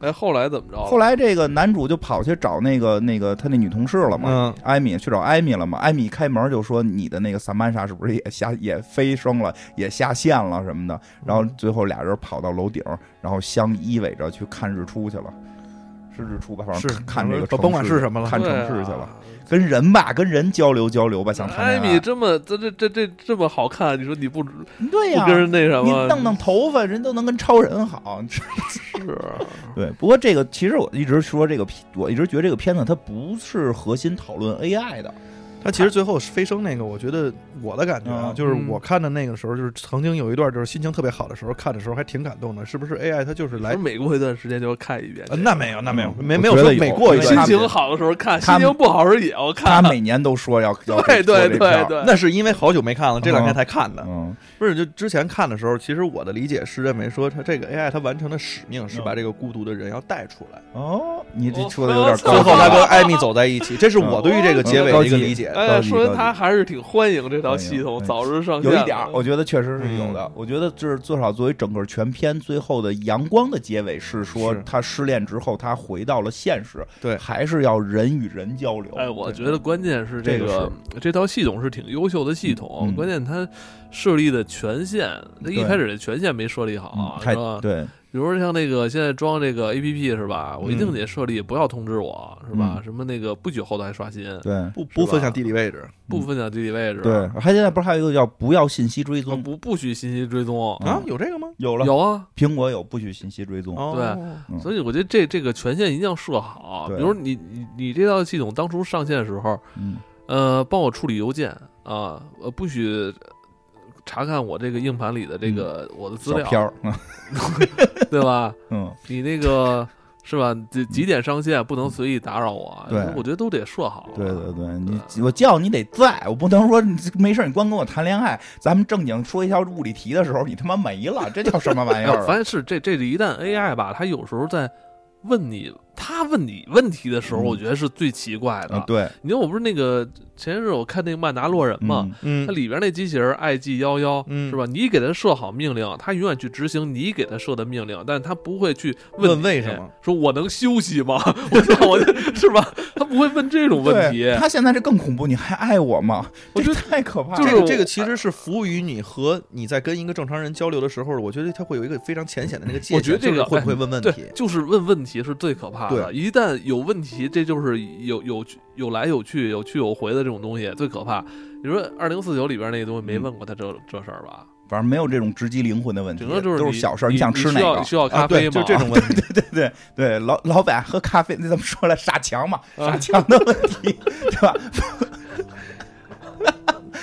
A: 哎，后来怎么着了？
B: 后来这个男主就跑去找那个那个他那女同事了嘛，
C: 嗯，
B: 艾米去找艾米了嘛。艾米一开门就说你的那个萨曼莎是不是也下也飞升了，也下线了什么的。然后最后俩人跑到楼顶，然后相依偎着去看日出去了。是日出吧，反正
C: 是
B: 看看这个城市，
C: 甭管是什么了
B: 看城
A: 对啊
B: 市去了。跟人吧，跟人交流交流吧，想谈
A: 艾
B: 恋
A: 米
B: 爱。啊
A: 这么这这这这这么好看，你说你不不
B: 对呀、
A: 跟人那什
B: 你
A: 么？
B: 弄弄头发，人都能跟超人好。
A: 是
B: [LAUGHS]
A: 啊
B: 对，不过这个 [LAUGHS] 其实我一直说这个，我一直觉得这个片子它不是核心讨论 AI 的，
D: 他其实最后飞升那个，我觉得我的感觉啊，
B: 嗯
D: 就是
A: 嗯
D: 我看的那个时候，就是曾经有一段就是心情特别好的时候，看的时候还挺感动的，是不是？AI 它就是来
A: 我，每过一段时间就要看一遍
D: 呃。那没有，那没有，
B: 嗯
D: 没
B: 我
D: 没有
B: 觉
D: 说
B: 得有
D: 每过一段
B: 对
A: 心
B: 他
D: 时间，
B: 们
A: 情好的时候看，心
B: 他们
A: 情不好时也要
B: 他
A: 看。
B: 每年都说要要
A: [LAUGHS] 对对
B: 说这
A: 对
B: 票
A: 对，
D: 那是因为好久没看了，这两天
B: 嗯
D: 才看的。
B: 嗯
D: 不是，就之前看的时候，其实我的理解是认为说，它这个
A: 嗯
D: AI 它完成的使命是
B: 嗯
D: 把这个孤独的人要带出来，
B: 哦，你这
A: 我
B: 说的有点
A: 最
B: 高
D: 最
B: 级，
D: 后他跟艾米走在一起，这是
A: 嗯
D: 我对于这个结尾的一个理解。
A: 哎，
B: 高级
A: 说明
B: 高级
A: 他还是挺欢迎这套系
B: 欢
A: 统
B: 迎
A: 早日上线
B: 有
A: 的。
B: 一点儿，哦我觉得确实是有的。我觉得就是至少作为整个全片最后的阳光的结尾是说
D: 是
B: 他失恋之后他回到了现实，
D: 对
B: 还是要人与人交流。
A: 哎，我
D: 对
A: 觉得关键是
B: 这
A: 这
B: 个
A: 个这套系统是挺优秀的系统，
B: 嗯
A: 关键它设立的权限，它一
B: 对
A: 开始这权限没设立好
B: 嗯，，
A: 是
B: 太
A: 吧？
B: 对，
A: 比如说像那个现在装这个 A P P 是吧？我一定
B: 嗯
A: 得设立不要通知我是吧？
B: 嗯
A: 什么那个不许后台刷新，
B: 对
D: 不
A: 是
D: 不
A: 吧
D: 分享地理位置，
A: 不分享地理位置，
B: 对，还现在不是还有一个叫不要信息追
A: 哦不
B: 踪？
A: 不不许信息追踪。
B: 嗯
D: 啊，有这个吗？
B: 有了，
A: 有啊，
B: 苹果有不许信息追踪。
D: 哦，
B: 嗯
A: 所以我觉得这这个权限一定要设好。比
B: 对
A: 如你你你这套系统当初上线的时候，
B: 嗯，
A: 呃，帮我处理邮件啊，呃，不许查看我这个硬盘里的这个我的资
B: 嗯小
A: 料，哦
B: 飘儿，
A: 对吧？
B: 嗯，
A: 你那个是吧？几几点上线，不能随意打扰我。
B: 对
A: 我觉得都得设好了。
B: 对对对，
A: 对
B: 你我叫你得在，我不能说你没事儿你光跟我谈恋爱，咱们正经说一条物理题的时候你他妈没了，这叫什么玩意
A: 哎我
B: 儿
A: 发
B: 啊？
A: 现是这这一旦 AI 吧，它有时候在问你，它问你问题的时候，
B: 嗯
A: 我觉得是最奇怪的。
B: 嗯，对，
A: 你看，我不是那个前些日我看那个《曼达洛人》嘛，
B: 嗯，
D: 嗯
A: 它里边那机器人 IG 幺幺
D: 嗯
A: 是吧？你给它设好命令，它永远去执行你给它设的命令，但它不会去
D: 问
A: 你
D: 为什么，
A: 说我能休息吗？ [LAUGHS] 我操，我就是吧？它不会问这种问题
B: 对。他现在这更恐怖，你还爱我吗？
A: 我觉
B: 这
A: 得
B: 太可怕了。
A: 就
D: 这
A: 是
D: 个
A: 我
D: 这个其实是服务于你和你在跟一个正常人交流的时候，我觉得它会有一个非常浅显的那个界限，
A: 我觉得这个哎
D: 就是会不会问问
A: 对
D: 题，？
A: 就是问问题是最可怕的。一旦有问题，这就是有有有来有去、有去有回的这种东西最可怕。你说二零四九里边那个东西
D: 嗯
A: 没问过他这、这事儿吧？
B: 反正没有这种直击灵魂的问题，
A: 整个就是
B: 都
A: 你
B: 是小事儿。
A: 你
B: 想吃
A: 你
B: 哪
A: 需要
B: 个？
A: 需要
D: 啊，
A: 咖
D: 对，
A: 啡吗？
D: 就这种问题，
B: 对对对，老老板喝咖啡，那怎么说来？傻强嘛， [LAUGHS]
A: 啊
D: [LAUGHS]
B: 傻强的问题，对吧？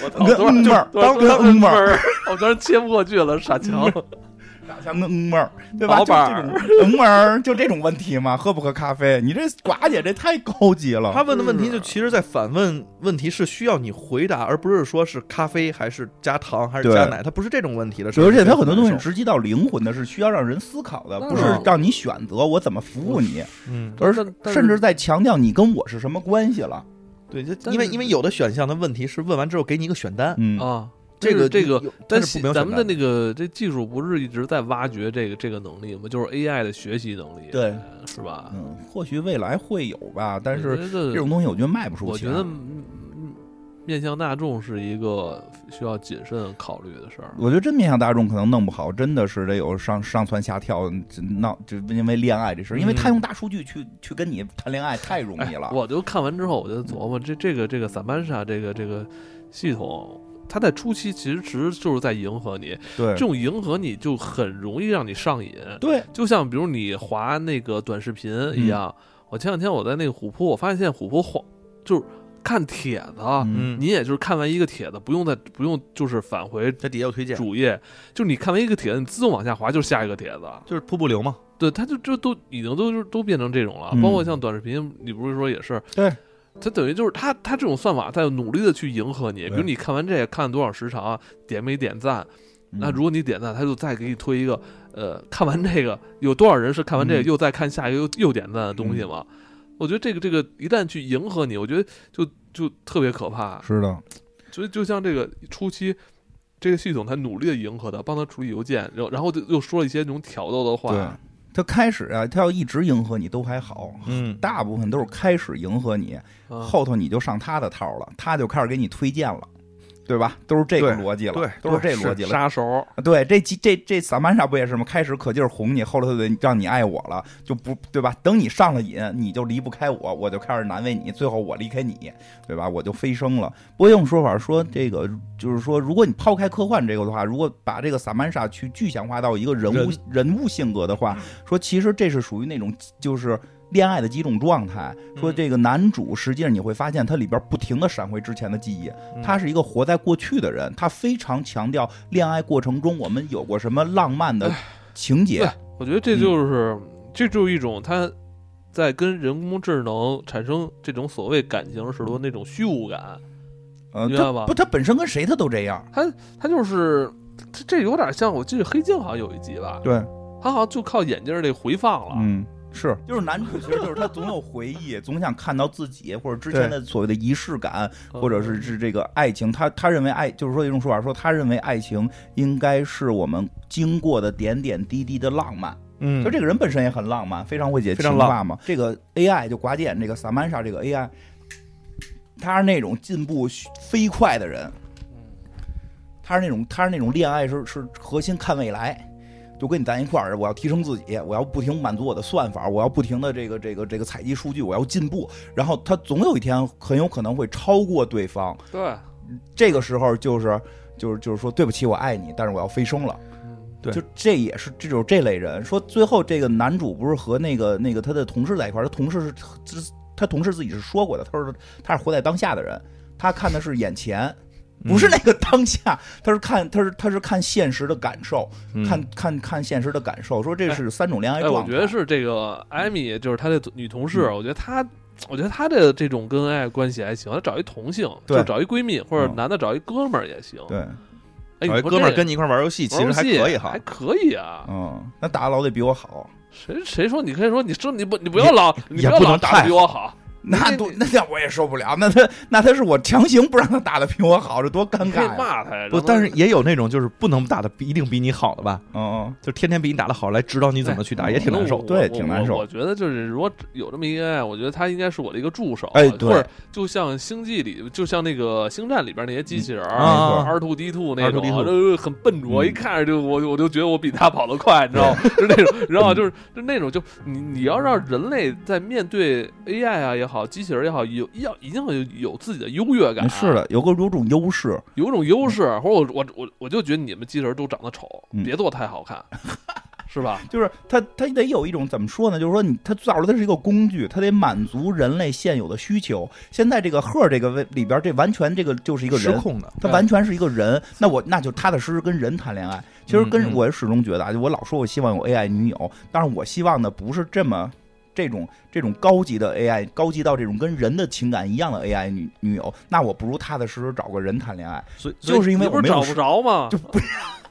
A: 我操，多少
B: 跟
D: 嗯
A: 就
B: 闷儿
A: 多少
B: 当
A: 多少
B: 跟闷儿
A: 闷儿我当时切不过去了，傻强。
D: 嗯
A: [LAUGHS]
B: 傻强跟嗯妹儿，对吧？
A: 老
B: 就这
A: 板儿
B: 种嗯妹儿，就这种问题嘛，喝不喝咖啡？你这寡姐这太高级
D: 他
B: 了。
D: 问的问题
A: 是
D: 就其实，在反问问题是需要你回答，而不是说是咖啡还是加糖还是
B: 对
D: 加奶，它不是这种问题的事儿。
B: 而且他很多东西
D: 是，
B: 直击到灵魂的，是需要让人思考的，
A: 嗯
B: 不是让你选择我怎么服务你，
D: 嗯，
B: 而
A: 但但是
B: 甚至在强调你跟我是什么关系了。
D: 对，就嗯
A: 但
D: 因为
A: 是
D: 因为有的选项的问题是问完之后给你一个选单，
B: 嗯，
A: 啊，
D: 这个
A: 这个
D: 有，
A: 但
D: 它是
A: 是
D: 不没有
A: 咱们的
D: 选
A: 那个这技术不是一直在挖掘这个这个能力吗？就是 AI 的学习能力，
B: 对，
A: 是吧？
B: 嗯，或许未来会有吧，但是
A: 这
B: 这种啊东西我觉得卖不出
A: 我
B: 去。
A: 觉得嗯嗯面向大众是一个需要谨慎考虑的事儿。
B: 我觉得真面向大众可能弄不好，真的是得有上上蹿下跳，这闹就因为恋爱这事儿，因为他用大数据去去跟你谈恋爱太容易了。
A: 嗯哎我就看完之后，我就琢磨这这个这个萨曼莎这个这个系统，它在初期其实其实就是在迎合你，
B: 对
A: 这种迎合你就很容易让你上瘾。
B: 对，
A: 就像比如你滑那个短视频
B: 嗯
A: 一样，我前两天我在那个虎扑，我发现现在虎扑晃就是看帖子，啊，
B: 嗯，
D: 嗯，
A: 你也就是看完一个帖子，不用再不用就是返回
D: 它底下有推荐，
A: 主页，就是你看完一个帖子，你自动往下滑就是下一个帖子，
D: 就是瀑布流嘛，
A: 对，它就就都已经都都变成这种了，
B: 嗯
A: 包括像短视频，你不是说也是
B: 对。
A: 它等于就是它，它这种算法在努力的去迎合你，
B: 对
A: 比如你看完这个看多少时长啊，点没点赞，
B: 嗯
A: 那如果你点赞，它就再给你推一个，呃，看完这个有多少人是看完这个、
B: 嗯
A: 又再看下一个又又点赞的东西嘛？我觉得这个这个一旦去迎合你，我觉得就就特别可
D: 啊
A: 怕。
B: 是的，
A: 所以就像这个初期，这个系统它努力的迎合它，帮它处理邮件，然后然后就又说了一些那种挑逗的
B: 对
A: 话，，
B: 他开始啊，他要一直迎合你都还好，
D: 嗯，
B: 大部分都是开始迎合你，
A: 啊
B: 后头你就上他的套了，他就开始给你推荐了，对吧？都是这个
D: 对
B: 逻辑了，
D: 对
B: 都是
D: 对
B: 这逻辑了。
A: 杀手，
B: 对，这几这这萨曼莎不也是吗？开始可劲儿哄你，后来就得让你爱我了，就不对吧？等你上了瘾，你就离不开我，我就开始难为你，最后我离开你，对吧？我就飞升了。不过用说法说，这个就是说，如果你抛开科幻这个的话，如果把这个萨曼莎去具象化到一个人物人物性格的话，说其实这是属于那种就是恋爱的几种状态，说
D: 嗯
B: 这个男主实际上你会发现他里边不停的闪回之前的记忆，
D: 嗯
B: 他是一个活在过去的人，他非常强调恋爱过程中我们有过什么浪漫的情节
A: 对，我觉得
B: 嗯
A: 这就是、这就是一种他在跟人工智能产生这种所谓感情时的那种虚无感，
B: 呃，
A: 明白
B: 他
A: 吧
B: 不，他本身跟谁他都这样，
A: 他就是这这有点像我记得黑镜好像有一集吧，
B: 对，
A: 他好像就靠眼睛这回放了，
B: 嗯。是，就是男主其实就是他总有回忆， [LAUGHS] 总想看到自己或者之前的所谓的仪式感，
A: 嗯
B: 或者是是这个爱情，他他认为爱就是说一种说法，说他认为爱情应该是我们经过的点点滴滴的浪漫。
D: 嗯
B: 就这个人本身也很浪漫，非常会写
D: 非
B: 情
D: 常
B: 话嘛。这个 AI 就寡姐这个萨曼莎这个 AI，他是那种进步飞快的人，他是那种他是那种恋爱是是核心看未来。就跟你在一块儿，我要提升自己，我要不停满足我的算法，我要不停的这个这个这个采集数据，我要进步。然后他总有一天很有可能会超过对方，
A: 对，
B: 这个时候就是就是就是说对不起，我爱你，但是我要飞升了。
A: 嗯
C: 对
B: 就这也是这就是这类人。说最后这个男主不是和那个那个他的同事在一块儿，他同事是自他同事自己是说过的，他说他是活在当下的人，他看的是眼前。
A: 嗯
D: 嗯
B: 不是那个当下，他是看他是他是看现实的感受，
D: 嗯
B: 看看看现实的感受。说这是三种恋爱
A: 嗯哎，我
B: 状态，
A: 觉得是这个
D: 嗯
A: 艾米，就是他的女同事，我觉得她，我觉得她的这种跟爱关系还行，她找一同性，
B: 对
A: 就找一闺蜜，或者
B: 嗯
A: 男的找一哥们儿也行。
B: 对，
D: 找
A: 哎，你
D: 一
A: 说
D: 哥们儿
A: 这
D: 跟你一块玩游戏，其
A: 玩
D: 实
A: 游
D: 还可
A: 戏
D: 以哈
A: 还。可以啊。
B: 嗯，那打的老得比我好，
A: 谁谁说你可以说你说你不你不要老你
B: 也
A: 要
B: 不能
A: 老打
B: 太
A: 得比我好，
B: 那
A: 你
B: 多那那我也受不了，那他那他是我强行不让他打的比我好，这多尴
A: 你可以
B: 尬呀！
A: 骂他呀。
D: 不，
A: 让他
D: 但是也有那种就是不能打的比一定比你好的吧，
B: 嗯
D: 就天天比你打的好来指导你怎么去打，
B: 哎
D: 也挺难
A: 我
D: 受。
B: 对
A: 我
B: 挺难受
A: 我我觉得就是如果有这么一个 AI，我觉得它应该是我的一个助手，啊
B: 哎对
A: 或者就像星际里，就像那个星战里边那些机器人
D: 嗯啊
A: ，R two D two 那种，
D: R2D2
A: 就是很笨拙，
B: 嗯
A: 一看着就我我就觉得我比他跑得快，你知
B: [LAUGHS]
A: 道吗？就那种，然后就是就那种，就你你要让人类在面对 AI 啊也好，机器人也好，有要一定要有有自己的优越感，
B: 嗯，是，的，有个有种优势，
A: 有一种优势，或者我我我我就觉得你们机器人都长得丑，
B: 嗯
A: 别做太好
B: [LAUGHS]
A: 看，是吧？
B: 就是它，它得有一种怎么说呢？就是说你，它造出来它是一个工具，它得满足人类现有的需求。现在这个赫这个位里边，这完全这个就是一个
D: 失
B: 人，
D: 控的，
B: 它完全是一个人。那我那就踏踏实实跟人谈恋爱。其实
D: 嗯
B: 跟
D: 嗯
B: 我始终觉得啊，就我老说我希望有 AI 女友，但是我希望的不是这么。这种这种高级的 AI，高级到这种跟人的情感一样的 AI 女女友，那我不如踏踏实实找个人谈恋爱。
D: 所以所以
B: 就是因为
A: 你不
B: 我
A: 是
B: 没有
A: 找不着吗？
B: 就不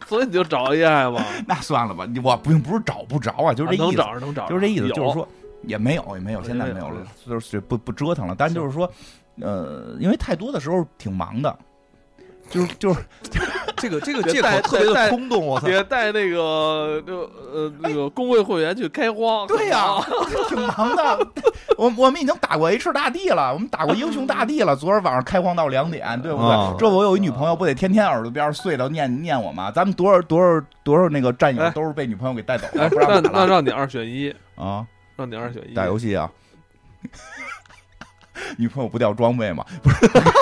A: 所以你就找 AI 嘛，
B: [LAUGHS] 那算了吧，你我不用不是找不着啊，就是这
A: 啊能
B: 意思。
A: 找着能找着，
B: 就是这意思，
A: 有
B: 就是，说也没有，也没有，
A: 也
B: 现在
A: 没有
B: 没有
A: 没
B: 了
A: 有，
B: 就是不不折腾了。但就是说，呃，因为太多的时候挺忙的，就是
A: [LAUGHS]
B: 就是
C: 这个这个
A: 别
C: 借口
A: 带
C: 特别
A: 带
C: 的空洞，
B: 啊
C: 我操！
A: 也带那个就呃那个工会会员去开荒，
B: 哎对呀、挺忙的。我我们已经打过 H 大帝了，我们打过英雄大帝了。昨儿晚上开荒到两点，对不
C: 啊
B: 对？这我有一女朋友，不得天天耳朵边儿碎到念念我吗？咱们多少多少多少那个战友
A: 哎
B: 都是被女朋友给带走
A: 哎，
B: 了，不
A: 那
B: 让打
A: 那
B: 了
A: 让你二选一，
B: 啊！
A: 让你二选一，
B: 打游戏啊？ [LAUGHS] 女朋友不掉装备吗？不是，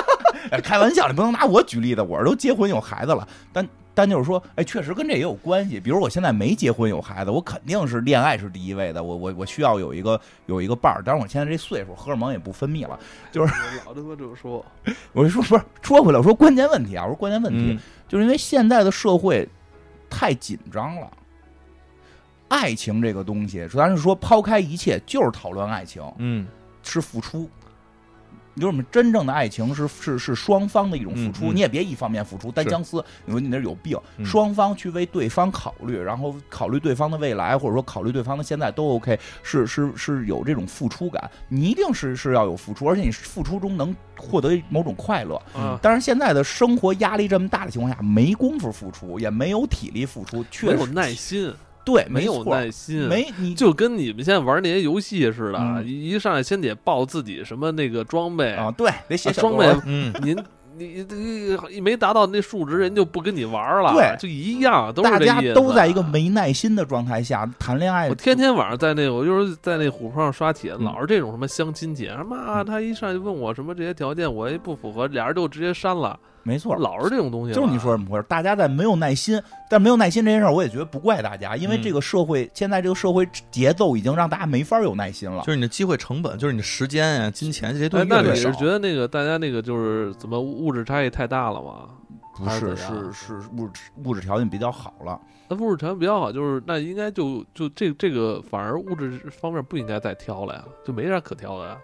B: [LAUGHS] 哎开玩笑，你不能拿我举例子，我都结婚有孩子了，但但就是说，哎，确实跟这也有关系。比如我现在没结婚有孩子，我肯定是恋爱是第一位的，我我我需要有一个有一个伴儿。但是我现在这岁数，荷尔蒙也不分泌了。
A: 老他妈这么说，
B: 我就说不是，说回来，我说关键问题啊，我说关键问题、
D: 嗯
B: 就是因为现在的社会太紧张了。爱情这个东西，咱是说抛开一切，就是讨论爱情。
D: 嗯
B: 是付出。你说我们真正的爱情是是是双方的一种付出，
D: 嗯嗯
B: 你也别一方面付出单
D: 是
B: 相思，你说你那是有病。
D: 嗯
B: 双方去为对方考虑，然后考虑对方的未来，或者说考虑对方的现在都 OK，是是是有这种付出感。你一定是是要有付出，而且你付出中能获得某种快乐。
A: 啊，
B: 当然，现在的生活压力这么大的情况下，没工夫付出，也没有体力付出，
A: 没
B: 确
A: 有
B: 实
A: 耐心，
B: 对，
A: 没有
B: 错
A: 耐心，。
B: 没你
A: 就跟你们现在玩那些游戏似的，
B: 嗯
A: 一一上来先得报自己什么那个装备
B: 啊，，对，得写
A: 啊
B: 小
A: 装
B: 作
A: 备
B: 文
D: 嗯，
A: [LAUGHS] 您你这没达到那数值，人就不跟你玩了，
B: 对
A: 就一样，都是
B: 大
A: 这
B: 家
A: 意思啊
B: 都在一个没耐心的状态下谈恋爱
A: 我。天天晚上在那，我就是在那虎扑上刷帖，
B: 哎嗯
A: 老是这种什么相亲节，妈，他一上来就问我什么这些条件，我也不符合，俩人就直接删了。
B: 没错，
A: 老啊是这种东西吧，
B: 就是你说怎么回事？大家在没有耐心，但没有耐心这件事儿，我也觉得不怪大家，因为
D: 嗯
B: 这个社会现在这个社会节奏已经让大家没法有耐心了
D: 就。是你的机会成本，就是你的时间啊、金钱这些东
A: 哎，
D: 西越来
A: 那你
D: 越
A: 是
D: 少。
A: 觉得那个大家那个就是怎么物质差异太大了吗？
B: 不
A: 还是啊
B: 是，
A: 怎样
B: 是是物质物质条件比较好了。
A: 那物质条件比较好，就是那应该就就这这个反而物质方面不应该再挑了呀，就没啥可挑的呀。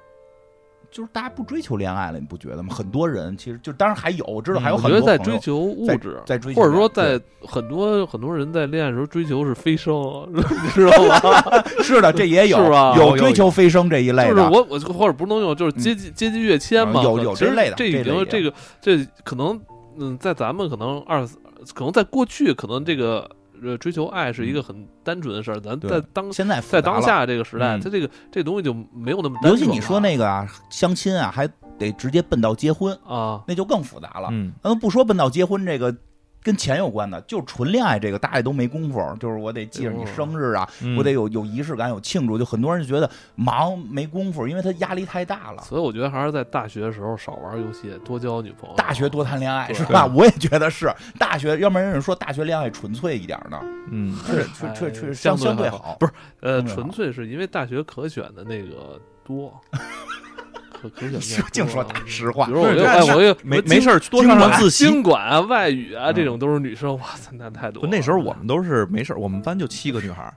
B: 就是大家不追求恋爱了，你不觉得吗？很多人其实就当然还有，我知道还有
A: 嗯我
B: 很
A: 觉
B: 多
A: 得在
B: 朋友
A: 追求物质，
B: 在追求
A: 或
B: 恋爱，
A: 者说在
B: 对
A: 很多很多人在恋爱的时候追求是飞升， [LAUGHS] 你知道吗？
B: 是的，这也有
A: [LAUGHS] 是吧
B: 有追求飞升这一类
A: 就是
B: 的，
A: 我我或者不能用，就是接近接近跃迁嘛，
B: 嗯有有
A: 其实
B: 这类的
A: 这已
B: 这类
A: 经
B: 也
A: 这个这可能嗯，在咱们可能二十可能在过去可能这个呃追求爱是一个很单纯的事儿，咱
B: 嗯对
A: 在当
B: 现在复
A: 在
B: 杂
A: 当
B: 了
A: 下这个时代，
B: 嗯
A: 它这个这东西就没有那么单
B: 尤
A: 纯了。
B: 其你说那个啊，相亲啊，还得直接奔到结婚，
A: 啊，
B: 那就更复杂了。
D: 嗯，
B: 咱们不说奔到结婚这个跟钱有关的，就是纯恋爱这个，大家都没工夫。就是我得记着
A: 哦
B: 你生日啊，
D: 嗯
B: 我得有有仪式感，有庆祝。就很多人觉得忙没工夫，因为他压力太大了。
A: 所以我觉得还是在大学的时候少玩游戏，多交女朋友。
B: 大学多谈恋爱
A: 对
B: 是吧？我也觉得是大学，要不然有人说大学恋爱纯粹一点呢，
D: 嗯，
B: 是确确确
A: 哎相对
B: 相相对
A: 还好
B: 好，
A: 不是呃，
B: 嗯
A: 纯粹是因为大学可选的那个
B: [LAUGHS]
A: 多，可可选
B: 是
A: 面
B: 净
A: 多
B: 说
A: 啊
B: 大实话
A: 比。如我
D: 不是
A: 又
D: 这
A: 哎，
D: 是
A: 我又
D: 没
A: 我
D: 没事儿多
B: 经
D: 上上
B: 管
D: 自习。
A: 经管啊、外语啊，
B: 嗯
A: 这种都是女生，哇塞，那太多
C: 不
A: 了。
C: 那时候我们都是没事儿，我们班就七个女孩儿，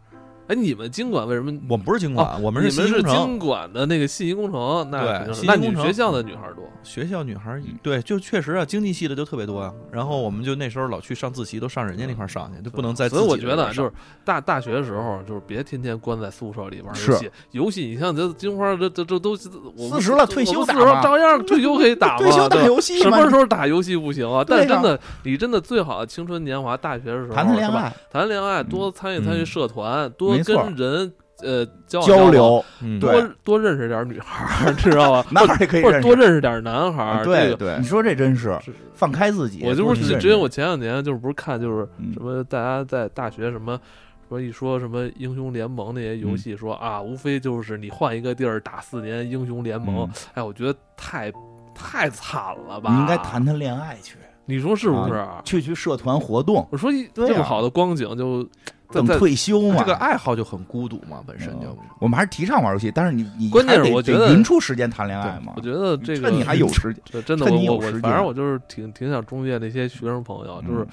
A: 哎，你们经管为什么？
C: 我们不是经管，我
A: 我
C: 们
A: 哦你
C: 是
A: 们
C: 信息
A: 是
C: 工程
A: 经管的那个信息工程，那
C: 对
A: 肯定是
C: 信息
A: 那你
C: 工
A: 们
C: 程
A: 学校的女孩多，
C: 学校女孩儿
B: 嗯，
C: 对，就确实啊，经济系的就特别多啊。然后我们就那时候老去上自习，都上人家那块儿上去，就不能在自
A: 所以
C: 己的
A: 我
C: 地
A: 觉
C: 方
A: 得啊就
C: 上
A: 是大大学的时候，就是别天天关在宿舍里玩游
B: 是
A: 戏。游戏，你像这金花，这这这都我们
B: 40了退休
A: 我们四
B: 打
A: 十了
B: 嘛
A: 照样退休可以
B: [LAUGHS]
A: 打嘛，
B: 退休打
A: 对吧
B: 游戏
A: 什
B: 嘛，
A: 么时候打游戏不行啊？
B: 对
A: 但是
B: 呀
A: 真的，你真的最好的青春年华，大学的时候
B: 谈谈恋
A: 是吧
B: 爱
A: 谈恋爱，多参与参与社团，多
B: 嗯没错
A: 跟人呃交往
B: 交
A: 往，
B: 流，
D: 嗯
B: 对
A: 多多认识点女孩儿， [LAUGHS]
B: [LAUGHS]
A: 知道吧？
B: 男孩儿也可以
A: 或者
B: 认识啊
A: 多认识点男孩儿。
B: 对
A: 这个
B: 对，你说这真是
A: 是
B: 放开自己。
A: 我就
B: 多
A: 是
B: 认识
A: 之前我前两年就是不是看就是
B: 嗯
A: 什么大家在大学什么。什么一说什么英雄联盟那些
B: 嗯
A: 游戏说，啊，无非就是你换一个地儿打四年英雄联盟，
B: 嗯
A: 哎，我觉得太太惨了吧？
B: 你应该谈，谈恋爱去，
A: 你说是不是？啊
B: 去去社团活动，
A: 我说一
B: 对啊
A: 这么好的光景就在
B: 等
A: 在
B: 退休嘛。
C: 这个爱好就很孤独嘛，本身就
A: 哦
B: 嗯我们还是提倡玩游戏，但是你你
A: [LAUGHS] 关键是
B: 还
A: 我
B: 得
A: 觉得
B: 得匀出时间谈恋爱嘛嗯
A: 我。觉得这个嗯
B: 趁你还有时间，
A: 这真的，
B: 趁
A: 我
B: 你有
A: 我我
B: 时，间
A: 反正我就是挺挺想中介那些学生朋友，就是
B: 嗯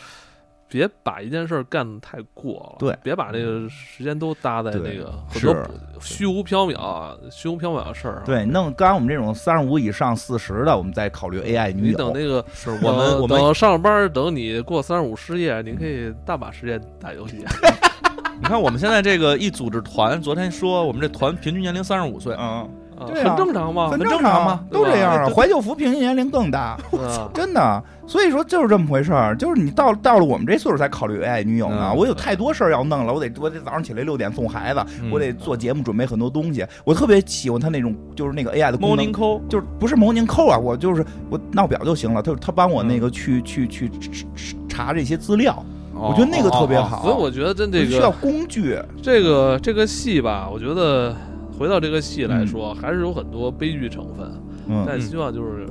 A: 别把一件事儿干得太过了，
B: 对嗯
A: 别把这个时间都搭在那
B: 对
A: 个很
B: 是
A: 多不虚无缥缈啊、虚无缥缈的事儿上。啊
B: 对，弄刚刚我们这种三十五以上四十的，我们再考虑 AI 女
A: 你等
B: 友。
A: 那个
C: 是
A: 等
C: 我们我们
A: 等上了班儿，等你过三十五失业，你可以大把时间打游戏。
C: 你看我们现在这个一组织团，昨天说我们这团平均年龄三十五岁，
B: 嗯，
A: 啊
B: 对
A: 很
B: 啊
A: 正常嘛，
B: 很
A: 对
B: 正
C: 常
B: 嘛
C: 嘛，
B: 都这样啊。
A: 对吧
B: 怀旧服平均年龄
A: [LAUGHS]
B: 更大，
A: 吧
B: 真的。所以说就是这么回事儿，就是你到到了我们这岁数才考虑 AI 女友呢。
C: 嗯
B: 我有太多事儿要
A: 嗯
B: 弄了，我得我得早上起来六点送孩子，
C: 嗯
B: 我得做节目准备很多东西。我特别喜欢它那种就是那个 AI 的功能
C: morning call
B: 就是不是蒙您扣啊，我就是我闹表就行了。他他帮我
A: 嗯
B: 那个去、去去去查这些资料，
A: 哦
B: 我觉得那个特别好。
A: 所以我觉得真这
B: 需要
A: 个
B: 工具，
A: 这个这个戏吧，我觉得回到这个戏来说，还是有很多悲剧成分。
B: 嗯，
A: 但希望就是，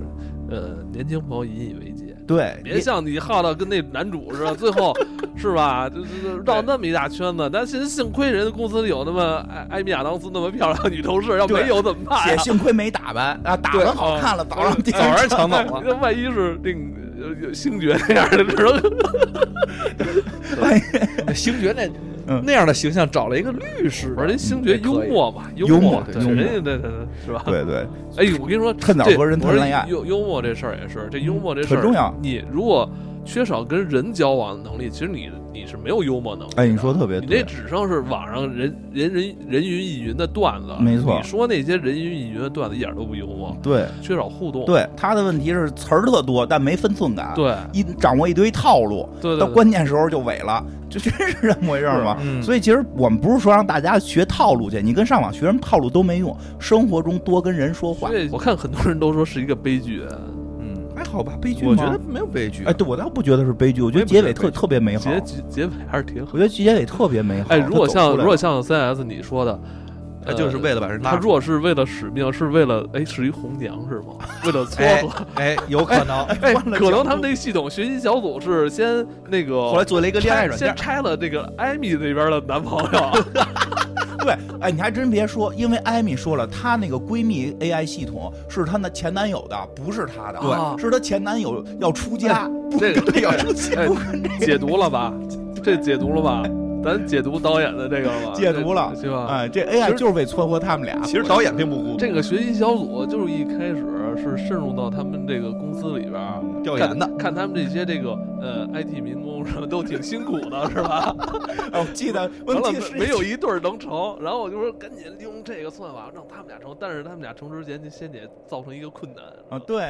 A: 呃，年轻朋友引以为戒，
B: 对，
A: 别像你耗到跟那男主似的，最
B: [LAUGHS]
A: 后是吧，就是绕那么一大圈子。但是幸亏人家公司里有那么艾艾米亚当斯那么漂亮的女同事，要
B: 对
A: 没有怎么办啊
B: 也
A: 哎呀？
B: 幸亏没打扮啊，打
A: 对嗯
B: 扮好看
D: [LAUGHS]
B: 了，早上第一
C: 早上抢走了，
A: 那万一是那个呃星爵那样的，只能
C: [LAUGHS] 星爵那
B: 嗯
C: 那样的形象找了一个律师，啊
A: 不是人星爵幽默嘛，幽
B: 幽
A: 默
B: 默，
A: 对
B: 幽默
A: 人家那那是吧？
B: 对对，
A: 哎，我跟你说，
B: 趁早
A: 这
B: 和人谈
A: 我说
B: 恋爱嗯
A: 幽幽默这事儿也是，这幽默这事儿
B: 很重要
A: 你如果缺少跟人交往的能力，其实你你是没有幽默能力的。
B: 哎，你说得特别
A: 你那
B: 对，
A: 只剩是网上人人人人云亦云的段子，
B: 没错
A: 你说那些人云亦云的段子一点都不幽默，
B: 对
A: 缺少互动。
B: 对，他的问题是词儿特多，但没分寸感，
A: 对
B: 一掌握一堆套路，
A: 对
B: 到
A: 对对，
B: 关键时候就萎了，这真是这么回事儿吗？
D: 嗯
B: 所以其实我们不是说让大家学套路去，你跟上网学什么套路都没用，生活中多跟人说话
A: 所，以我看很多人都说是一个悲剧，
C: 嗯，
B: 还好吧？悲剧
C: 我觉
B: 吗
C: 得没有悲剧
B: 哎，，对我倒不觉得是悲剧，我觉
C: 我
B: 得
C: 也不
B: 结
C: 觉得
B: 尾特
C: 悲剧
B: 特别美好
A: 结，结结尾还是挺好。
B: 我觉得结尾特别美好。
A: 哎，如果
B: 它走
A: 像
B: 出来
A: 如果
B: 了
A: 像 CS 你说的，
D: 他就是为了把人拉
A: 他
D: 住。
A: 如果是为了使命，是为了哎，是一红娘是吗？为了撮合，
D: 哎，有可
C: [LAUGHS]
D: 能，
A: 哎， [LAUGHS] 可能他们那系统学习小组是先那个，
C: 哦
D: 后来做了一个恋爱软件
A: 先，拆了这个艾米那边的男朋
B: [LAUGHS]
A: 友，
B: 对，哎，你还真别说，因为艾米说了，她那个闺蜜 AI 系统是她那前男友的，不是她的，啊
A: 对哎
B: 是她前男友要出家，不
A: 这个
B: 跟要出家，
A: 哎
B: 不跟
A: 解读了吧？这解读了吧？咱解读导演的这个了吧？
B: 解读了
A: 对吧？
B: 哎，这 AI 就是为撮合他们俩。
D: 其实导演并不孤独，
A: 这个学习小组就是一开始是渗入到他们这个公司里边儿
D: 啊调研的，
A: 看看他们这些这个呃 IT 民工什么都挺辛苦的，是
B: [LAUGHS]
A: 吧？
B: 哎我记得，我
A: 完了
B: 记得是
A: 没有一对儿能成，然后我就说赶紧利用这个算法让他们俩成，但是他们俩成之前就先得造成一个困难
B: 啊，对，